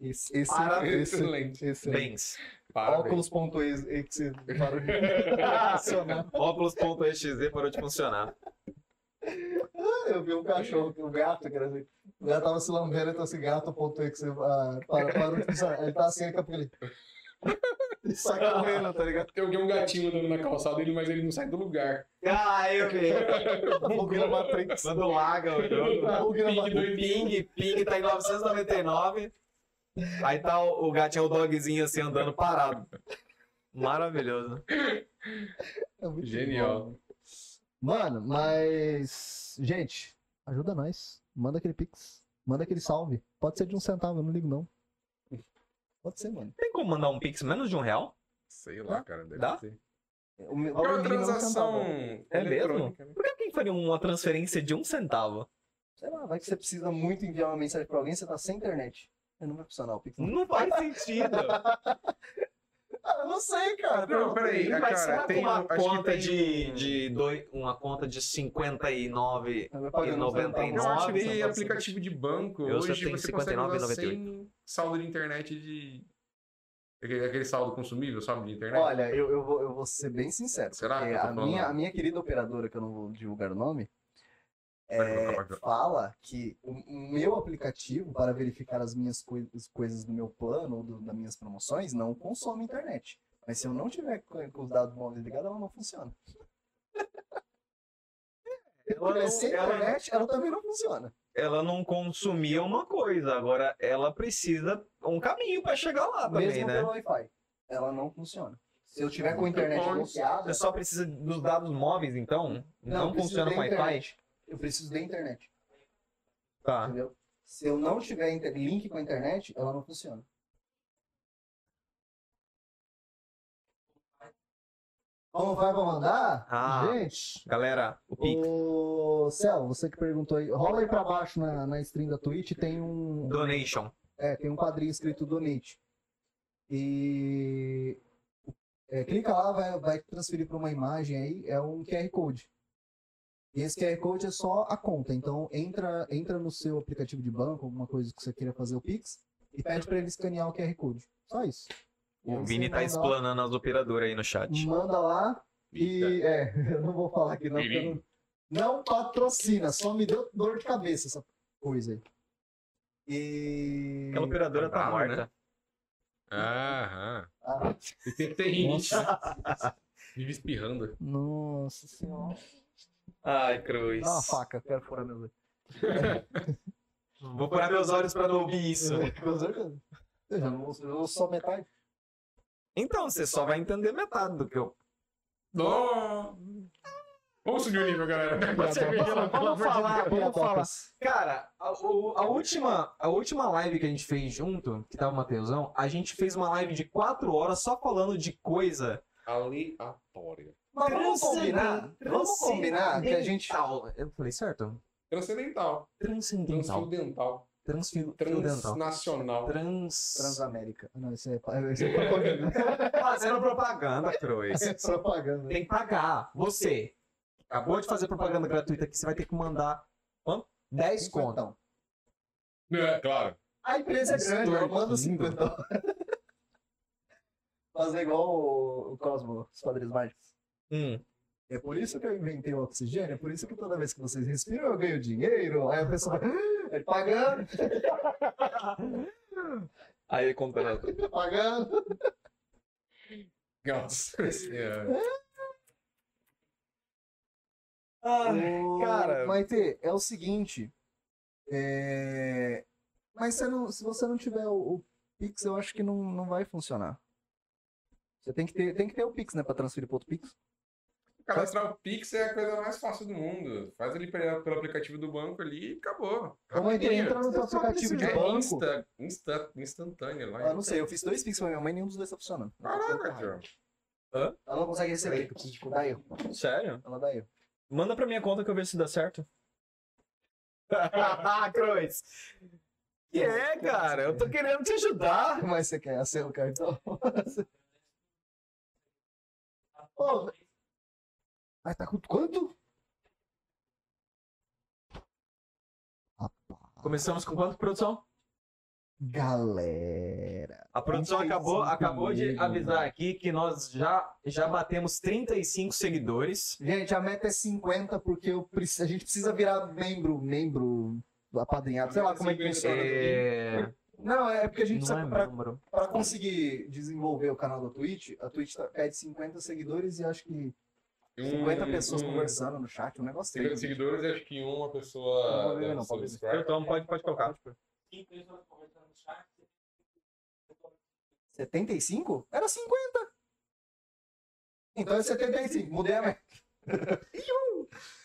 A: Esse, esse,
B: Parabéns.
A: esse,
C: Excelente.
A: esse.
B: Bens.
C: Parabéns.
A: Óculos.exe para
B: Óculos.exe parou de funcionar.
A: Eu vi um cachorro, um gato, que era assim. O gato tava se lambendo, então assim, gato.exe ah, para, para, de funcionar. ele tá assim, daqui a pouco ele... Ele sai correndo, tá ligado?
C: Tem alguém um gatinho andando na calçada dele, mas ele não sai do lugar.
B: Ah, eu vi.
A: Bug tá na Matrix.
B: Quando laga o jogo.
A: Bug na
C: Ping
A: Matrix.
C: dois mil.
B: Ping, ping, tá em 999. Aí tá o, o gatinho, o dogzinho assim, andando parado. Maravilhoso.
A: É muito
C: Genial.
A: bom. Mano, mas. Gente, ajuda nós. Manda aquele pix. Manda aquele salve. Pode ser de um centavo, eu não ligo não. Pode ser, mano.
B: Tem como mandar um pix menos de um real?
C: Sei lá, cara. Deve
B: Dá?
C: ser.
A: O meu-
C: É uma
A: o mínimo um
C: transação
A: centavo.
B: É mesmo?
C: eletrônica, né?
B: Por que alguém faria uma transferência de um centavo?
A: Sei lá, vai que você precisa muito enviar uma mensagem pra alguém, você tá sem internet. Aí Não vai funcionar o pix. não.
B: Não faz sentido.
A: Ah, eu não sei, cara.
C: Não, peraí.
B: Mas
C: Cara,
B: será que
C: tem
B: uma
C: um- acho que
B: conta
C: tem-
B: de, de dois, uma conta de 59
A: Eu paguei um
B: e
A: centavo.
C: Eu
B: 99?
C: ativei aplicativo de banco.
B: Eu só
C: Hoje
B: tenho
C: você
B: 59,98.
C: consegue usar sem saldo de internet de... Aquele, aquele saldo consumível, saldo de internet.
A: Olha, eu, eu, vou, eu vou ser bem sincero.
C: Será
A: porque
C: que né? Ah, eu tô
A: a minha,
C: falando?
A: a minha querida operadora, que eu não vou divulgar o nome,
C: Pode
A: é,
C: botar, pode botar.
A: fala que o o meu aplicativo para verificar as minhas coi- as coisas do meu plano ou do- das minhas promoções não consome internet. Mas se eu não tiver com com os dados móveis ligados, ela não funciona.
B: Ela não-
A: Ela sem
B: ela-
A: internet, ela também não funciona.
B: Ela não consumia uma coisa, agora ela precisa um caminho pra chegar lá também,
A: mesmo
B: né?
A: pelo Wi-Fi. Ela não funciona. Se eu tiver com a internet
C: bom.
A: bloqueada,
B: Você só precisa dos dados móveis, então? Não,
A: eu preciso
B: funciona
A: da
B: com Wi-Fi?
A: internet. Eu preciso da internet.
B: Tá.
A: Entendeu? Se eu não tiver inter- link com a internet, ela não funciona. Como vai pra mandar?
B: Ah.
A: Gente,
B: Galera, o Pix.
A: o Cel, você que perguntou aí, rola aí pra baixo na, na stream da Twitch, tem um.
B: Donation.
A: É, tem um quadrinho escrito Donate. E. é, clica lá, vai, vai transferir para uma imagem aí, é um QR Code. E esse QR Code é só a conta. Então, entra, entra no seu aplicativo de banco, alguma coisa que você queira fazer o Pix, e pede para ele escanear o QR Code. Só isso. E aí
B: O
A: você
B: Vini tá
A: manda lá-
B: explanando as operadoras aí no chat.
A: Manda lá
B: tá.
A: e. É, eu não vou falar aqui não, porque eu não. Não patrocina, só me deu dor de cabeça essa coisa aí. E.
B: Aquela operadora tá
C: Brava, né?
B: morta.
C: Aham.
A: Ah,
C: E tem que ter rinite. né?
A: nossa,
C: Vive espirrando.
A: nossa senhora.
B: Ai, Cruz.
A: Dá uma faca, quero furar meu olho.
B: Vou parar meus olhos pra não ouvir isso.
A: Com certeza. Eu já não eu não sou metade.
B: Então, você só vai entender metade do que eu.
C: Oh. Vamos subir o nível, galera.
G: Vamos falar, vamos falar.
A: Bocas.
G: Cara, a, o- a última, a última live que a gente fez junto, que tava o Matheusão, a gente fez uma live de quatro horas só falando de coisa.
C: Aleatória.
A: Mas vamos combinar. Vamos combinar que a gente.
G: Transcendental. Eu falei certo?
C: Transcendental.
G: Transcendental.
C: Transcendental.
G: Transfil... Transcendental.
C: Transnacional.
G: Trans...
A: Transamérica. Não, isso é, isso é propaganda.
G: Fazendo propaganda, Cruz.
A: É propaganda.
G: Tem que pagar. Você acabou de fazer propaganda gratuita aqui, você vai ter que mandar quanto? 10 conto.
A: Cinquentão.
C: É, claro.
A: A empresa é grande, eu mando
G: Lindo.
A: 50. Fazer igual o, o Cosmo, os Padrinhos Mágicos.
B: Hum.
A: É por isso que eu inventei o oxigênio, é por isso que toda vez que vocês respiram eu ganho dinheiro. Aí a pessoa vai, "Ah, ele pagando,
B: Aí ele contando.
A: é pagando.
C: Nossa. É.
G: Ah.
A: Ô,
B: cara.
A: Maite, é o seguinte. é, Mas você não- se você não tiver o, o Pix, eu acho que não, não vai funcionar. Você tem que, ter, tem que ter o Pix, né, pra transferir pro outro Pix.
C: Cadastrar o Pix é a coisa mais fácil do mundo. Faz ele pela- pelo aplicativo do banco ali e acabou.
A: Ô, mãe,
C: Rapidinho.
A: entra no teu aplicativo de
C: É
A: banco.
C: insta, insta, instantâneo lá.
A: Ah, não sei, eu fiz dois Pix pra minha mãe e nenhum dos dois tá funcionando.
C: Caraca, João.
A: Ela não consegue receber, eu preciso de tipo, dar erro.
B: Sério?
A: Ela dá erro.
B: Manda pra minha conta que eu vejo se dá certo.
G: Cruz. Ah, Que é, cara? Eu tô querendo te ajudar.
A: Mas você quer acelo o cartão? Ô, velho. Mas tá com quanto?
G: Começamos com quanto, produção?
A: Galera.
G: A produção
A: 35
G: acabou, acabou de
A: mil.
G: avisar aqui que nós já, já batemos 35 seguidores.
A: Gente, a meta é 50 porque eu preciso, a gente precisa virar membro, membro apadrinhado, sei lá como é que funciona.
G: É...
A: Não, é porque a gente
G: Não
A: precisa,
G: é
A: pra-
G: número.
A: Pra conseguir desenvolver o canal da Twitch, a Twitch tá- pede 50 seguidores e acho que 50 pessoas conversando no chat, um negócio assim.
C: 50 Um seguidores Hum, e acho que uma
A: Não
C: pessoa.
A: vou ver, não, pode ver.
B: Eu tomo, pode, pode colocar.
K: Cinco pessoas conversando no chat.
A: 75? Era 50! Então é 75, mudei a meta.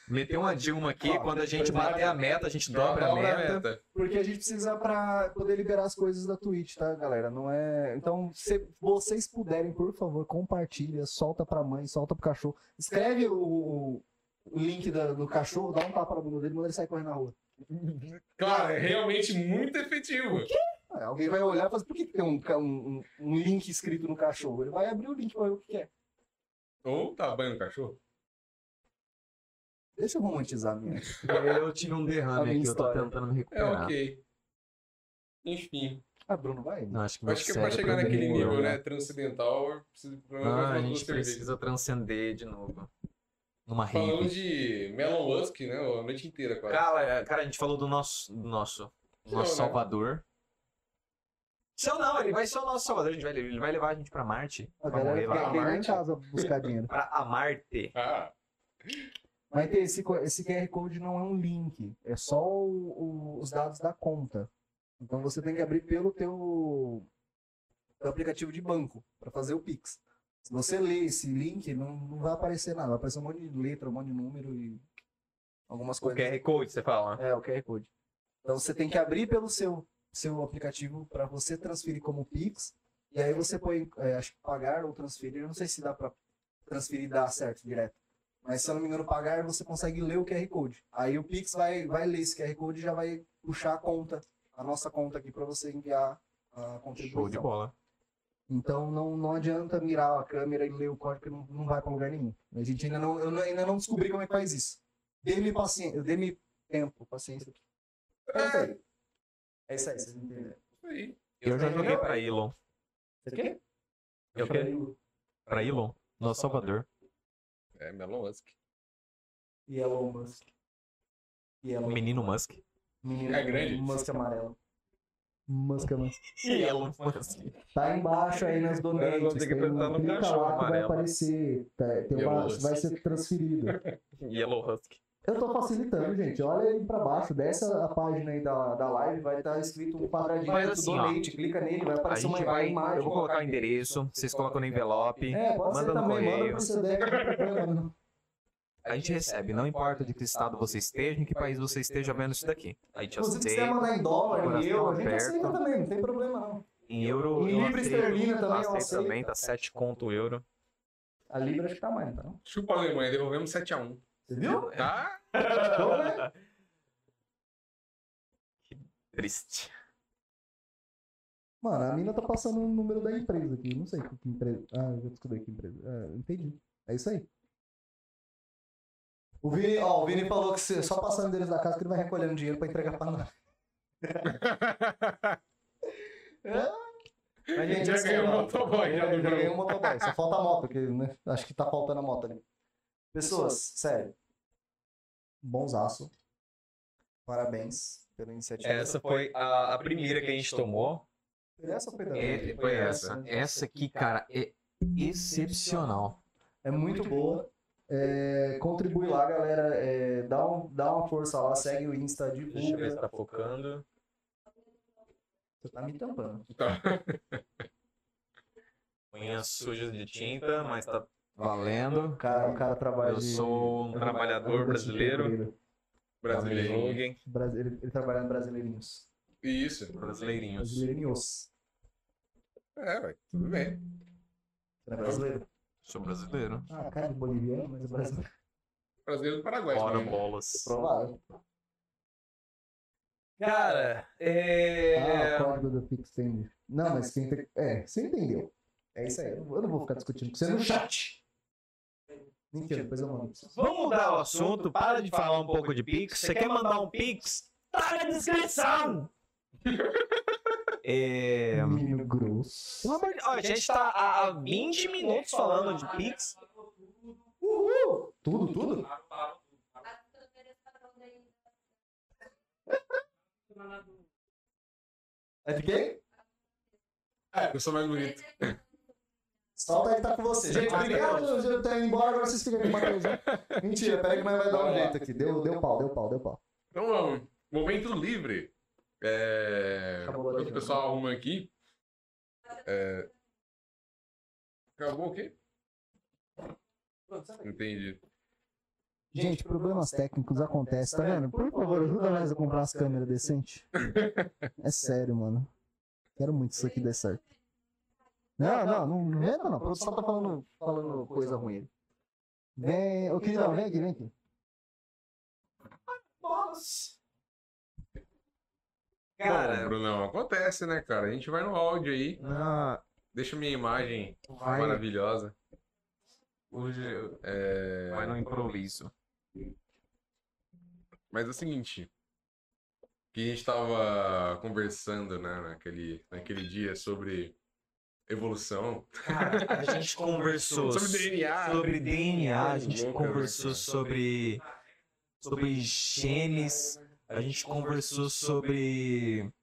G: Meteu uma Dilma aqui,
A: Ó,
G: quando a gente
A: primeiro-
G: bater a meta, a gente
C: Tá
G: dobra a
C: né,
G: meta.
A: Porque a gente precisa pra poder liberar as coisas da Twitch, tá, galera? Não é. Então, se vocês puderem, por favor, compartilha, solta pra mãe, solta pro cachorro. Escreve o, o link da- do cachorro, dá um tapa na bunda dele, manda ele sair correndo na rua.
C: Claro, é realmente muito efetivo.
A: Ah, Alguém vai olhar e falar, assim, por que que tem um, ca- um- um- um link escrito no cachorro? Ele vai abrir o link pra ver o que que é.
C: Ou tá banho no cachorro?
A: Deixa eu romantizar a minha.
G: Eu tive um
A: A
G: derrame
A: minha
G: aqui, eu tô
A: história.
G: tentando me
C: É
G: recuperar.
C: ok. Enfim.
A: Ah, Bruno, vai.
G: Não, acho que,
C: Eu Acho que
G: meu
C: pra
G: cérebro
C: chegar naquele
G: demorou.
C: nível, né? Transcendental, eu preciso pelo menos
G: Ah,
C: umas
G: a
C: duas
G: gente
C: cervejas.
G: precisa transcender de novo. Numa
C: Falando
G: rave.
C: de Melon Musk, né? A noite inteira, quase.
G: Cara, cara, a gente falou do nosso, do nosso, do
C: Seu,
G: nosso
C: né?
G: Salvador. Seu não, ele vai ser o nosso Salvador. Ele vai, ele vai levar a gente pra Marte.
A: A
G: Pra
A: galera
G: morrer
A: quer
G: lá.
A: quer ir lá em
C: Marte.
A: casa buscar dinheiro.
G: Pra a Marte.
C: Ah,
A: Mas tem esse, co- esse QR Code não é um link, é só o- o- os dados da conta. Então você tem que abrir pelo teu, teu aplicativo de banco pra fazer o Pix. Se você ler esse link, não, não vai aparecer nada. Vai aparecer um monte de letra, um monte de número e algumas
B: O
A: coisas.
B: QR Code, você fala.
A: É, o QR Code. Então você tem que abrir pelo seu, seu aplicativo para você transferir como Pix. E aí você põe, é, acho que pagar ou transferir. Eu não sei se dá para transferir e dar certo direto. Mas se eu não me engano, pagar, você consegue ler o QR Code. Aí o Pix vai, vai ler esse QR Code e já vai puxar a conta a nossa conta aqui para você enviar a contribuição.
B: Show de bola.
A: Então não, não adianta mirar a câmera e ler o código que não, não vai para lugar nenhum. A gente ainda não, eu não- ainda não descobri como é que faz isso. Dê-me paciência, dê-me tempo, paciência. Tenta aí. É isso aí, vocês entenderam.
C: Isso é, aí.
B: Eu já
A: sei,
B: joguei
A: eu-
B: pra Elon.
A: Você quer?
B: Eu É quê? Pra Elon, nosso Salvador.
C: É, Melon Musk.
A: E é Elon Musk. E Elon
B: O menino Musk.
A: Menino
C: É grande.
A: Musk amarelo. Musk amarelo.
B: E Elon Musk.
A: Tá embaixo aí nas donations.
B: vou ter que
A: tem
B: apertar no
A: clica
B: caixão
A: lá que vai
B: amarelo.
A: aparecer. tá, tem uma-
C: Meu Deus.
A: vai ser transferido.
B: E Elon Musk.
A: Eu tô facilitando, gente. Olha aí pra baixo. Desce a página aí da, da live. Vai estar escrito um quadradinho
B: Mas
A: do
B: assim, ó,
A: donate. clica nele, vai
B: A
A: aparecer
B: gente
A: uma
B: vai.
A: imagem.
B: Eu vou colocar o endereço, vocês colocam no envelope.
A: É, pode
B: manda
A: ser
B: no
A: também. Manda
B: correio.
A: pro seu deck. não tem problema, não.
B: A gente recebe, não importa de que estado você esteja, em que país você esteja vendo isso daqui. A gente
A: Inclusive, se quiser
B: aceita.
A: mandar em dólar, em
B: coração
A: euro, a gente
B: aberto.
A: aceita também. Não tem problema, não.
B: Em euro,
A: Em
B: eu
A: libra esterlina também, eu
B: aceito
A: aceito.
B: também, tá 7 conto o euro.
A: A Libra acho que tá mais, então.
C: Chupa a Alemanha, devolvemos 7x1.
A: Você viu?
B: É
C: Tá?
A: Então, né?
B: Triste.
A: Mano, a mina tá passando o número da empresa aqui. Não sei que empresa. Ah, eu já descobri que empresa. Ah, entendi. É isso aí. O Vini, ó, o Vini falou que se- só passando deles da casa que ele vai recolhendo dinheiro pra entregar pra nós. Mas,
C: Já
A: assim,
C: ganhou
A: ó,
C: um motoboy,
A: já-
C: já do
A: já
C: jogo.
A: ganhou um motoboy. Só falta a moto, que, né? Acho que tá faltando a moto ali. Pessoas, sério. Bonsaço. Parabéns pela iniciativa.
B: Essa foi a, a primeira que a gente tomou.
A: Foi essa ou foi da
B: É,
A: outra?
B: foi essa. Essa aqui, cara, é excepcional.
A: É muito boa. É, contribui lá, galera. É, dá, um- dá uma força lá, segue o Insta,
B: Deixa eu ver se
A: divulga.
B: tá focando.
A: Você tá me tampando.
B: Unhas sujas de tinta, mas tá valendo.
A: O cara, o cara trabalha.
B: Eu
A: de-
B: sou um trabalhador brasileiro.
C: Brasileiro.
B: Julguem.
A: Brasi- Ele, ele trabalha no Brasileirinhos.
C: Isso.
B: Brasileirinhos.
A: Brasileirinhos.
C: É, ué, tudo bem.
A: Você não é brasileiro?
B: Sou brasileiro.
A: Ah, cara de boliviano, mas é brasileiro.
C: Brasileiro do Paraguai. né?
B: Bora
C: mano.
B: bolas.
A: Provável.
B: Cara, é.
A: Ah, o código do Pix tem. Não, mas quem tem. É, você entendeu. É isso aí. Eu não eu não vou ficar discutindo com você no chat. Mentira, depois eu mando. pra você.
B: Vamos mudar o assunto, para de falar um pouco de Pix. Você quer mandar um Pix? Tá na descrição! É.
A: Menino grosso.
B: Pelo amor de- Ó, a gente tá há há 20 minutos falando de Pix.
A: Uhul! Tudo, tudo? É de quem?
C: É, eu sou mais bonito.
A: Solta aí que tá com você. Gente, obrigado. Eu tô indo embora, agora vocês ficam com o Matheus. Mentira, peraí que nós vai dar um jeito aqui. Deu, deu pau, deu pau, deu pau.
C: Então vamos. Momento livre. É...
A: Acabou a
C: enquanto
A: bateria.
C: o pessoal arruma aqui.
E: tá
C: É... Acabou o quê? Entendi.
A: Gente, problemas técnicos acontecem, tá vendo? Por favor, ajuda nós a comprar umas câmeras decentes. É sério, mano. Quero muito isso aqui dar certo. Não, não, não não entra não. O produção tá falando, falando coisa ruim. Vem, ô queridão, vem aqui, vem aqui.
C: Bom,
B: Cara,
C: Brunão, acontece, né, cara? A gente vai no áudio aí.
B: na-
C: Deixa minha imagem
B: Ah. Vai.
C: maravilhosa.
B: hoje
C: É...
B: vai no improviso.
C: Mas é o seguinte. Que a gente tava conversando, né, naquele, naquele dia sobre evolução.
B: Cara, a gente conversou
C: Sobre DNA.
B: sobre DNA, a gente
C: né? Louco, né,
B: conversou
C: cara?
B: sobre sobre genes, a gente conversou sobre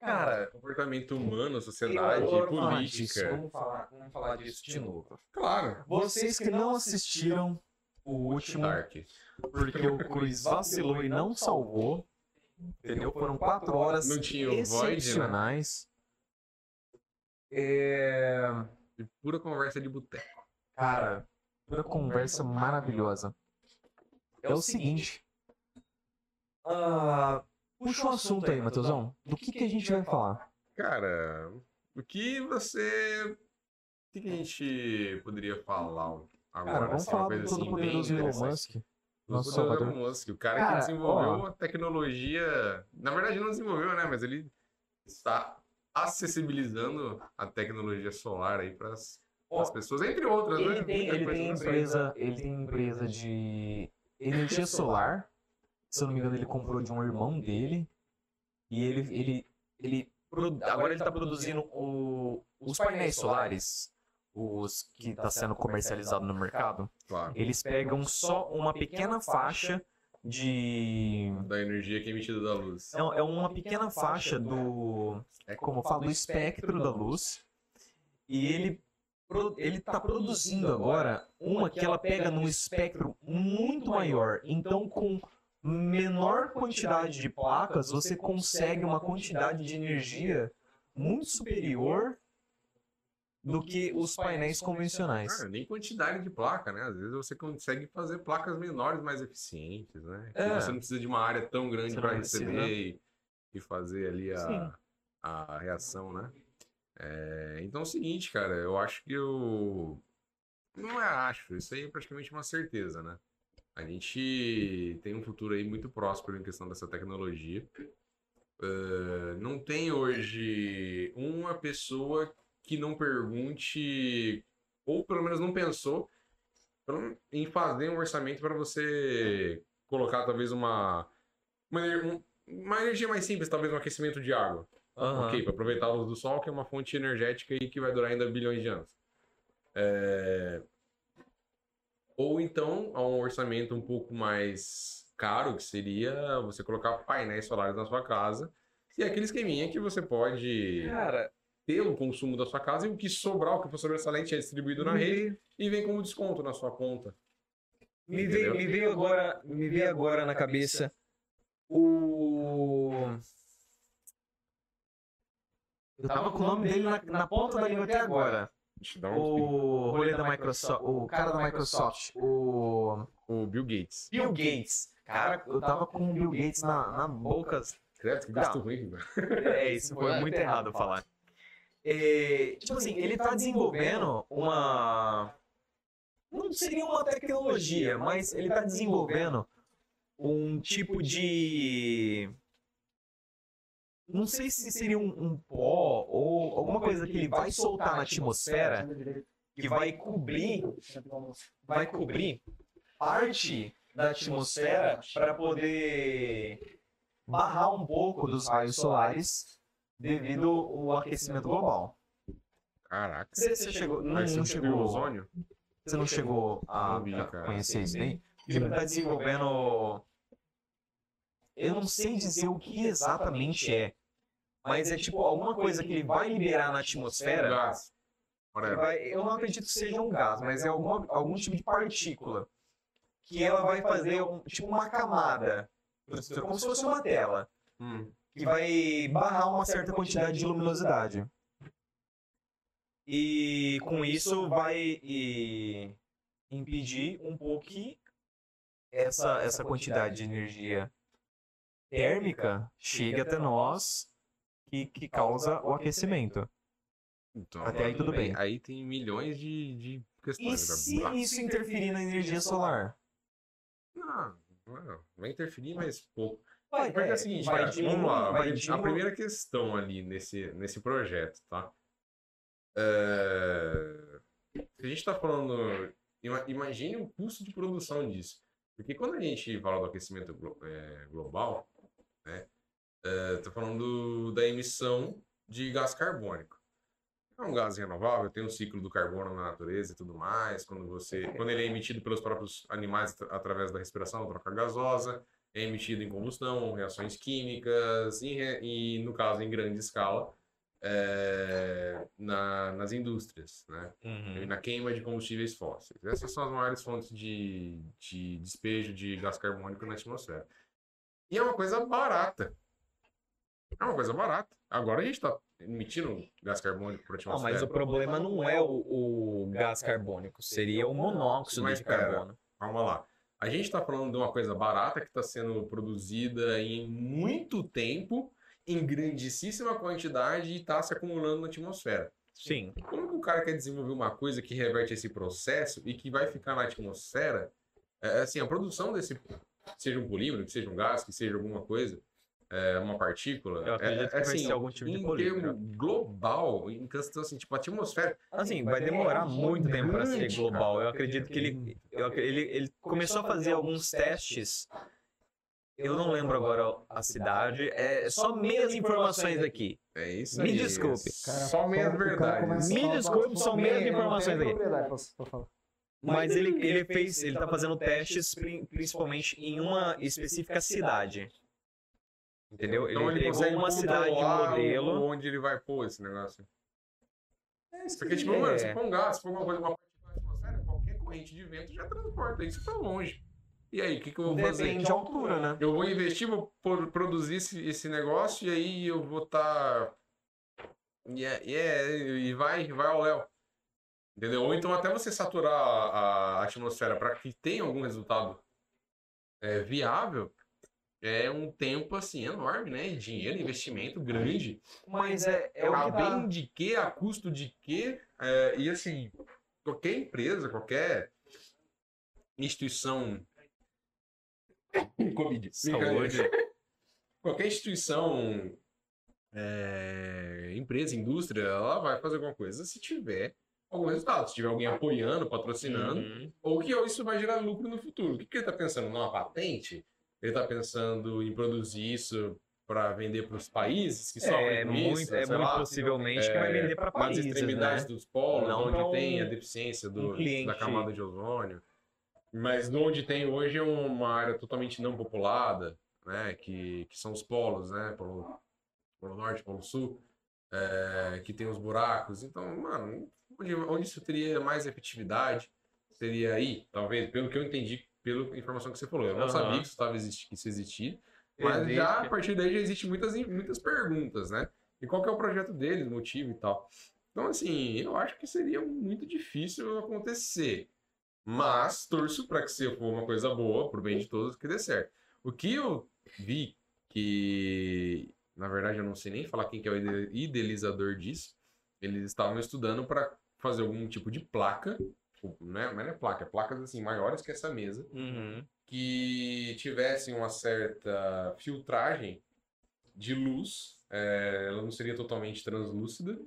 B: cara,
C: Comportamento humano, sociedade, política.
B: Vamos falar, vamos falar disso de novo.
C: Claro.
B: Vocês que não assistiram o último,
C: Dark.
B: porque o Cruz vacilou e não salvou, entendeu? Foram quatro horas
C: Não tinha o Void, né?
B: excepcionais. É...
C: De Pura conversa de boteco.
B: Cara, pura conversa maravilhosa. É o seguinte. ah, puxa um assunto aí, Matheusão. Do que, que a gente vai falar?
C: Cara, o que você. O que, que a gente poderia falar agora?
B: Cara, vamos
C: assim, uma
B: falar
C: coisa
B: do
C: assim, bem
B: Todo-Poderoso Elon
C: interessante.
B: Musk.
C: Os
B: Nossa,
C: produtos
B: Salvador.
C: Elon Musk. O cara,
B: Cara,
C: que desenvolveu
B: ó.
C: a tecnologia. Na verdade, não desenvolveu, né? Mas ele está acessibilizando a tecnologia solar aí para as
B: Ó,
C: pessoas, entre outras, né?
B: Ele tem,
C: Muita
B: ele
C: coisa
B: tem
C: pra frente.
B: empresa, ele tem empresa de energia solar. Se eu não me engano, ele comprou de um irmão dele. E ele, ele, ele pro- agora ele está produzindo o- os painéis solares, os que está sendo comercializado no mercado.
C: Claro.
B: Eles pegam só uma pequena faixa de
C: Da energia que é emitida da luz.
B: é, é uma pequena faixa do. É como eu falo, do espectro da luz. E ele, pro- ele tá produzindo agora uma que ela pega num espectro muito maior. Então, com menor quantidade de placas, você consegue uma quantidade de energia muito superior do que os painéis convencionais.
C: Cara, nem quantidade de placa, né? Às vezes você consegue fazer placas menores mais eficientes, né? Que
B: É.
C: Você não precisa de uma área tão grande
B: Você
C: para
B: não precisa.
C: receber e, e fazer ali
B: Sim.
C: a, a reação, né? É, então é o seguinte, cara, eu acho que eu. Não é acho, isso aí é praticamente uma certeza, né? A gente tem um futuro aí muito próspero em questão dessa tecnologia. Eh, não tem hoje uma pessoa que não pergunte, ou pelo menos não pensou, pelo- em fazer um orçamento para você colocar talvez uma, uma, ener- um, uma energia mais simples, talvez um aquecimento de água.
B: Aham.
C: Ok, para aproveitar a luz do sol, que é uma fonte energética e que vai durar ainda bilhões de anos. É, Ou então, a um orçamento um pouco mais caro, que seria você colocar painéis solares na sua casa. E é aquele esqueminha que você pode
G: Cara,
C: ter o consumo da sua casa e o que sobrar, o que for sobressalente, é distribuído na rede e vem como desconto na sua conta.
G: me veio, me veio agora, me veio agora na cabeça o
B: Eu tava com o nome dele na, na ponta da língua até agora.
C: Deixa eu dar um
B: O rolê da Microsoft, o cara da Microsoft, o
C: O Bill Gates.
B: Bill Gates. Cara, eu tava com o Bill Gates na, na boca.
C: Credo, que gasto ruim, velho.
B: É, isso foi muito errado falar. É, tipo assim, ele tá desenvolvendo uma. Não seria uma tecnologia, mas ele tá desenvolvendo um tipo de. Não sei se seria um, um pó ou alguma coisa que ele vai soltar na atmosfera que vai cobrir vai cobrir parte da atmosfera para poder barrar um pouco dos raios solares devido ao aquecimento global.
C: Caraca.
B: Você, você chegou, não,
C: Aí você
B: não
C: viu o
B: chegou,
C: ozônio?
B: você não chegou a
C: Não vi,
B: a
C: cara.
B: conhecer isso daí? Ele está tá desenvolvendo, eu não sei dizer o que exatamente é, mas é tipo alguma coisa que ele vai liberar na atmosfera
C: Um Gás.
B: que
C: Whatever.
B: vai- eu não acredito que seja um gás, mas é alguma, algum tipo de partícula que ela vai fazer um- tipo uma camada, como se fosse uma tela,
C: Hum.
B: que vai barrar uma certa quantidade de luminosidade. E com isso vai e, impedir um pouco que essa, essa quantidade de energia térmica chegue até nós que, que causa o aquecimento.
C: Então,
B: Até aí tudo bem.
C: Aí tem milhões de, de
B: E
C: questões.
B: se
C: Ah,
B: isso interferir na energia solar?
C: Não, Ah, não, vai interferir, mas pouco.
B: Vai,
C: Porque é o seguinte, cara, vamos lá.
B: vai
C: a
B: diminuir.
C: primeira questão ali nesse, nesse projeto, tá? É, Se a gente tá falando... ima- Imagine o custo de produção disso. Porque quando a gente fala do aquecimento glo- é, global, né? É, tô falando da emissão de gás carbônico. É um gás renovável, tem um ciclo do carbono na natureza e tudo mais. Quando você, quando ele é emitido pelos próprios animais atra- através da respiração, troca gasosa, é emitido em combustão, reações químicas em re- e, no caso em grande escala é, na- nas indústrias, né?
B: Uhum.
C: e na queima de combustíveis fósseis. Essas são as maiores fontes de, de despejo de gás carbônico na atmosfera. E é uma coisa barata. É uma coisa barata. Agora a gente está emitindo gás carbônico para a
G: Não,
C: atmosfera.
G: mas o problema não é o, o gás carbônico, seria o monóxido
C: Mas
G: de
C: pera.
G: carbono.
C: Calma lá. A gente está falando de uma coisa barata que está sendo produzida em muito tempo, em grandíssima quantidade e está se acumulando na atmosfera. um
G: Sim.
C: Como que o cara quer desenvolver uma coisa que reverte esse processo e que vai ficar na atmosfera É, assim, a produção desse, seja um polímero, que seja um gás, que seja alguma coisa, é, uma partícula,
B: Eu
C: é,
B: acredito que
C: é,
B: vai
C: assim,
B: ser algum tipo de
C: em
B: polímero.
C: termo global, em questão assim, tipo, atmosfera.
B: Assim, vai demorar muito tempo para ser
C: Grande,
B: global.
C: cara.
B: Eu acredito que ele, um, eu ac- ele, ele começou a fazer alguns testes. Eu não lembro agora a cidade. É só meias informações aqui.
C: É isso
B: Me
C: aí.
B: desculpe.
A: Cara,
C: Só meias
A: o cara começa
C: verdades.
A: a
B: Me
A: falar
B: desculpe,
A: só
B: são
A: meia-
B: meias
A: eu não tenho
B: informações aí.
A: propriedade pra- pra falar.
B: Mas ele, ele fez, ele tá fazendo testes pri- principalmente em uma específica cidade. Entendeu? Ele
C: Então ele
B: pegou
C: consegue
B: uma cidade um
C: controlar o-
B: modelo.
C: Onde ele vai pôr esse negócio. Porque,
B: aí,
C: tipo,
B: é.
C: mano, se for um gás, se for alguma coisa, uma partícula da atmosfera, qualquer corrente de vento já transporta isso pra longe. E aí, o que, que
B: um
C: eu vou fazer?
G: Depende de altura, né?
C: Eu vou investir, vou por- produzir esse, esse negócio e aí eu vou estar. Yeah, yeah, e vai, vai ao Léo. Entendeu? Ou então até você saturar a, a atmosfera para que tenha algum resultado é, viável, é um tempo assim enorme, né? Dinheiro, investimento grande.
G: Mas é, é o
C: a
G: que
B: tá,
G: dá.
C: Tá bem de quê? A custo de quê? É, e assim, qualquer empresa, qualquer instituição. Covid.
B: Saúde.
C: Qualquer instituição, é, empresa, indústria, ela vai fazer alguma coisa se tiver algum resultado. Se tiver alguém apoiando, patrocinando,
B: Uhum.
C: ou que isso vai gerar lucro no futuro. O que, que ele está pensando? Numa patente? Ele está pensando em produzir isso para vender para os países que
B: É
C: sofrem com isso,
B: muito, é
C: sei
B: muito
C: lá,
B: possivelmente que vai
C: é,
B: vender para
C: nas
B: países,
C: extremidades
B: né?
C: dos polos,
B: Não
C: onde
B: pra um-
C: tem a deficiência do-
B: um cliente.
C: da camada de ozônio. Mas onde tem hoje é uma área totalmente não populada, né? Que, que são os polos, né? Polo, polo norte, polo sul, é, que tem os buracos. Então, mano, onde, onde isso teria mais efetividade? Seria aí, talvez, pelo que eu entendi, pela informação que você falou. Eu não
B: Aham.
C: sabia que isso, tava existi- que isso existia, mas
B: Existe.
C: já a partir daí já existem muitas, muitas perguntas, né? E qual que é o projeto deles, motivo e tal. Então, assim, eu acho que seria muito difícil acontecer. Mas torço para que se for uma coisa boa, pro bem de todos, que dê certo. O que eu vi que, na verdade, eu não sei nem falar quem que é o ide- idealizador disso. Eles estavam estudando para fazer algum tipo de placa, tipo, né? Mas não é placa, é placas assim maiores que essa mesa
B: Uhum.
C: que tivessem uma certa filtragem de luz, eh, ela não seria totalmente translúcida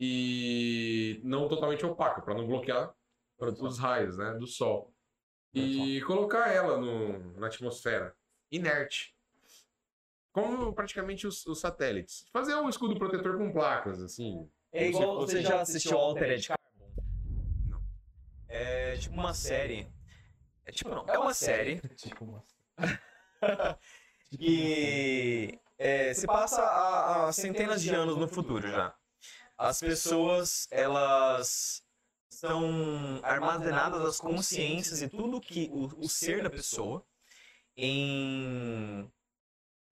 C: e não totalmente opaca, para não bloquear os raios né, do sol. E colocar ela no- na atmosfera, inerte. Como praticamente os, os satélites. Fazer um escudo protetor com placas, assim.
B: É igual você já assistiu Altered Carbon?
C: Não.
B: É tipo uma série. É tipo não, é uma série
A: Tipo, uma-
B: que é, se passa a, a centenas de anos no futuro já. As pessoas elas são armazenadas as consciências e tudo que o, o ser da pessoa em,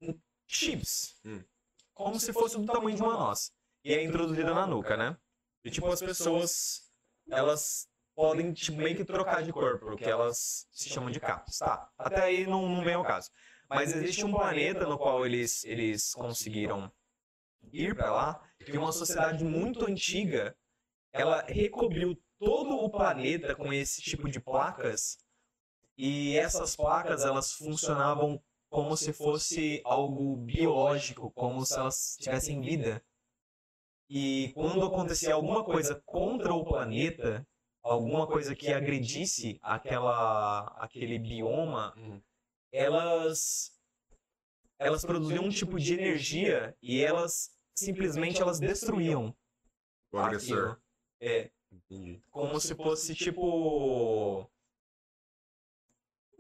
B: em chips,
C: Hum.
B: como se fosse do tamanho de uma noz e é introduzida na nuca, né? E tipo as pessoas elas podem tipo, meio que trocar de corpo, porque elas se chamam de capes, tá? Até aí não, não vem ao caso. Mas existe um planeta no qual eles, eles conseguiram ir para lá, que é uma sociedade muito antiga, ela recobriu todo o planeta com esse tipo de placas, e essas placas, elas funcionavam como se fosse algo biológico, como se elas tivessem vida. E quando acontecia alguma coisa contra o planeta, alguma coisa que agredisse aquela, aquele bioma, elas elas produziam um tipo de energia e elas simplesmente elas destruíam
C: O
B: Ah,
C: agressor.
B: aquilo. É,
C: Entendi.
B: como se fosse tipo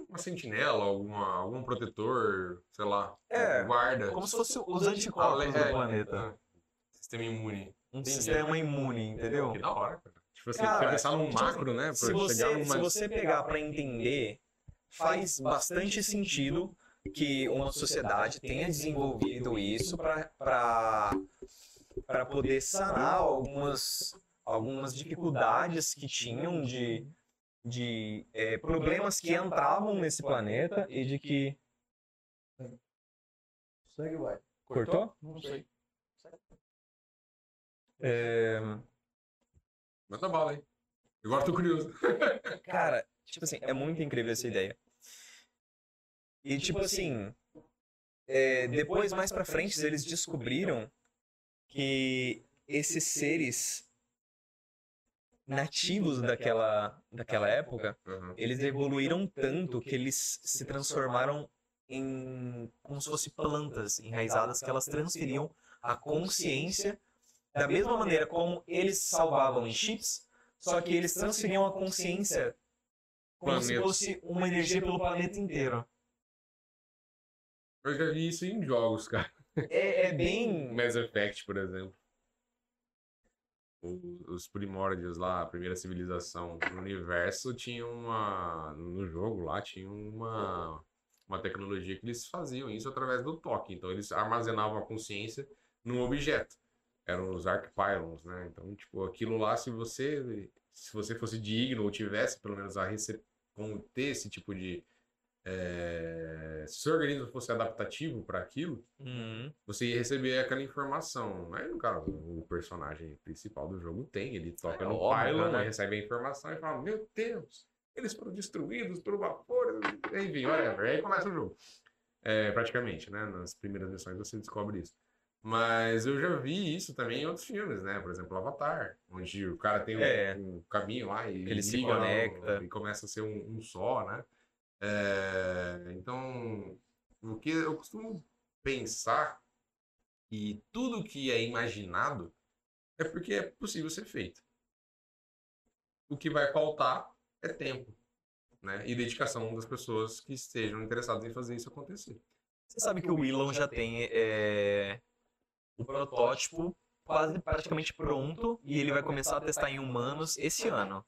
C: Uma sentinela, alguma, algum protetor, sei lá.
B: É,
C: um guarda.
B: como se fosse os
C: Ah,
B: anticorpos do
C: é,
B: planeta,
C: é. Sistema imune.
B: um sistema imune, entendeu?
C: Que da hora, cara. Tipo assim,
B: Cara,
C: você pensar num
B: tipo assim,
C: macro, né? Pra
B: se
C: chegar
B: você,
C: numa.
B: se você pegar para entender, faz bastante sentido que uma sociedade tenha desenvolvido isso para poder sanar algumas, algumas dificuldades que tinham de, de eh, problemas que entravam nesse planeta e de que.
A: Segue vai.
B: Cortou?
A: Não sei.
B: Eh,
C: Manda bala, hein? Agora eu tô curioso.
B: cara, Tipo assim, é muito incrível essa ideia. E tipo assim, é, depois, mais pra frente, eles descobriram que esses seres nativos daquela, daquela época,
C: Aham.
B: eles evoluíram tanto que eles se transformaram em como se fossem plantas enraizadas que elas transferiam a consciência da mesma maneira como eles salvavam em chips, só que eles transferiam a consciência como se
C: Planeta.
B: fosse uma energia pelo planeta inteiro.
C: Eu já vi isso em jogos, cara.
B: É, é bem.
C: Mass Effect, por exemplo. O- Os primórdios lá, a primeira civilização do universo tinha uma. No jogo lá tinha uma. Uma tecnologia que eles faziam isso através do toque. Então eles armazenavam a consciência num objeto. Eram os Arc Pylons, né? Então, tipo, aquilo lá, se você. Se você fosse digno ou tivesse pelo menos a receber. ter esse tipo de. eh, Se o seu organismo fosse adaptativo para aquilo
B: Hum.
C: você ia receber aquela informação. Mas, no caso, o personagem principal do jogo tem, ele toca
B: É,
C: no
B: óbvio,
C: pylon,
B: né?
C: ele recebe a informação e fala, meu Deus, eles foram destruídos por vapor, enfim, whatever. Aí começa o jogo. É, praticamente, né? Nas primeiras missões você descobre isso. Mas eu já vi isso também em outros filmes, né? Por exemplo, Avatar, onde o cara tem um,
B: É.
C: um caminho lá e
B: Ele se
C: liga lá no-
B: conecta.
C: e começa a ser um, um só, né? É, então, o que eu costumo pensar e tudo que é imaginado é porque é possível ser feito. O que vai faltar é tempo, né? E dedicação das pessoas que estejam interessadas em fazer isso acontecer.
B: Você sabe que o Elon já tem é, o protótipo quase praticamente pronto e ele vai começar a testar em humanos esse ano.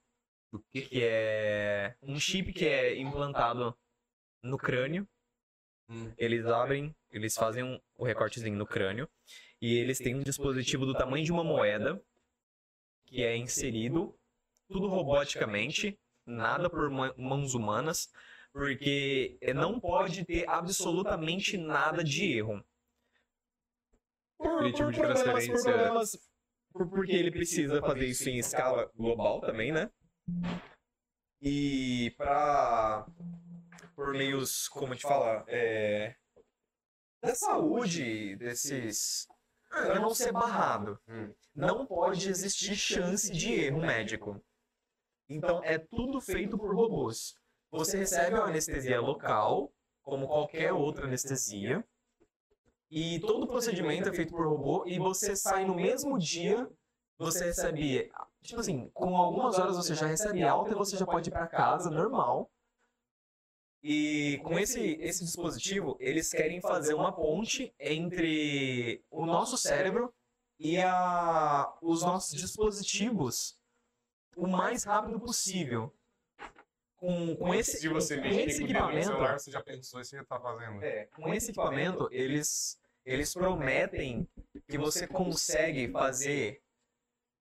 C: O que
B: Que é um chip que é implantado no crânio.
C: Hum.
B: Eles abrem, eles fazem um- o recortezinho no crânio e eles têm um dispositivo do tamanho de uma moeda que é inserido tudo roboticamente, nada por ma- mãos humanas, porque não pode ter absolutamente nada de erro. Por,
C: Aquele tipo
B: por
C: de
B: problemas, por
C: transferência.
B: problemas, por- porque ele precisa fazer isso em escala global também, né? E para por meios, como te fala, é, da saúde desses, para Ah, não ser barrado,
C: Hum.
B: não pode existir chance de erro médico. Então é tudo feito por robôs. Você recebe uma anestesia local, como qualquer outra anestesia. E todo o procedimento é feito por robô e você sai no mesmo dia, você recebe, tipo assim, com algumas horas você já recebe alta e você já pode ir para casa normal. E com esse esse dispositivo, eles querem fazer uma ponte entre o nosso cérebro e a os nossos dispositivos o mais rápido possível. Com, com esse,
C: Se você
B: com
C: mexer
B: esse
C: com o dedo no
B: equipamento,
C: celular, você já pensou isso que você tá fazendo.
B: é, com esse equipamento, eles, eles prometem que você consegue fazer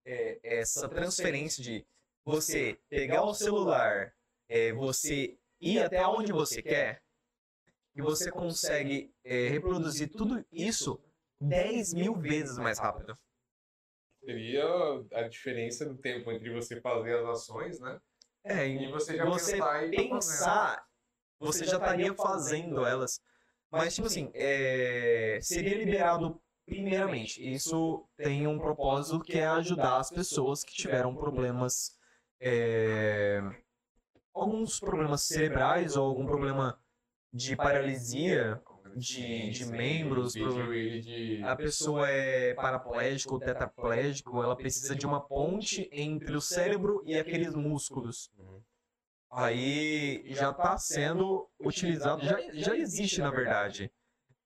B: é, essa transferência de você pegar o celular, é, você ir até onde você quer, e você consegue é, reproduzir tudo isso 10 mil vezes mais rápido.
C: Seria a diferença do tempo entre você fazer as ações, né?
B: É,
C: E
B: e
C: você já
B: você
C: pensar e tá
B: pensar, você já estaria fazendo elas. Mas, tipo assim, é, seria liberado primeiramente. Isso tem um propósito que é ajudar as pessoas que tiveram problemas. é, Alguns problemas cerebrais ou algum problema de paralisia de, de membros.
C: Impediu
B: pro-
C: ele de
B: A pessoa é paraplégica ou tetraplégico, ela precisa de uma ponte entre o cérebro e aqueles músculos. Aí já está sendo utilizado, já, já existe, na verdade,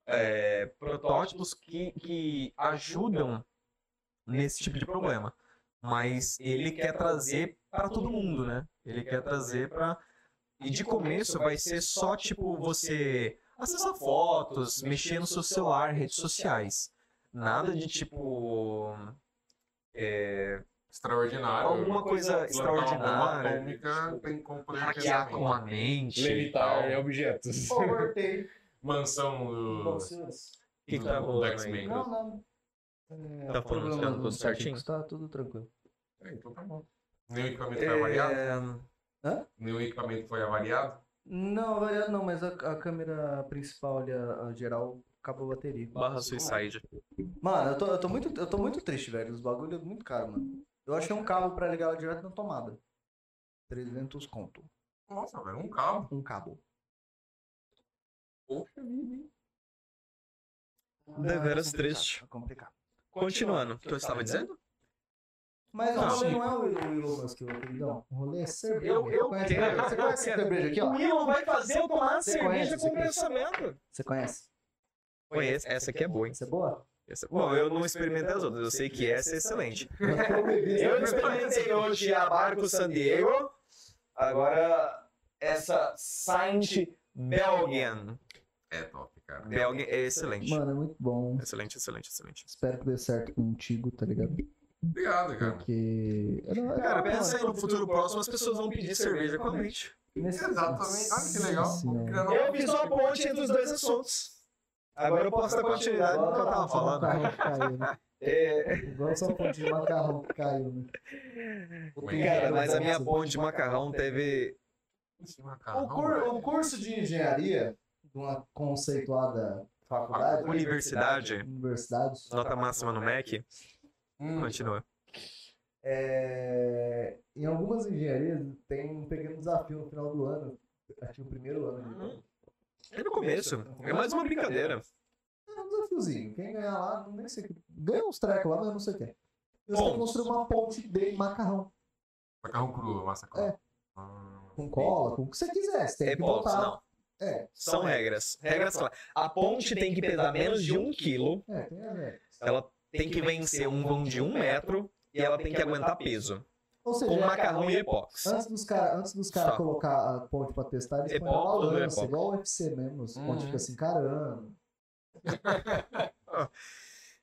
B: é, protótipos que, que ajudam nesse tipo de problema. Mas ele quer trazer para todo mundo, né? Ele quer trazer para. E de começo vai ser só tipo você acessar fotos, mexer no seu celular, redes sociais. Nada de tipo.
C: extraordinário.
B: Alguma coisa
C: Plantar uma bomba
B: extraordinária.
C: atômica tem como poder de
B: Hackear
C: pensamento.
B: com a mente.
H: Levitar é objetos.
A: Overtake.
C: Mansão do,
A: Bom, senhores.
B: O que, que tá
C: do
B: rolando
C: Dex
B: aí?
C: Maker.
A: Não, não. É,
B: Tá
A: o programa
B: pronunciando tudo
A: dos artigos
B: certinho?
A: Tá tudo tranquilo.
C: É, então tá bom. Nenhum equipamento vai variar.
B: É...
A: Hã?
C: Nenhum equipamento foi avariado?
A: Não, avariado não, mas a, a câmera principal ali, a, a geral, acabou a bateria.
B: Barra suicide.
A: Mano, eu tô, eu tô muito, eu tô muito triste, velho. Os bagulhos muito caro, mano. Eu achei um cabo pra ligar ela direto na tomada. 300 conto.
C: Nossa, velho, um cabo.
A: Um cabo.
C: Poxa vida, hein?
A: Ah, é complicado,
B: Deveras triste.
A: É complicado.
B: Continuando, o que eu estava dizendo?
A: Mas
B: Não,
A: o rolê
B: sim.
A: não é o o Elon Musk, o queridão. O rolê é cerveja.
B: Eu- eu
A: Conhece-
B: quero-
A: Você conhece
B: eu
A: essa
B: quero.
A: cerveja aqui, ó?
B: Elon vai fazer eu tomar
A: Você cerveja conhece, com você conhece?
B: pensamento.
A: Você conhece?
B: Conheço, essa aqui é boa, hein?
A: Essa é boa?
B: Essa- Bom, eu não experimentei as outras, eu sei que essa é excelente. Eu
A: Eu
B: experimentei hoje a Barco San Diego, agora essa Saint Belgian.
C: É top, cara.
B: Belgian é excelente.
A: Mano, é muito bom.
B: Excelente, excelente, excelente.
A: Espero que dê certo contigo, tá ligado?
C: Obrigado, cara.
A: Porque.
B: Cara, pensa aí no futuro próximo, as pessoas vão pedir cerveja com a mente.
C: Exatamente. Olha que legal. Vamos criar
A: Senhora.
C: uma-
B: Eu fiz uma ponte entre os dois assuntos. Agora eu posso dar continuidade no que eu tava falando.
A: Macarrão que caiu, né?
B: É,
A: Igual só um ponto de macarrão que caiu, né?
B: cara, É, mas a
A: assim,
B: minha ponte de macarrão teve
C: Esse
A: O,
C: macarrão,
A: um cur-
C: velho.
A: o curso de engenharia de uma conceituada faculdade,
B: universidade,
A: universidade,
B: nota máxima no MEC.
C: Hum,
B: Continua.
A: é, em algumas engenharias tem um pequeno desafio no final do ano. Acho que o primeiro ano.
B: É no começo. É mais uma brincadeira.
A: É um desafiozinho. Quem ganhar lá, não nem sei o que. Ganha uns trecos lá, mas eu não sei o que. é. Eles vão
B: Pontos.
A: construir uma ponte de macarrão.
C: Macarrão cru, massa cru.
A: É.
C: Ah,
A: Com cola, com o que você quiser. Você tem
B: É
A: que
B: pontos,
A: botar.
B: não.
A: É,
B: São regras. Regras claras. A ponte tem que pesar menos de um quilo.
A: é, tem a ver.
B: Ela tem que vencer um vão de um metro. E ela tem que aguentar peso.
A: Ou seja,
B: Com macarrão e epox.
A: Antes dos caras antes dos cara
B: Só.
A: colocar a ponte pra testar, eles põem a
B: Epoca, tudo é Uhum.
A: balança,
B: epoca.
A: igual o UFC mesmo, onde fica assim, caramba.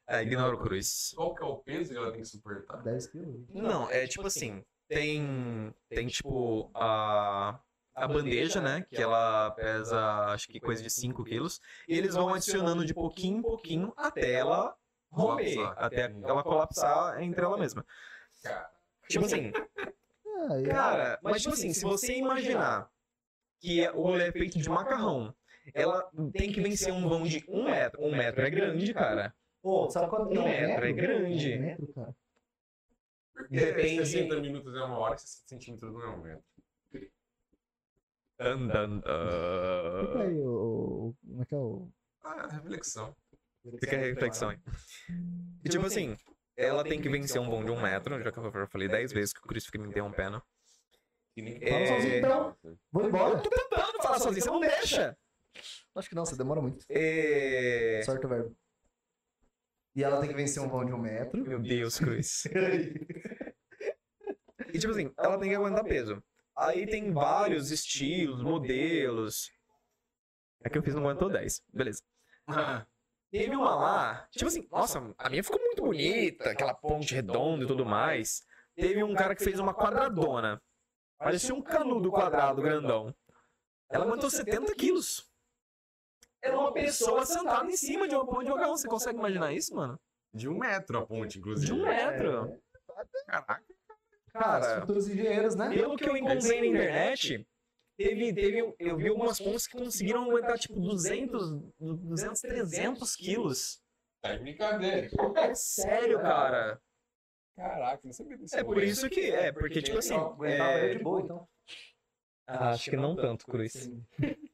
B: Ah, ignora o cruz.
C: Qual que é o peso que ela tem que suportar?
A: 10 quilos.
B: Não, é tipo assim. Tem. Tem tipo. A. A bandeja, né? Que ela pesa, acho que coisa de 5 quilos. E eles vão adicionando de pouquinho em pouquinho até ela romper.
C: Colapsar.
B: Até ela colapsar entre ela mesma.
C: Cara.
B: Tipo assim,
A: É, e-
B: Cara, mas tipo assim, se você imaginar que o rolê é feito de macarrão, ela tem que vencer um vão de um metro. Um metro é grande, cara.
A: Ô, sabe quanto que é
B: um metro é grande.
A: Um metro, cara.
C: Por que
B: Depende-
C: 60 minutos é uma hora e 60 centímetros não é um metro.
B: Dan, dan,
A: Fica
B: dan.
A: aí o. o- Como é que é o.
C: Ah, reflexão.
B: Fica a reflexão aí. E tipo assim, ela tem que vencer um vão de um metro, já que eu já falei 10 vezes que o Chris fica me interrompendo.
C: Que nem
B: Fala sozinho,
A: então. Vou embora?
B: Tentando falar sozinho, você não deixa!
A: Acho que não, você demora muito.
B: É...
A: Sorte o verbo. E ela tem que vencer um vão de um metro.
B: Meu Deus, Cruz. e tipo assim, ela tem que aguentar peso. Aí tem vários estilos, modelos. É que eu fiz não aguentou 10. Beleza. Teve uma lá, tipo assim, nossa, a minha ficou muito bonita, aquela ponte redonda e tudo mais. Teve um cara que fez uma quadradona. Parecia um canudo quadrado grandão. Ela aguentou 70 quilos. Era É uma pessoa sentada em cima de uma ponte de macarrão. Você consegue imaginar isso, mano?
C: De um metro a ponte, inclusive.
B: De um metro.
C: Caraca.
A: Cara, os
B: Cara,
A: futuros engenheiros, né?
B: pelo que eu encontrei na internet, teve, teve, eu vi algumas pontes que conseguiram aguentar tipo 200, 200, 300 quilos.
C: Tá de brincadeira.
B: É sério, cara.
C: Caraca, não sabia disso.
B: É por isso que, é, porque tipo assim,
A: Aguentava eu
B: é,
A: de boa, então.
B: Ah, acho que não tanto, Cruz.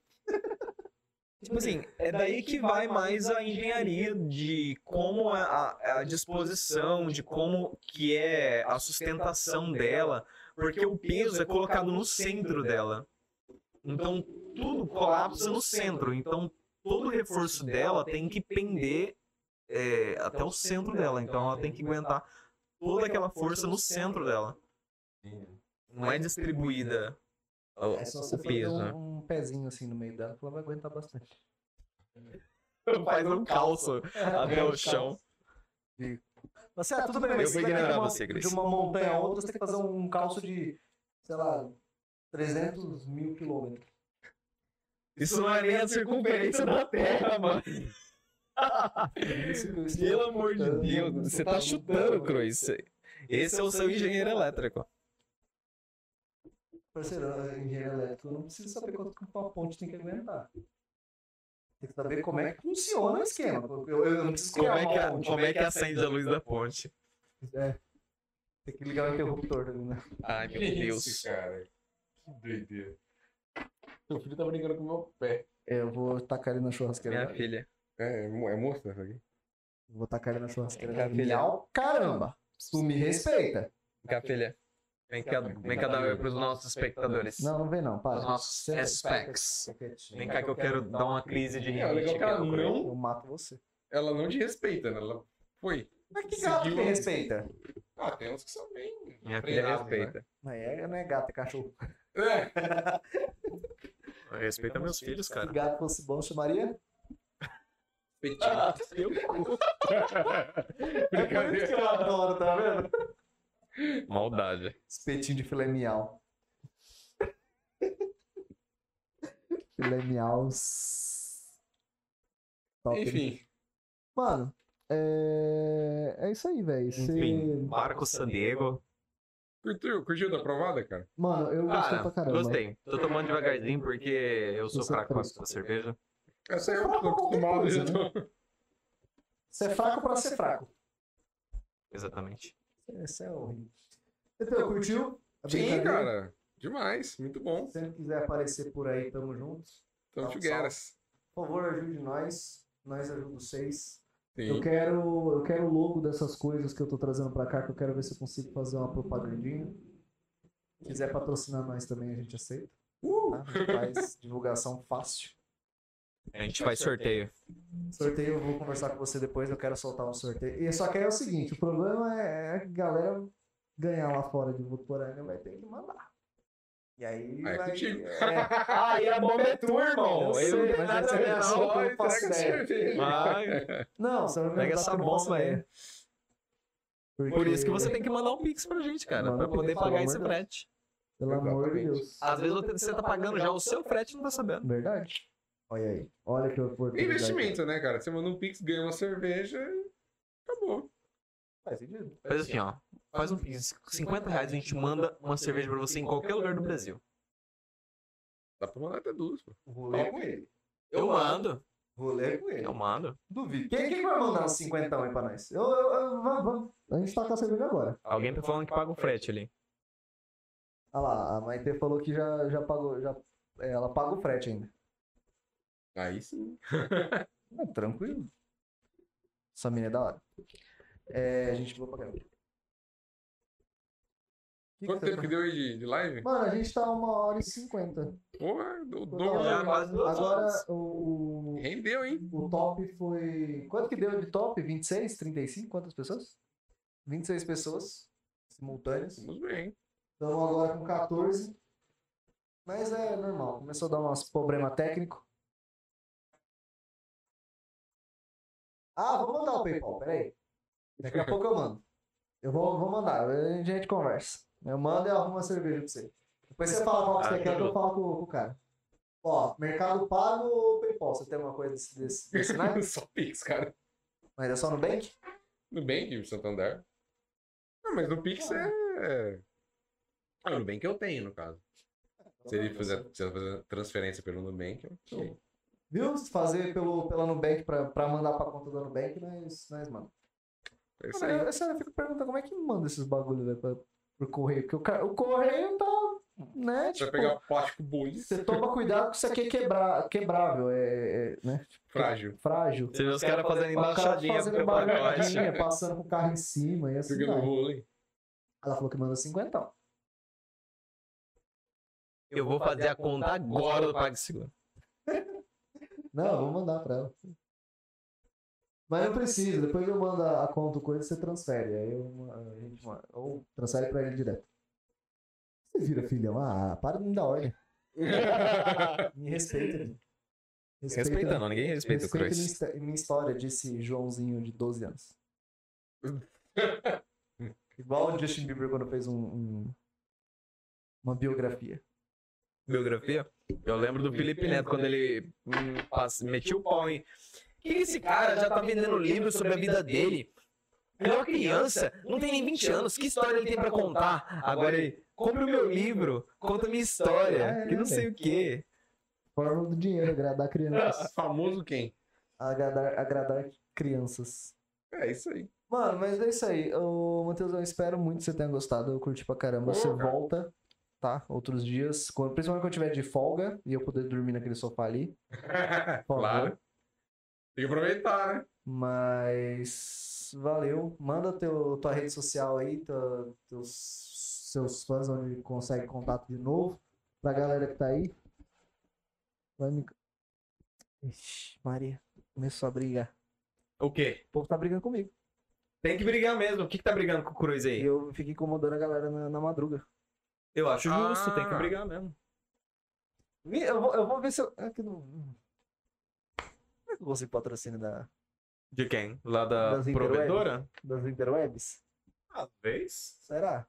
B: Tipo assim, é daí que vai mais a engenharia de como a, a- a disposição, de como que é a sustentação dela, porque o peso é colocado no centro dela. Então tudo colapsa no centro. Então todo o reforço dela tem que pender é, até o centro dela. Então ela tem que aguentar toda aquela força no centro dela. Não é distribuída o,
A: É só você
B: o
A: fazer
B: peso. né?
A: um, um pezinho assim no meio dela, que ela vai aguentar bastante.
B: Faz um calço até o chão.
A: Mas será Tá tudo bem,
B: Tá Eu
A: mas você
B: vou
A: vai
B: ignorar
A: de uma,
B: você, Cris.
A: de uma montanha a outra, você tem que fazer um calço de, sei lá, 300 mil quilômetros.
B: Isso não é nem a circunferência da Terra, mano. Pelo amor de Deus, você tá chutando, Cruz. Esse é o seu engenheiro elétrico.
A: Parceiro, eu- engenheiro elétrico, eu não preciso saber quanto que uma ponte tem que aguentar. Tem que saber como é que funciona o esquema. Eu, eu não preciso
B: Como
A: criar
B: é, que,
A: uma
B: a-
A: ponte.
B: como é que acende a luz da ponte?
A: É. Tem que ligar o interruptor ali, né?
B: Ai, meu
H: Que
B: Deus.
H: Isso, cara. Que doideira. Meu filho tá brincando com o meu pé.
A: É, eu vou tacar ele na churrasqueira.
B: Minha filha.
C: É, é mo- é moça essa aqui?
A: Vou tacar ele na churrasqueira.
B: Minha filha.
A: Miau, caramba! Tu me respeita.
B: Minha filha. Vem cá, vem cá dar oi pros nossos espectadores.
A: Não, não vem não,
B: Os
A: para.
B: nossos
A: Senta aí.
B: specs. Vem
A: Vem
B: cá que eu quero dar uma crise de
C: É, o legal é
B: rinite.
C: que ela
B: cara.
C: não,
A: Eu mato você.
C: ela não te respeita, né? Ela foi.
A: Mas que gato que
C: Seguiu-
A: respeita?
C: Ah, tem uns que são bem.
B: Minha filha
C: treinados, né?
B: respeita.
A: Não é, não é gato, é cachorro.
C: É,
B: Respeita meus filhos,
A: Se
B: cara.
A: gato fosse bom, chamaria?
C: respeitinho.
A: É por isso que eu adoro, tá vendo?
B: Maldade.
A: Espetinho de filé miau. filé miau. Top, né?
C: Enfim,
A: Mano, é, é isso aí, velho.
B: Enfim, Marco San Diego.
C: curtiu, curtiu da aprovada, cara?
A: Mano,
C: Ah,
A: eu gostei
B: Cara,
A: pra caramba.
B: Ah, gostei. Tô tomando devagarzinho porque eu sou
A: Eu sou
B: fraco com
A: fraco.
B: a cerveja.
C: Essa aí eu tô acostumado,
A: é coisa, né?
C: já tô.
A: Você é fraco pra ser fraco.
B: Exatamente.
A: Esse é horrível. Então, curtiu? A
C: Sim,
A: brincadeira?
C: cara. Demais, muito bom.
A: Se você não quiser aparecer por aí, tamo junto.
C: Tamo
A: Salve,
C: together.
A: Por favor, ajude nós. Nós ajudamos vocês. Eu
C: Sim.
A: quero, eu quero o logo dessas coisas que eu tô trazendo pra cá, que eu quero ver se eu consigo fazer uma propagandinha. Se quiser patrocinar nós também, a gente aceita.
C: Uh!
A: Tá? A gente Faz divulgação fácil.
B: A gente faz sorteio.
A: Sorteio, eu vou conversar com você depois, eu quero soltar um sorteio. E só que aí é o seguinte, o problema é a galera ganhar lá fora de Votoranga vai ter que mandar. E aí
C: Aí é
A: vai...
C: contigo.
A: É,
G: Ah, e a bomba é tu, irmão.
A: Eu sei,
G: Eu não tenho
A: mas
G: nada
A: essa
G: a ver,
A: é a
G: não.
A: sua-
C: Ó,
A: eu faço
C: entrega a
A: ideia.
C: cerveja.
B: Mas,
A: não, você não vai
B: Pega
A: mandar
B: essa
A: porque eu não faço
B: bomba aí.
A: ideia.
B: por isso que
A: Porque,
B: você tem que mandar um pix pra gente, cara,
A: Manda
B: pra
A: um pix,
B: poder
A: pelo
B: pagar
A: amor
B: esse
A: de Deus.
B: frete.
A: Pelo amor de
C: Exatamente.
A: Deus.
B: Às vezes você tá pagando já o seu frete e não tá sabendo.
A: Verdade. Olha aí. Olha que oportunidade.
C: Investimento, né, cara? Você manda um pix, ganha uma cerveja e acabou.
A: Faz sentido.
B: Faz assim, ó. Faz um pix, 50 reais, a gente manda uma cerveja pra você em qualquer lugar do Brasil.
C: Dá pra mandar até duas, pô.
A: Rolê com ele.
B: Eu mando.
A: Rolê com ele.
B: Eu mando.
A: Duvido. Quem, quem vai mandar uns 50 aí pra nós? Eu, eu, eu- vamos, vamos. A gente tá com a cerveja agora.
B: Alguém tá falando que paga um frete ali.
A: Olha lá, a Maite falou que já, já pagou. Já, é, ela paga o frete ainda.
C: Aí sim.
A: Ah, tranquilo. Essa mina é da hora. É, a gente vai pagar.
C: Quanto tempo que deu aí de, de live?
A: tá Mano, a gente tá uma hora e cinquenta.
C: Porra, do
A: Total.
C: dobro.
B: Já quase duas
A: Agora
B: horas.
A: o, o-
C: Rendeu, hein?
A: O top foi. Quanto que deu de top? 26? 35? Quantas pessoas? 26 pessoas simultâneas.
C: Vamos bem.
A: Estamos agora com 14. Mas é normal. Começou a dar uns problema técnico. Ah, vou mandar o PayPal, peraí. Daqui a pouco eu mando. Eu vou, vou mandar, a gente conversa. Eu mando e arrumo uma cerveja pra você. Depois você fala qual que você
B: Ah,
A: quer, que eu
B: beleza.
A: falo com, com o cara. Ó, Mercado Pago ou PayPal? Você tem alguma coisa desse, desse, desse naipe?
C: Só pix, cara.
A: Mas é só no Nubank?
C: No Bank, Santander. Não, mas no pix é... Ah, no Bank eu tenho, no caso. Se ele fizer, se ele fazer transferência pelo Nubank, eu- eu-
A: Viu? Se Fazer pelo, pela Nubank pra, pra mandar pra conta da Nubank, nós, nós mano.
C: é isso
A: Cara,
C: aí.
A: eu, eu sério, eu fico perguntando como é que manda esses bagulho, velho, pra- pro correio. Porque o, ca- o correio tá, né?
C: Você
A: Tipo,
C: vai pegar um o plástico né? bonito,
A: você toma cuidado que isso aqui é quebra, quebrável, é, é, né?
C: frágil.
A: Frágil.
B: Você vê os caras fazendo
A: O cara tá
B: embaixadinha
A: fazendo
B: pro pacote.
A: barulhinha, passando com o carro em cima e assim.
C: Jogando
A: vai.
C: vôlei.
A: Ela falou que manda 50.
B: Eu vou fazer a conta agora do PagSeguro.
A: Não, eu vou mandar pra ela. Mas não precisa, depois eu mando a a conta coisa e você transfere. Aí eu, a gente, ma- ou transfere pra ele direto. Você vira, filhão. Ah, para de me dar ordem. Me respeita. gente. Respeita-
B: Respeitando, ninguém respeita o
A: respeita minha,
B: Cruz.
A: histó- minha história, disse Joãozinho de 12 anos. Igual o Justin Bieber quando fez um- um- uma biografia.
B: biografia, eu lembro do Felipe Neto quando ele hum, pass- metia o pau em. Que esse cara já tá vendendo livro sobre a vida dele. Ele é uma criança, não tem nem 20 anos, que história ele tem pra contar? Agora ele
G: compre o meu livro, conta minha história,
A: É,
G: que não sei o quê.
A: Forma do dinheiro, agradar crianças.
C: Famoso quem?
A: agradar, agradar crianças.
C: É isso aí.
A: Mano, mas é isso aí. Ô, Matheus, eu espero muito que você tenha gostado. Eu curti pra caramba. Você volta, tá? Outros dias. quando- principalmente quando eu tiver de folga e eu poder dormir naquele sofá ali. Por
C: claro.
A: favor.
C: Tem que aproveitar, né?
A: Mas valeu. Manda teu, tua rede social aí, tua- teus, seus fãs onde consegue contato de novo. Pra galera que tá aí. Vai me. Ixi, Maria, começou a brigar.
G: O quê?
A: O povo tá brigando comigo.
G: Tem que brigar mesmo. O que, que tá brigando com o Cruz
A: E
B: É.
G: aí?
A: eu fico incomodando a galera na, na madruga.
G: Eu acho justo,
C: Ah.
G: tem que brigar mesmo.
A: Vi- Eu vou, eu vou ver se eu. É que não. Será que eu consigo patrocínio da,
G: De quem? Lá da
A: Das interwebs.
G: provedora?
A: das interwebs?
G: Talvez.
A: Será?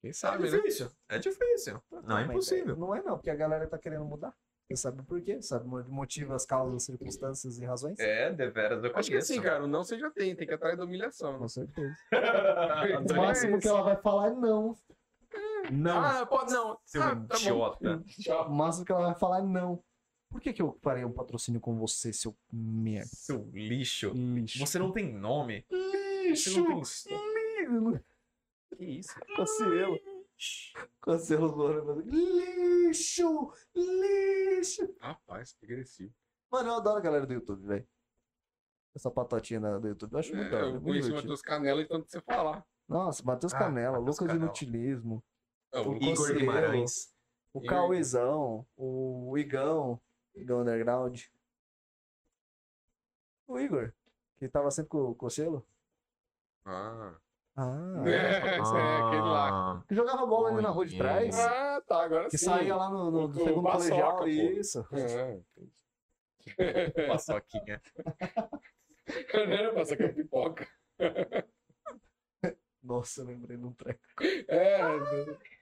C: Quem
G: É
C: sabe, né? Tá,
G: difícil. É difícil. Não é
A: Mas,
G: impossível.
A: é, Não é não, porque a galera tá querendo mudar. Você sabe por quê? Sabe mo- motivo, as causas, circunstâncias e razões?
B: É, deveras, eu
C: Acho que
B: conheço.
C: assim, cara, o não você já tem, tem que ir atrás da humilhação. né?
A: Com certeza.
B: Ah,
A: O
C: Então é
A: máximo
C: isso.
A: que ela vai falar é não.
G: Não,
C: Ah, pode não.
G: seu
C: Ah, tá bom.
G: idiota.
A: O máximo que ela vai falar é não. Por que, que eu farei um patrocínio com você, seu merda?
G: Seu lixo.
A: Lixo.
G: Você não tem nome. Você
A: Lixo!
G: não tem história.
A: Que isso? Cancelo. Cancelo os Lixo! Lixo!
C: Rapaz, que agressivo.
A: Mano, eu adoro a galera do YouTube, velho. Essa patotinha da- do YouTube. Eu acho muito
C: É,
A: da hora,
C: eu
A: muito
C: conheci o
A: divertido.
C: Matheus Canela de tanto você falar.
A: Nossa, Matheus
B: Ah,
A: Canela,
B: Matheus
A: Lucas
B: Canella.
A: Inutilismo,
C: É, o
A: O
C: Igor
B: Igor
A: Conselho.
B: Guimarães.
A: o
C: Igor.
A: Cauezão, o Igão, Igão Underground. O Igor, que tava sempre com o Cocelo.
C: Ah.
A: Ah,
C: É, esse é aquele lá.
G: Ah.
A: que jogava bola ali na rua de
B: Olha.
A: trás.
C: Ah, tá, agora
A: Que
C: sim.
A: saía lá no, no-
C: O-
A: do
C: o
A: segundo
C: Paçoca,
A: colegial.
C: pô.
A: Isso.
C: É.
G: né?
B: Paçoquinha.
C: Não, passa com a é pipoca.
A: Nossa, eu lembrei de um treco.
C: É,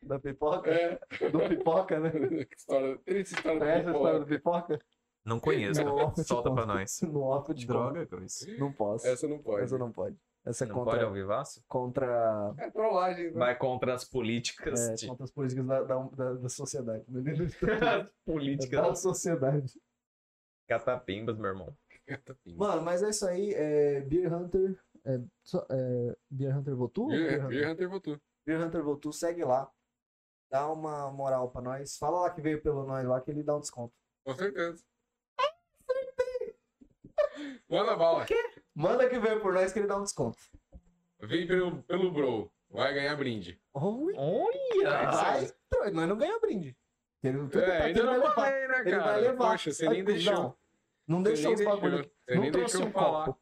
A: Da pipoca?
C: é.
A: Do pipoca, né?
C: Que história, triste história da
A: Conhece a É, história do
C: pipoca.
A: pipoca?
G: Não conheço.
A: Nossa,
G: Solta pra
A: nossa.
G: nós.
A: No off de
G: Droga, Cruz.
A: Não posso.
C: Essa não pode.
A: Essa não pode. Essa é
B: Não pode
A: contra,
B: ao vivaço?
A: contra,
C: É trollagem, né?
B: Vai contra as políticas
A: é,
B: de-
A: contra as políticas da, da, da, da sociedade. né? É
B: políticas
A: da sociedade.
B: catapimbas, meu irmão.
A: Mano, mas é isso aí. É, Beer Hunter. É, só- é, Beer Hunter Votu? Beer
C: Beer,
A: Hunter?
C: Beer Hunter voltou.
A: Beer Hunter Votu, segue lá. Dá uma moral pra nós. Fala lá que veio pelo nós lá que ele dá um desconto.
C: Com certeza. Manda bala.
A: Manda que veio por nós que ele dá um desconto.
C: Vem pelo, pelo Bro. Vai ganhar brinde.
A: Ui,
B: Olha!
A: vai, tro- nós então, não ganhamos brinde. Ele, tudo tá
C: É,
A: aqui,
C: ainda
A: ele vai
C: não
A: levar.
C: falei, né, cara?
A: Ele vai levar.
C: Poxa, você
A: Ai,
C: nem deixou.
A: cuzão. Não deixou os
C: você nem
A: bagulho aqui.
C: deixou. Você
A: não
C: nem
A: trouxe
C: deixou eu
A: um
C: falar.
A: copo.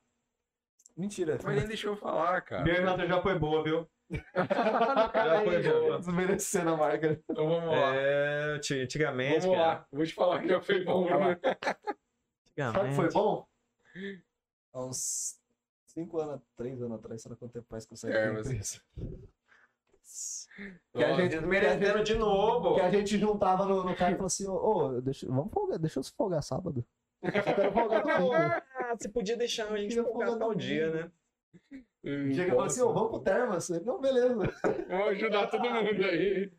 A: Mentira.
C: Mas nem deixou eu falar, cara.
G: Renata já foi boa, viu? já foi boa.
A: Desmerecendo a marca.
C: Então vamos lá.
B: É, anti- antigamente,
A: é.
C: Vamos
B: cara.
C: lá. Vou te falar que já foi bom,
A: Vai lá.
C: né?
A: Sabe que foi
B: Antigamente.
A: bom? Há uns 5 anos, 3 anos atrás, será quanto tempo faz que eu saí
C: É,
A: da
C: mas-
A: empresa? Que a
C: Ó,
A: gente, que a
G: Desmerecendo
A: gente-
G: de novo.
A: que a gente juntava no, no cara e falou assim, ô, ô, deixa, vamos folgar, deixa eu se folgar sábado. Eu quero folgar domingo.
B: Ah, você podia deixar a gente
A: Queria
B: folgar
A: folgar
B: tal
A: domingo.
B: dia, né?
C: hum,
A: Chega e fala assim, ô, vamos pro Termas. Eu, Não, beleza.
C: Vou ajudar todo mundo aí.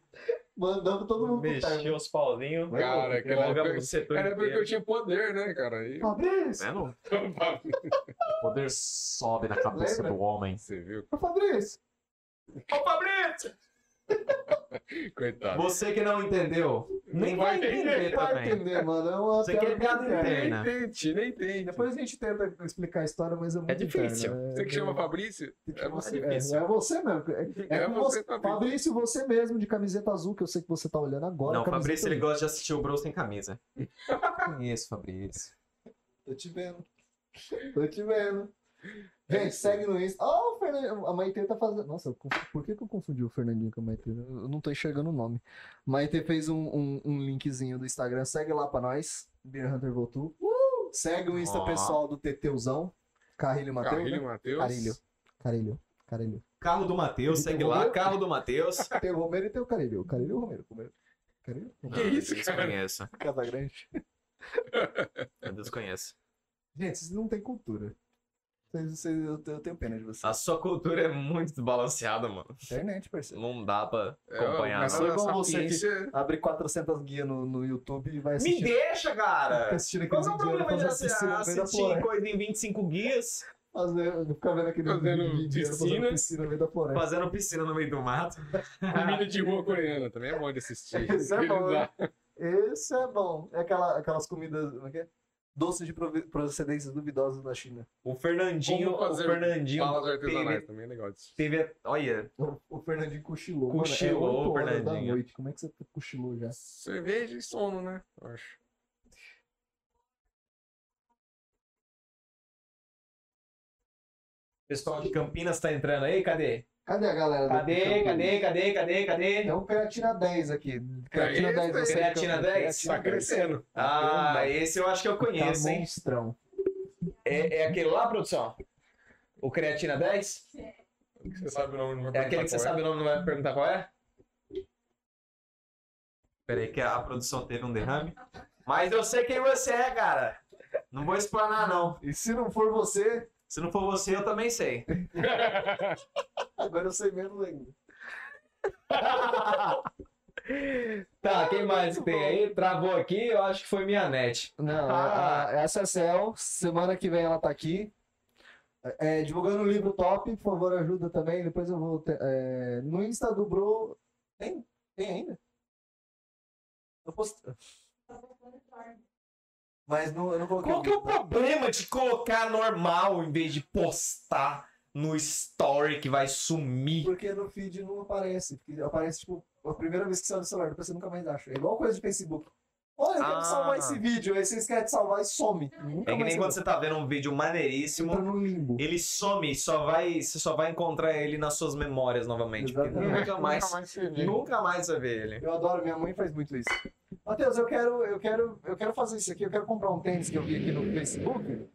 A: Mandamos todo mundo pro Termas.
B: Mexer os pauzinhos.
A: Vai,
C: Cara,
A: vai,
C: aquela
A: vai.
B: Folgava
C: época-
B: o setor
C: Era porque eu
B: inteiro. Né,
C: tinha poder, né, cara? Aí-
A: Fabrício!
G: Vendo?
L: O poder sobe na cabeça
A: Lembra?
L: do homem.
C: Você viu?
A: Ô, Fabrício!
G: Ô, Fabrício!
C: Coitado.
G: Você que não entendeu, nem vai entender
A: Vai
G: também.
A: entender, mano. É uma
G: Isso aqui é
A: piada
G: piada
A: interna.
G: interna.
C: Nem tente, nem tente.
A: Depois a gente tenta explicar a história, mas é muito
B: difícil.
A: interna,
C: Você que chama Fabrício?
A: É,
C: É você
A: você, é, é você mesmo. É, é
C: É
A: com
C: você,
A: você,
C: Fabrício.
A: Fabrício, você mesmo de camiseta azul, que eu sei que você tá olhando agora.
G: Não, o
A: camiseta
G: Fabrício ele
A: azul.
G: gosta de assistir o Bro sem camisa.
L: Conheço, Fabrício.
A: Tô te vendo. Tô te vendo. Gente, segue no Insta. Ó, o Fernandinho. A Maite tá fazendo. Nossa, eu conf- por que, que eu confundi o Fernandinho com a Maite? Eu não tô enxergando o nome. Maite fez um, um, um linkzinho do Instagram. Segue lá pra nós. Beer Hunter voltou. Uh! Segue o Insta
G: Ó.
A: pessoal do Teteuzão. Carrilho Mateus.
C: Carrilho
A: né?
C: Matheus.
A: Carrilho. Carrilho. Carrilho.
G: Carro do Matheus, segue lá, carro do Matheus.
A: Tem o Romero e tem o Carrilho. O Carrilho e o Romero. Romero. Carrilho?
G: Não,
C: Que
B: Ah,
C: isso,
G: eu
C: cara?
G: desconheço.
A: Casagrande.
G: Eu desconheço.
A: Gente, vocês não têm cultura. Vocês- vocês- Eu eu tenho pena de vocês.
B: A sua cultura é muito desbalanceada, mano.
A: Internet, parceiro.
B: Não dá pra
C: É,
B: acompanhar.
A: mas-
B: não.
A: Sou igual você aqui.
C: você
A: Abre 400 guias no, no YouTube e vai
B: Me
A: assistir.
B: deixa,
A: Fica
B: cara!
A: assistindo
B: Qual
A: aqueles
B: que é o
A: vídeos,
B: problema de
A: fazendo
B: assi-
A: piscina no meio da
B: assistir
A: floresta.
B: coisa em 25 guias,
A: Fazendo, ficar vendo aquele
C: Fazendo
A: vídeo
C: piscina.
A: fazendo piscina no meio da floresta.
B: fazendo piscina no meio do mato?
C: Comida de rua coreana também é bom de assistir.
A: Isso é bom,
C: Lá.
A: Esse é bom. É aquela, aquelas comidas. Como é que é? Doces de provi- procedências duvidosas da China.
B: O Fernandinho,
C: Como
B: o
C: fazer
B: Fernandinho
C: Balas artesanais
B: teve,
C: também é legal disso.
B: teve, olha,
A: O, o Fernandinho cochilou.
B: Cochilou,
A: Mano, é oito horas
B: Fernandinho.
A: Da noite. Como é que você cochilou já?
C: Cerveja e sono, né? Eu acho.
B: Pessoal de Campinas tá entrando aí? Cadê?
A: Cadê a galera? da-
B: Cadê? Cadê? Cadê? Cadê? Cadê?
A: É um Creatina 10 aqui. Creatina
C: É
A: 10.
C: isso aí.
A: você que é
B: Creatina
A: campeão.
B: 10?
A: Creatina
C: Tá crescendo.
B: Ah, esse eu acho que eu
A: Tá
B: conheço, hein?
A: monstrão.
B: É, é aquele lá, produção? O Creatina 10?
C: Você sabe o nome, não vai
B: É aquele que você
C: perguntar
B: sabe o nome, não vai perguntar qual é? Peraí que a produção teve um derrame. Mas eu sei quem você é, cara. Não vou explanar, não.
A: E se não for você,
B: Se não for você, eu também sei.
A: agora eu sei menos ainda.
B: Tá, quem mais que tem aí? Travou aqui, eu acho que foi minha net.
A: Não,
B: Ah.
A: é- é- essa é a Cel. Semana que vem ela tá aqui. É, divulgando o livro top, por favor, ajuda também. Depois eu vou. ter- é, no Insta do Bro. Tem? Tem ainda? Eu post... Mas não, eu não coloquei.
B: Qual que é o problema de colocar normal É em vez de postar no story que vai sumir?
A: Porque no feed não aparece. Porque aparece, tipo, a primeira vez que sai do celular, depois você nunca mais acha. É igual coisa de Facebook. Olha, eu quero
B: Ah.
A: salvar esse vídeo. Aí vocês querem salvar e some. Nunca
B: É
A: mais
B: que nem
A: você
B: quando você tá vendo um vídeo
A: entra
B: maneiríssimo,
A: no limbo.
B: ele some, só vai, você só vai encontrar ele nas suas memórias novamente. porque
A: Exatamente.
B: Nunca mais,
C: Nunca mais se vê.
B: nunca mais vai ver ele.
A: Eu adoro, minha mãe faz muito isso. Matheus, eu quero, eu quero, eu quero fazer isso aqui, eu quero comprar um tênis que eu vi aqui no Facebook.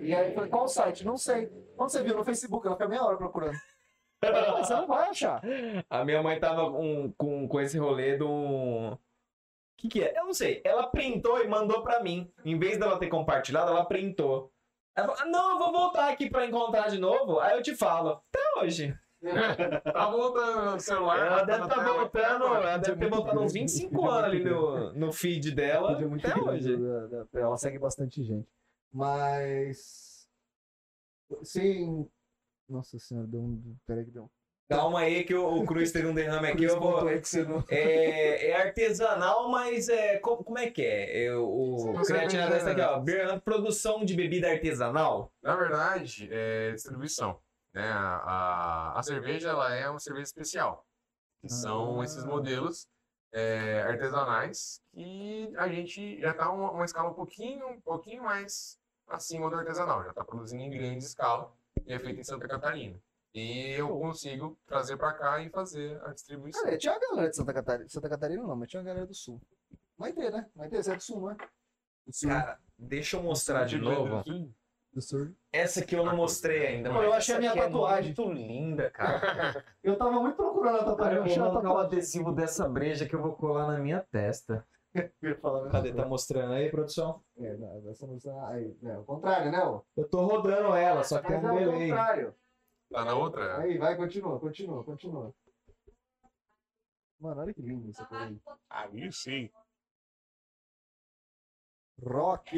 A: E aí eu falei, qual o site? Não sei. Quando você viu no Facebook, ela fica meia hora procurando. Eu falei, "Mas Você não vai achar.
B: A minha mãe tava com, com, com esse rolê do. O que, que é? Eu não sei. Ela printou e mandou pra mim. Em vez dela ter compartilhado, ela printou. Ela falou: "Ah, não, eu vou voltar aqui pra encontrar de novo. Aí eu te falo. Até hoje.
C: Tá voltando o celular.
B: Ela
C: tá
B: É, deve
C: na
B: estar
C: tela.
B: voltando. Ela deve ter
A: muito
B: voltado uns
A: grande.
B: 25 anos ali no, no feed dela.
A: Vídeo é muito
B: Até
A: grande,
B: hoje.
A: da- da- Ela segue bastante gente. Mas. Sim. Nossa senhora, deu um. Peraí que deu um.
B: Calma aí que o, o Cruz teve um derrame aqui. Eu vou.
A: Cruz.exe no-
B: É, é artesanal, mas é. co- Como, é que é? É, o o
C: Você
B: Creatina
C: vende-
B: dessa aqui, ó. Beer Hub, Produção de bebida artesanal.
C: Na verdade, é distribuição. Né? A, a, a cerveja ela é uma cerveja especial. Que são
A: Ah.
C: esses modelos é, artesanais que a gente já está uma, uma escala um pouquinho, um pouquinho mais acima do artesanal. Já está produzindo em grande escala e é feito em Santa Catarina. E eu consigo trazer para cá e fazer a distribuição.
A: Cara, tinha uma galera de Santa Catarina. Santa Catarina não, mas tinha uma galera do sul. Vai ter, né? Vai ter, você é do sul, não é? Do sul.
B: Cara, deixa eu mostrar de novo.
A: Do sul.
B: Essa aqui eu não mostrei ainda,
A: Pô,
B: mas
A: eu achei a
B: essa
A: minha
B: aqui é
A: tatuagem.
B: muito linda, cara.
A: Eu tava muito procurando a tatuagem. Eu um achei a tatuagem.
B: adesivo dessa breja que eu vou colar na minha testa.
A: Eu ia falar, né?
B: Cadê? Tá mostrando aí, produção?
A: É, não, nós somos a- aí, né, o contrário, né? ô?
B: Eu tô rodando ela, só que tem
A: Mas é
B: um
A: o
B: delay.
A: contrário.
C: Tá na outra?
A: Aí, vai, continua, continua, continua. Mano, olha que lindo isso aqui. aí.
D: Ah,
E: Aí sim.
A: Rock.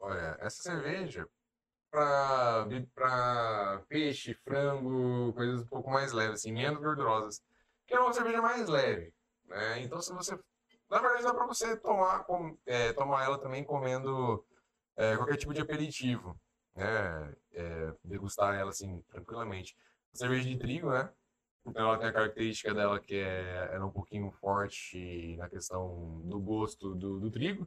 C: Olha, essa cerveja para para peixe, frango, coisas um pouco mais leves, assim, menos gordurosas. Que é uma cerveja mais leve, né? Então se você, na verdade dá para você tomar com, é, tomar ela também comendo é, qualquer tipo de aperitivo, né? É, degustar ela assim tranquilamente. Cerveja de trigo, né? Então ela tem a característica dela que é ela é um pouquinho forte na questão do gosto do, do trigo.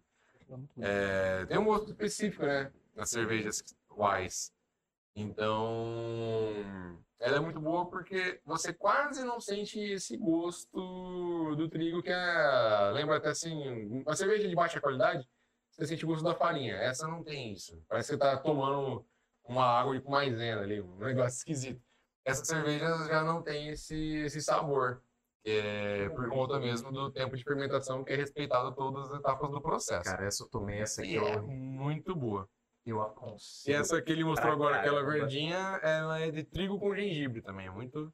C: É, tem um gosto específico, né? Nas cervejas Wise. Então, ela é muito boa porque você quase não sente esse gosto do trigo que é. Lembra até assim, uma cerveja de baixa qualidade, você sente o gosto da farinha. Essa não tem isso. Parece que você tá tomando uma água com maisena ali, um negócio esquisito. Essa cerveja já não tem esse, esse sabor. que É por conta mesmo do tempo de fermentação que é respeitado todas as etapas do processo.
M: Cara, essa eu tomei, essa aqui
C: E é
M: eu...
C: muito boa.
L: Eu aconselho.
C: E essa que ele mostrou agora, aquela
B: caramba.
C: verdinha, ela é de trigo com gengibre também. É muito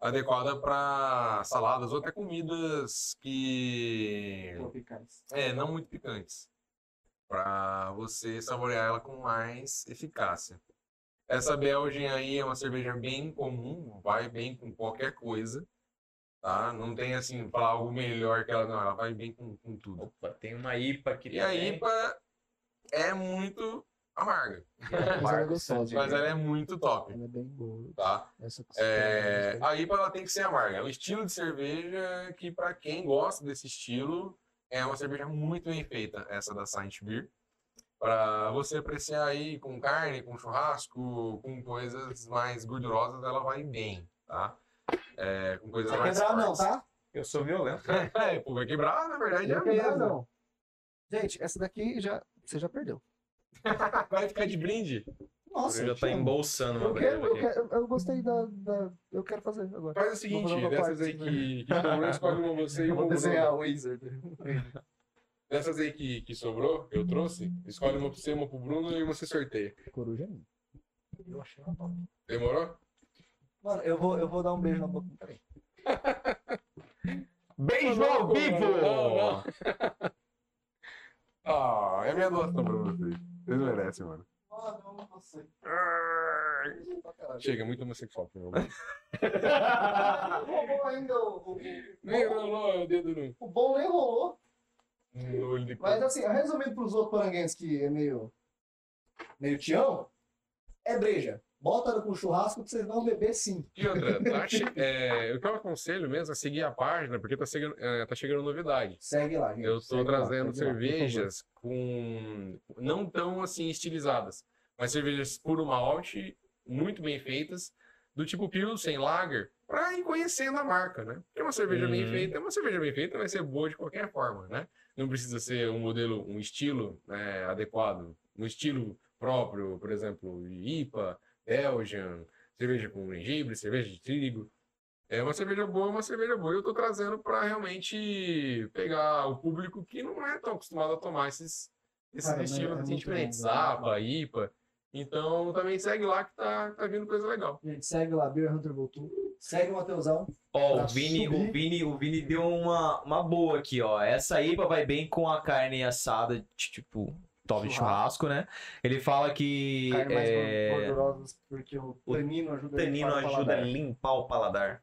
C: adequada para saladas ou até comidas que.
A: Tropicais.
C: É, não muito picantes. Pra você saborear ela com mais eficácia. Essa Belgian aí é uma cerveja bem comum, vai bem com qualquer coisa. Tá? Não tem assim, falar algo melhor que ela, não. Ela vai bem com, com tudo.
B: Opa, tem uma IPA que
C: E a IPA é muito amarga,
N: Mas ela é gostosa.
C: mas ela é muito top,
N: Ela é bem boa.
C: tá?
N: Essa que você
C: É,
N: falou,
C: a IPA ela tem que ser amarga. É um estilo de cerveja que, para quem gosta desse estilo, é uma cerveja muito bem feita, essa da Saint Beer. Para você apreciar aí com carne, com churrasco, com coisas mais gordurosas, ela vai bem, tá? É, com coisas
A: Não vai
C: mais
A: quebrar não,
C: fortes.
A: tá?
B: Eu sou violento.
C: É, pô, vai quebrar, na verdade, é
A: Não
C: a
A: vai quebrar
C: mesma.
A: não. Gente, essa daqui já... Você já perdeu.
C: Vai ficar de brinde.
A: Nossa,
B: já tá
A: gente,
B: embolsando meu
A: eu quero,
B: brother
A: eu
B: aqui.
A: quero, eu gostei da, da- Eu quero fazer agora.
C: Faz o
A: Vou fazer
C: seguinte,
A: uma
C: dessas aí
A: parte,
C: que, que sobrou, escolhe uma você e
A: Eu
C: uma
A: vou
C: outra.
A: desenhar o Wizard.
C: Dessas aí que, que sobrou, eu trouxe, escolhe uma pra você, uma pro Bruno e uma você sorteia.
N: Coruja não.
C: Demorou?
A: Mano, eu vou, eu vou dar um beijo na boca. Peraí.
C: Beijo ao vivo! Não, não. Ah, é minha doação pra vocês. Vocês merecem, mano. Chega, muito homossexual, por favor.
A: Roubou ainda o, o,
C: Nem rolou o dedo no,
A: o bom nem rolou.
C: no olho de
A: Mas assim, resumindo pros outros paranguenses que é meio. meio tião, é breja. Bota com churrasco que vocês vão beber sim.
C: E outra, tá che- é, o que eu aconselho mesmo é seguir a página, porque tá chegando, é, tá chegando novidade.
A: Segue lá, gente.
C: Eu
A: Segue
C: estou
A: lá,
C: trazendo
A: segue lá, por
C: cervejas com. não tão assim estilizadas, mas cervejas puro malte, muito bem feitas, do tipo Pilsen, Lager, para ir conhecendo a marca, né? Porque uma cerveja bem
B: Uhum.
C: feita, uma cerveja bem feita vai ser boa de qualquer forma, né? Não precisa ser um modelo, um estilo né, adequado, um estilo próprio, por exemplo, de IPA, Belgian, cerveja com gengibre, cerveja de trigo. É uma cerveja boa, é uma cerveja boa. E Eu tô trazendo para realmente pegar o público que não é tão acostumado a tomar esses, esses
A: Cara, mas
C: estilos
A: é
C: assim,
A: muito
C: diferentes.
A: bom, né?
C: APA, IPA. Então também segue lá que tá, tá vindo coisa legal.
A: favor. Gente, segue lá, Beer Hunter Voltou. Segue o Matheusão.
B: Ó,
A: Pra
B: o Vini,
A: subir.
B: o Vini, o Vini deu uma, uma boa aqui, ó. Essa IPA vai bem com a carne assada, t- tipo, top de churrasco, né? Ele fala que
A: Carne mais
B: é,
A: gordurosas, porque o
B: o
A: tanino ajuda
B: o tanino
A: limpar o
B: ajuda a
A: paladar.
B: limpar o paladar.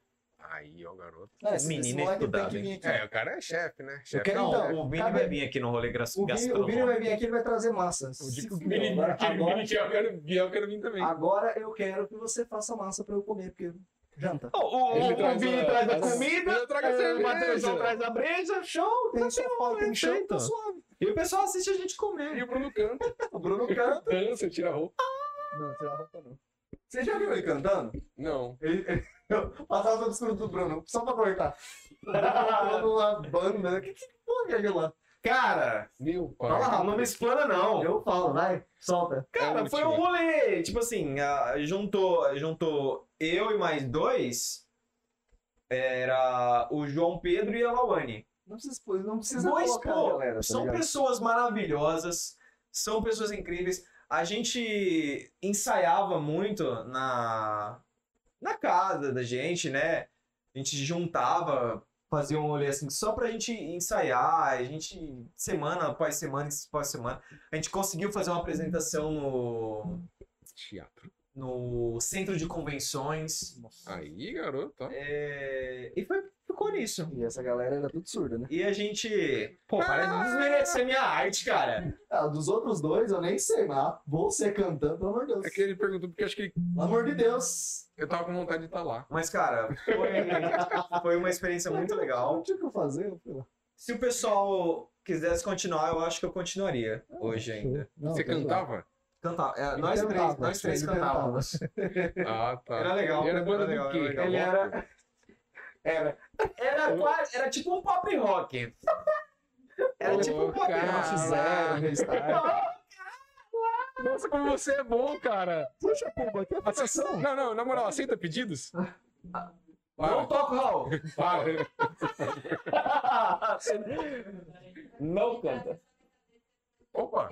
C: Aí, ó, garoto.
A: Não, É, esse- esse
B: menino
A: moleque tem
B: estudado,
A: que vir
B: hein?
A: aqui.
C: É, o cara é chefe, né? Chefe.
A: quero-
B: Não,
A: Então,
B: o Vini
A: cabe-
B: vai vir aqui no rolê gras-
A: O Vini, o Vini
B: gastronômico.
A: vai vir aqui, ele vai trazer massa. Se
C: O
A: fudeu,
C: Vini,
A: agora-
C: aquele
A: agora-
C: Vini que eu quero vir, eu quero vir também.
A: Agora eu quero que você faça massa pra eu comer, porque janta.
B: Ó, o, o,
C: Ele
B: o
C: traz
B: Vini
C: a-
B: traz a
C: as-
B: comida,
C: Eu trago a
B: o
C: cerveja.
B: Matheusão traz a breja.
A: Show, tem sofá, tem chão, tá
B: então.
A: suave.
B: E o pessoal assiste a gente comer.
C: E o Bruno canta,
A: O Bruno canta.
C: dança, tira a roupa.
A: Não, tirar a roupa não. Você já viu ele cantando?
C: Não.
A: Ele, ele... Passava os obscuros do Bruno, só pra cortar. O Bruno cantando uma banda. Que, que porra que é aquilo lá?
B: Cara,
C: Meu pai.
A: Fala,
B: não me explana não.
A: Eu falo, vai, solta.
B: Cara,
C: É
B: foi um
C: útil.
B: rolê. Tipo assim, a- juntou, juntou eu e mais dois. Era o João Pedro e a Lawane.
A: Não precisa expor, não precisa
B: Dois,
A: colocar
B: pô,
A: a galera, tá
B: são
A: ligado?
B: pessoas maravilhosas, são pessoas incríveis. A gente ensaiava muito na, na casa da gente, né? A gente juntava, fazia um rolê assim, só pra gente ensaiar. A gente, semana após semana, após semana, a gente conseguiu fazer uma apresentação no,
C: Teatro.
B: no centro de convenções.
C: Aí, garoto, ó.
B: É, E foi, ficou nisso.
A: E essa galera era tudo surda, né?
B: E a gente. Ah! Pô, um para de desmerecer é minha arte, cara.
A: Ah, dos outros dois, eu nem sei, mas você cantando, pelo amor de Deus.
C: É que ele perguntou porque eu acho que ele-
A: Pelo amor de Deus.
C: eu tava com vontade de estar lá.
B: Mas, cara, foi, foi uma
C: é
B: experiência muito
A: Não
B: legal.
A: tinha o que eu fazer, eu fui lá.
B: Se o pessoal quisesse continuar, eu acho que eu continuaria hoje ainda.
N: Não,
C: Você
N: tá zoado.
C: cantava?
B: Cantar. é, nós
A: Ele
B: três,
A: cantava,
B: nós três
A: ele
B: cantávamos.
C: Ah, tá.
B: Era legal,
C: Ele era
B: era
C: banda
B: legal,
C: do quê?
B: era legal.
C: Ele era...
A: Era.
B: Era quase. Era tipo um pop rock. Era tipo um
C: Ô,
B: pop
C: cara.
B: rock.
A: Nossa, zero,
C: É,
A: restart.
C: Nossa, como você é bom, cara.
N: Puxa, pomba, que
C: Aceita... Não, não, na moral, aceita pedidos?
B: Ah. Não
C: Para,
B: toco, Raul.
C: para.
B: Não canta.
C: Opa.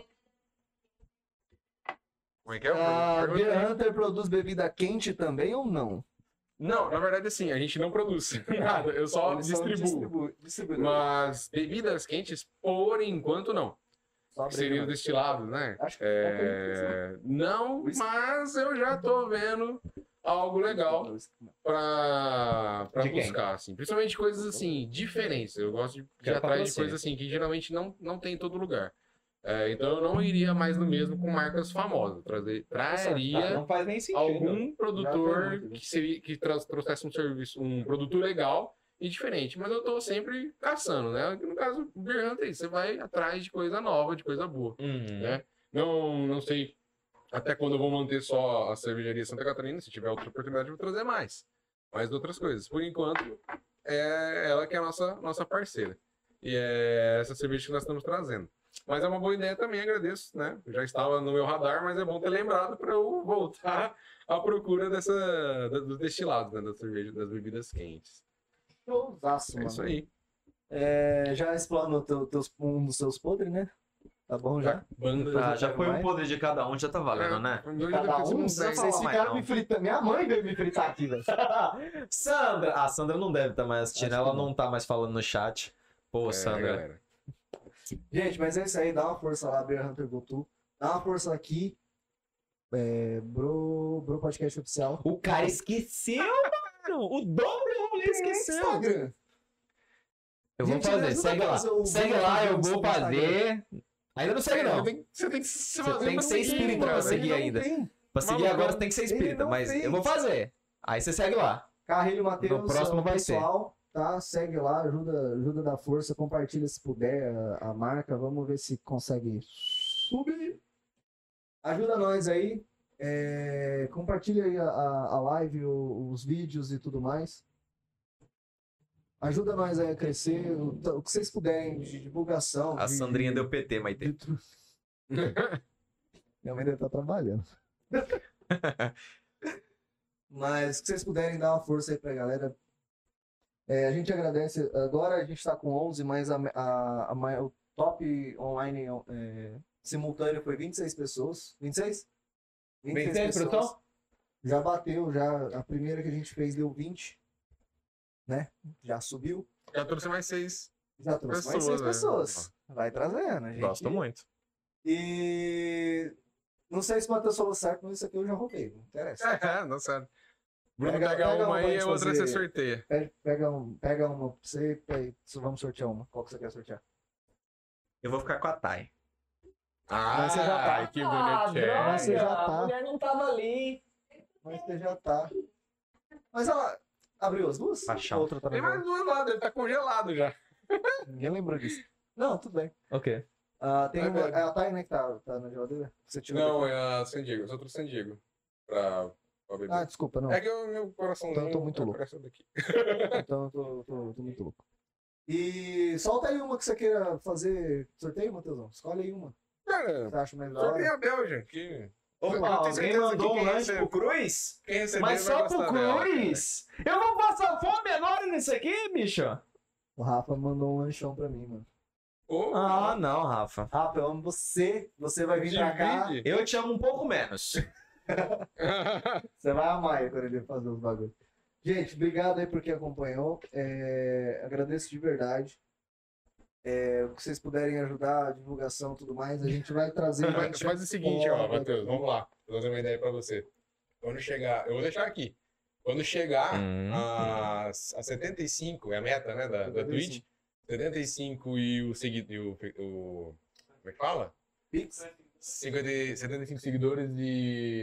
C: Como é que é?
B: Ah,
A: A
C: Pergunta aí.
A: Beer Ah, Hunter produz bebida quente também ou não?
C: Não, na verdade, assim, a gente não produz nada, eu só
A: Eles são
C: distribuo.
A: distribu- distribuidores.
C: Mas bebidas quentes, por enquanto, não.
A: Só
C: Que seriam
A: abreviando.
C: destilados, né?
A: Acho que um
C: É, Não, mas eu já tô vendo algo legal pra, pra
H: De quem?
C: buscar, assim. Principalmente coisas, assim, diferentes. Eu gosto de ir
H: Quero
C: atrás de
H: patrocínio.
C: coisas, assim, que geralmente não, não tem em todo lugar. É, então eu não iria mais no mesmo com marcas famosas. Trazer,
B: tá.
C: traria
G: Não faz nem sentido.
C: algum
A: Já tem
C: produtor
A: muito, né?
C: que, seria, que tra- trouxesse um serviço, um produto legal e diferente. Mas eu tô sempre caçando, né? No caso, o Beer Hunter, é isso, você vai atrás de coisa nova, de coisa boa.
B: Hum.
C: né? Não, não sei até quando eu vou manter só a cervejaria Santa Catarina. Se tiver outra oportunidade, eu vou trazer mais. Mais outras coisas. Por enquanto, é ela que é a nossa, nossa parceira. E é essa cerveja que nós estamos trazendo. Mas é uma boa ideia também, agradeço, né? Já estava no meu radar, mas é bom ter lembrado para eu voltar à procura dessa, da- dos destilados, né? Da cerveja, das bebidas quentes.
A: Showzaço,
C: É
A: mano.
C: isso aí.
A: É, já explanou teu, teus, um dos seus podres, né? Tá bom já?
C: Banda.
B: Tá, já foi um poder de cada um, já tá valendo, né?
A: Cada um,
C: não
A: vocês
B: falar mais,
A: ficaram
B: não.
A: me fritando. Minha mãe veio me fritar aqui, velho.
B: Sandra! Ah, Sandra não deve estar mais assistindo,
A: Acho que
B: ela
A: não.
B: não tá mais falando no chat.
C: É,
B: Pô,
G: né?
B: Sandra.
C: galera.
A: Gente, mas é isso aí. Dá uma força lá, Beer Hunter Gotu. Dá uma força aqui. É, bro, bro Podcast Oficial.
B: O cara esqueceu, mano! O dobro do rolê esqueceu!
A: Instagram.
G: Eu vou
A: Gente,
G: fazer,
A: ajuda a
G: segue lá.
A: fazer o-
G: Segue lá, eu vou fazer. Ainda não segue, não.
C: Você tem, você tem que se
G: Você
C: fazer
G: tem
C: pra
G: que ser
C: seguir,
G: espírita pra
C: cara.
G: seguir ainda.
A: Tem.
B: Tipo
G: Pra
B: assim,
G: seguir
C: Maluco,
G: agora você tem que ser espírita,
A: não
G: mas
A: tem.
G: eu vou fazer. Aí você segue lá.
A: Carrilho Matheus.
G: No próximo
A: é o
G: vai ser.
A: pessoal, Tá, segue lá, ajuda, ajuda da força, compartilha se puder a, a marca. Vamos ver se consegue subir. Ajuda nós aí. é, compartilha aí a, a- a live, o- os vídeos e tudo mais. Ajuda nós aí a crescer. O, t- o que vocês puderem de divulgação.
B: A
A: de-
B: Sandrinha
A: de-
B: deu PT, Maite.
A: de tru- Minha mãe deve estar trabalhando. Mas que vocês puderem dar uma força aí pra galera. É, a gente agradece. Agora a gente tá com 11, mas a, a- a mai- o top online é, simultâneo foi 26 pessoas. 26?
G: 26, Brutão?
A: Já bateu, já a primeira que a gente fez deu 20. Né? Já subiu.
C: Já trouxe mais seis.
A: Já trouxe mais
C: Pessoas,
A: 6
C: né?
A: pessoas. Vai trazendo, a gente.
B: Gosto muito.
A: E não sei se o Matheus falou certo, mas isso aqui eu já roubei. Não interessa.
C: É, não sabe. Bruno
A: Pega-
C: pega,
A: pega
C: uma
A: uma
C: aí e
A: antes
C: a
A: de
C: outra
A: fazer-
C: você sorteia.
A: Pega, pega, um, pega uma pra você. Pega, só vamos sortear uma. Qual que você quer sortear?
B: Eu vou ficar com a Thay.
C: Ah,
A: você já tá.
C: ai, que bonitinho.
A: droga. Mas você já tá.
E: A mulher não tava ali.
A: Mas você já tá. Mas ela abriu as duas?
B: Paixão.
A: A Outra tá
C: Tem
A: na
C: mais duas lá, deve tá congelado já.
A: mão. Ninguém lembrou disso. Não, tudo bem.
G: Ok.
A: Ah, tem
C: É
A: uma,
C: verdade.
A: é a Thay, né, que tá, tá na geladeira? Você tirou
C: Não, é a San Diego, eu só trouxe San Diego pra, pra
A: daqui?
C: beber.
A: Ah, desculpa, não.
C: é que o meu coraçãozinho
A: Então eu tô muito louco.
C: parece o daqui.
A: Então eu tô, tô- tô muito louco. E solta aí uma que você queira fazer sorteio, Matheusão. Escolhe aí uma.
C: Cara,
A: Você acha mais da
C: sorteia
A: hora?
C: a Bélgica, que Eu
B: Opa,
C: tenho
B: alguém
C: certeza
B: mandou
C: que
B: um
C: quem
B: lanche
C: recebe-
B: pro Cruz?
C: quem recebeu
B: Mas
C: vai
B: só pro
C: gostar dela, cara.
B: Cruz? Eu vou passar fome agora nisso aqui, bicho?
A: O Rafa mandou um lanchão pra mim, mano.
C: Ô,
B: Ah, não, Rafa.
A: Rafa, eu amo você. Você vai vir pra cá.
C: divide.
B: Eu te amo um pouco menos.
A: Você vai amar ele quando ele fazer os bagulhos. Gente, obrigado aí por quem acompanhou. É, agradeço de verdade. É, o que vocês puderem ajudar, a divulgação e tudo mais, a gente vai trazer
C: Fa-
A: mais.
C: Faz o seguinte, ó,
A: Porra.
C: Matheus, vamos lá. Vou trazer uma ideia pra você. Quando chegar, eu vou deixar aqui. Quando chegar
B: Hum.
G: Uhum.
C: a, a 75, é a meta, né, da, da Twitch, 75 e o seguido, e o, o- como é que fala?
A: Pix.
C: 50, e- 75 seguidores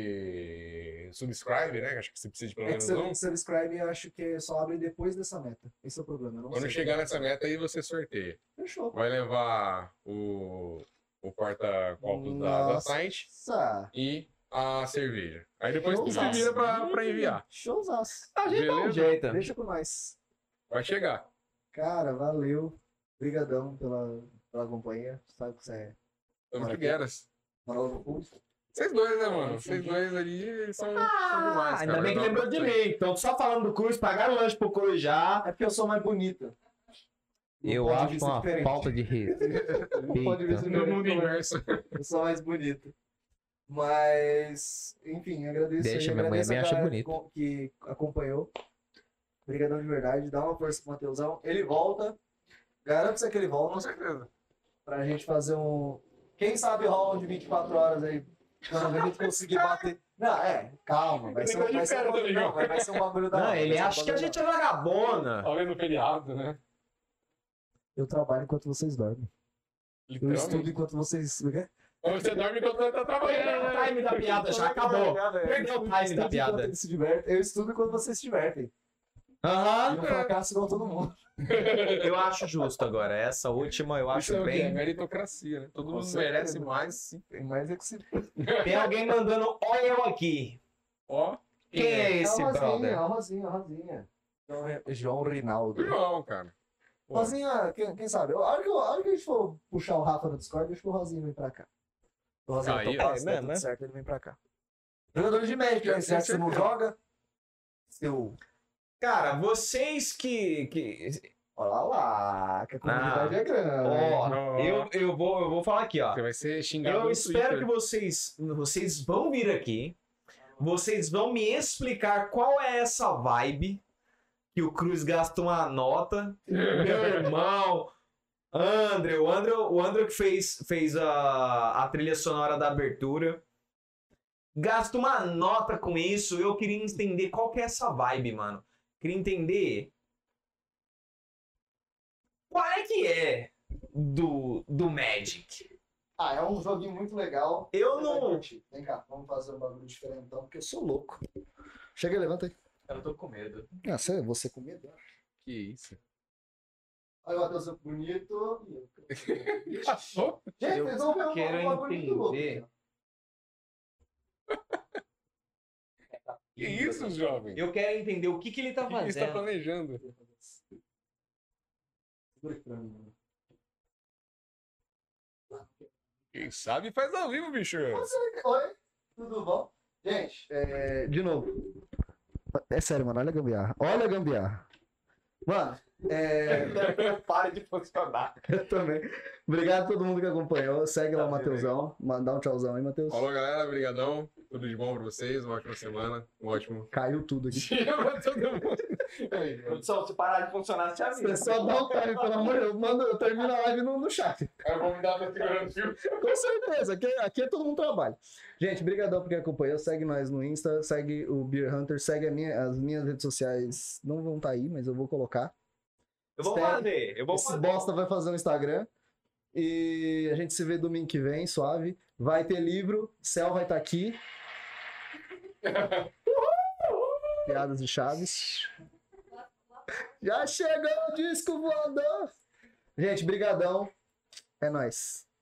C: de subscribe, né, que acho que você precisa de pelo
A: É que
C: menos
A: você
C: um.
A: não subscribe, eu acho que só abre depois dessa meta. Esse é o problema. eu não
C: Quando
A: sei.
C: chegar nessa meta aí, você sorteia.
A: Fechou.
C: Vai levar o, o porta-copos da, da
A: Nossa.
C: site
A: Nossa.
C: e a cerveja. Aí depois tu se
A: Showzaço.
C: vira pra,
G: Uhum.
C: pra enviar.
A: Showzaço.
G: A gente dá um
C: Beleza.
G: jeito.
B: né?
A: Deixa com nós.
C: Vai chegar.
A: Cara, valeu. Obrigadão pela, pela companhia. Sabe que você é.
C: Tamo
A: Bora,
C: de guerras.
A: Moral no pulso.
C: Vocês dois, né, mano? Vocês dois ali são, são demais,
G: Ah, ainda
C: cara.
G: bem que
C: Não,
G: lembrou de
C: tem-
G: mim. Então, só falando do Cruz, pagaram o lanche pro Cruz já.
A: É porque eu sou mais bonita. Do
G: Eu
A: ponto de
G: acho
A: vista
G: uma
A: diferente.
G: falta de
A: Do ponto de
G: respeito.
A: vista
C: No mundo
A: diferente,
C: inverso.
A: Eu sou mais bonita. Mas, enfim, agradeço.
O: Deixa,
A: aí,
O: minha mãe
A: agradeço
O: me
A: a
O: acha
A: galera
O: bonito.
A: co- Que acompanhou. Obrigadão de verdade. Dá uma força pro Matheusão. Ele volta. Garanto pra você que ele
C: Com
A: volta
C: certeza.
A: pra gente fazer um. Quem sabe rola um de 24 horas aí. Quando a gente conseguir bater. Não, é, calma. Vai ser, um- vai ser um
C: tá
A: bagulho, não, mas vai ser um bagulho da.
B: Não,
A: hora,
B: ele
A: vai ser um
B: acha que a
A: bagulho
B: gente
A: da
B: é
A: hora.
B: vagabona.
C: tá
P: Talvez no feriado, né?
A: Eu trabalho enquanto vocês dormem. Eu estudo enquanto vocês.
P: Ou você dorme enquanto você tá
B: Perdeu o
C: né?
P: trabalhando.
B: time da piada é. já, acabou. Perdeu o time da
A: Enquanto
B: piada.
A: eles se divertem. Eu estudo enquanto vocês se divertem. E
C: É.
B: Aham.
A: eu fracasso igual todo mundo.
B: Eu acho justo agora. Essa última eu
C: Isso é
B: acho
C: o quê? É
B: bem.
C: meritocracia, né? Todo
A: Com
C: mundo
A: certeza,
C: merece
A: né?
C: mais.
A: Tem mais é que se.
B: Tem alguém mandando olha eu aqui.
C: Ó,
B: Quem é esse,
A: a Rosinha,
B: brother? Então é
A: a Rosinha, a Rosinha. João Re- João Rinaldo.
C: João, cara. Pô.
A: Rosinha, quem, quem sabe? A hora, que, eu- a hora que a gente for puxar o Rafa no Discord, acho que o Rosinha vem pra cá. O Rosinha
C: Aí,
A: aí,
C: ó.
A: topa, se
Q: É,
A: der
Q: né,
A: tudo
Q: né?
A: certo, ele vem pra cá. Jogador de médico, né? Você acha que você não joga? Seu.
B: Cara, vocês que. que...
A: Olha lá, que a comunidade é grande.
B: Ó, eu, eu, vou, eu vou falar aqui, ó.
C: Você vai ser xingado
B: Eu
C: no
B: espero que
C: Twitter.
B: vocês, vocês vão vir aqui. Vocês vão me explicar qual é essa vibe que o Cruz gasta uma nota. Meu irmão, André, o André, o André que fez, fez a, a trilha sonora da abertura. Gasta uma nota com isso. Eu queria entender qual que é essa vibe, mano. Queria entender qual é que é do, do Magic.
A: Ah, é um joguinho muito legal.
B: Eu
A: Você vai
B: não.
A: curtir. Vem cá, vamos fazer um bagulho diferente então, porque eu sou louco. Chega, levanta aí.
O: Eu tô com medo.
A: Ah, você, você com medo? né?
C: Que isso.
A: Olha o Matheus bonito. e eu.
C: Passou?
A: Gente,
O: Eu
A: vocês vão ver um,
O: quero
A: um bagulho muito louco.
O: entender.
A: né?
C: Que isso, jovem?
B: Eu quero entender o que, que ele tá
C: O que que você tá
B: fazendo.
C: planejando?
A: Segura aqui pra mim, mano.
C: Quem sabe faz ao vivo, bicho.
A: Oi, tudo bom? Gente, é, de novo. É sério, mano, olha a gambiarra. Olha a gambiarra. Mano, é,
B: Para de funcionar.
A: eu também. Obrigado a todo mundo que acompanhou. Segue lá o
B: Tá,
A: Matheusão. Ma- Dá um tchauzão aí, Matheus.
C: Falou, galera. Obrigadão. Tudo de bom pra vocês. Uma ótima semana. Um ótimo
A: Caiu tudo aqui.
C: dia pra todo mundo.
B: Produção, se parar de funcionar, você avisa.
A: É só dá um time, pelo amor de Deus. Manda- Eu termino a live no, no chat.
C: Cara, vou me dar pra segurar o fio.
A: Com certeza. Aqui, aqui é todo mundo trabalha. Gente, brigadão por quem acompanhou. Segue nós no Insta, segue o Beer Hunter, segue a minha- as minhas redes sociais. Não vão estar aí, mas eu vou colocar.
B: Eu vou fazer, eu vou
A: Esse
B: fazer.
A: bosta vai fazer um Instagram. E a gente se vê domingo que vem, suave. Vai ter livro, Céu vai estar aqui. Piadas de Chaves. Já chegou o disco voador. Gente, brigadão. É nóis.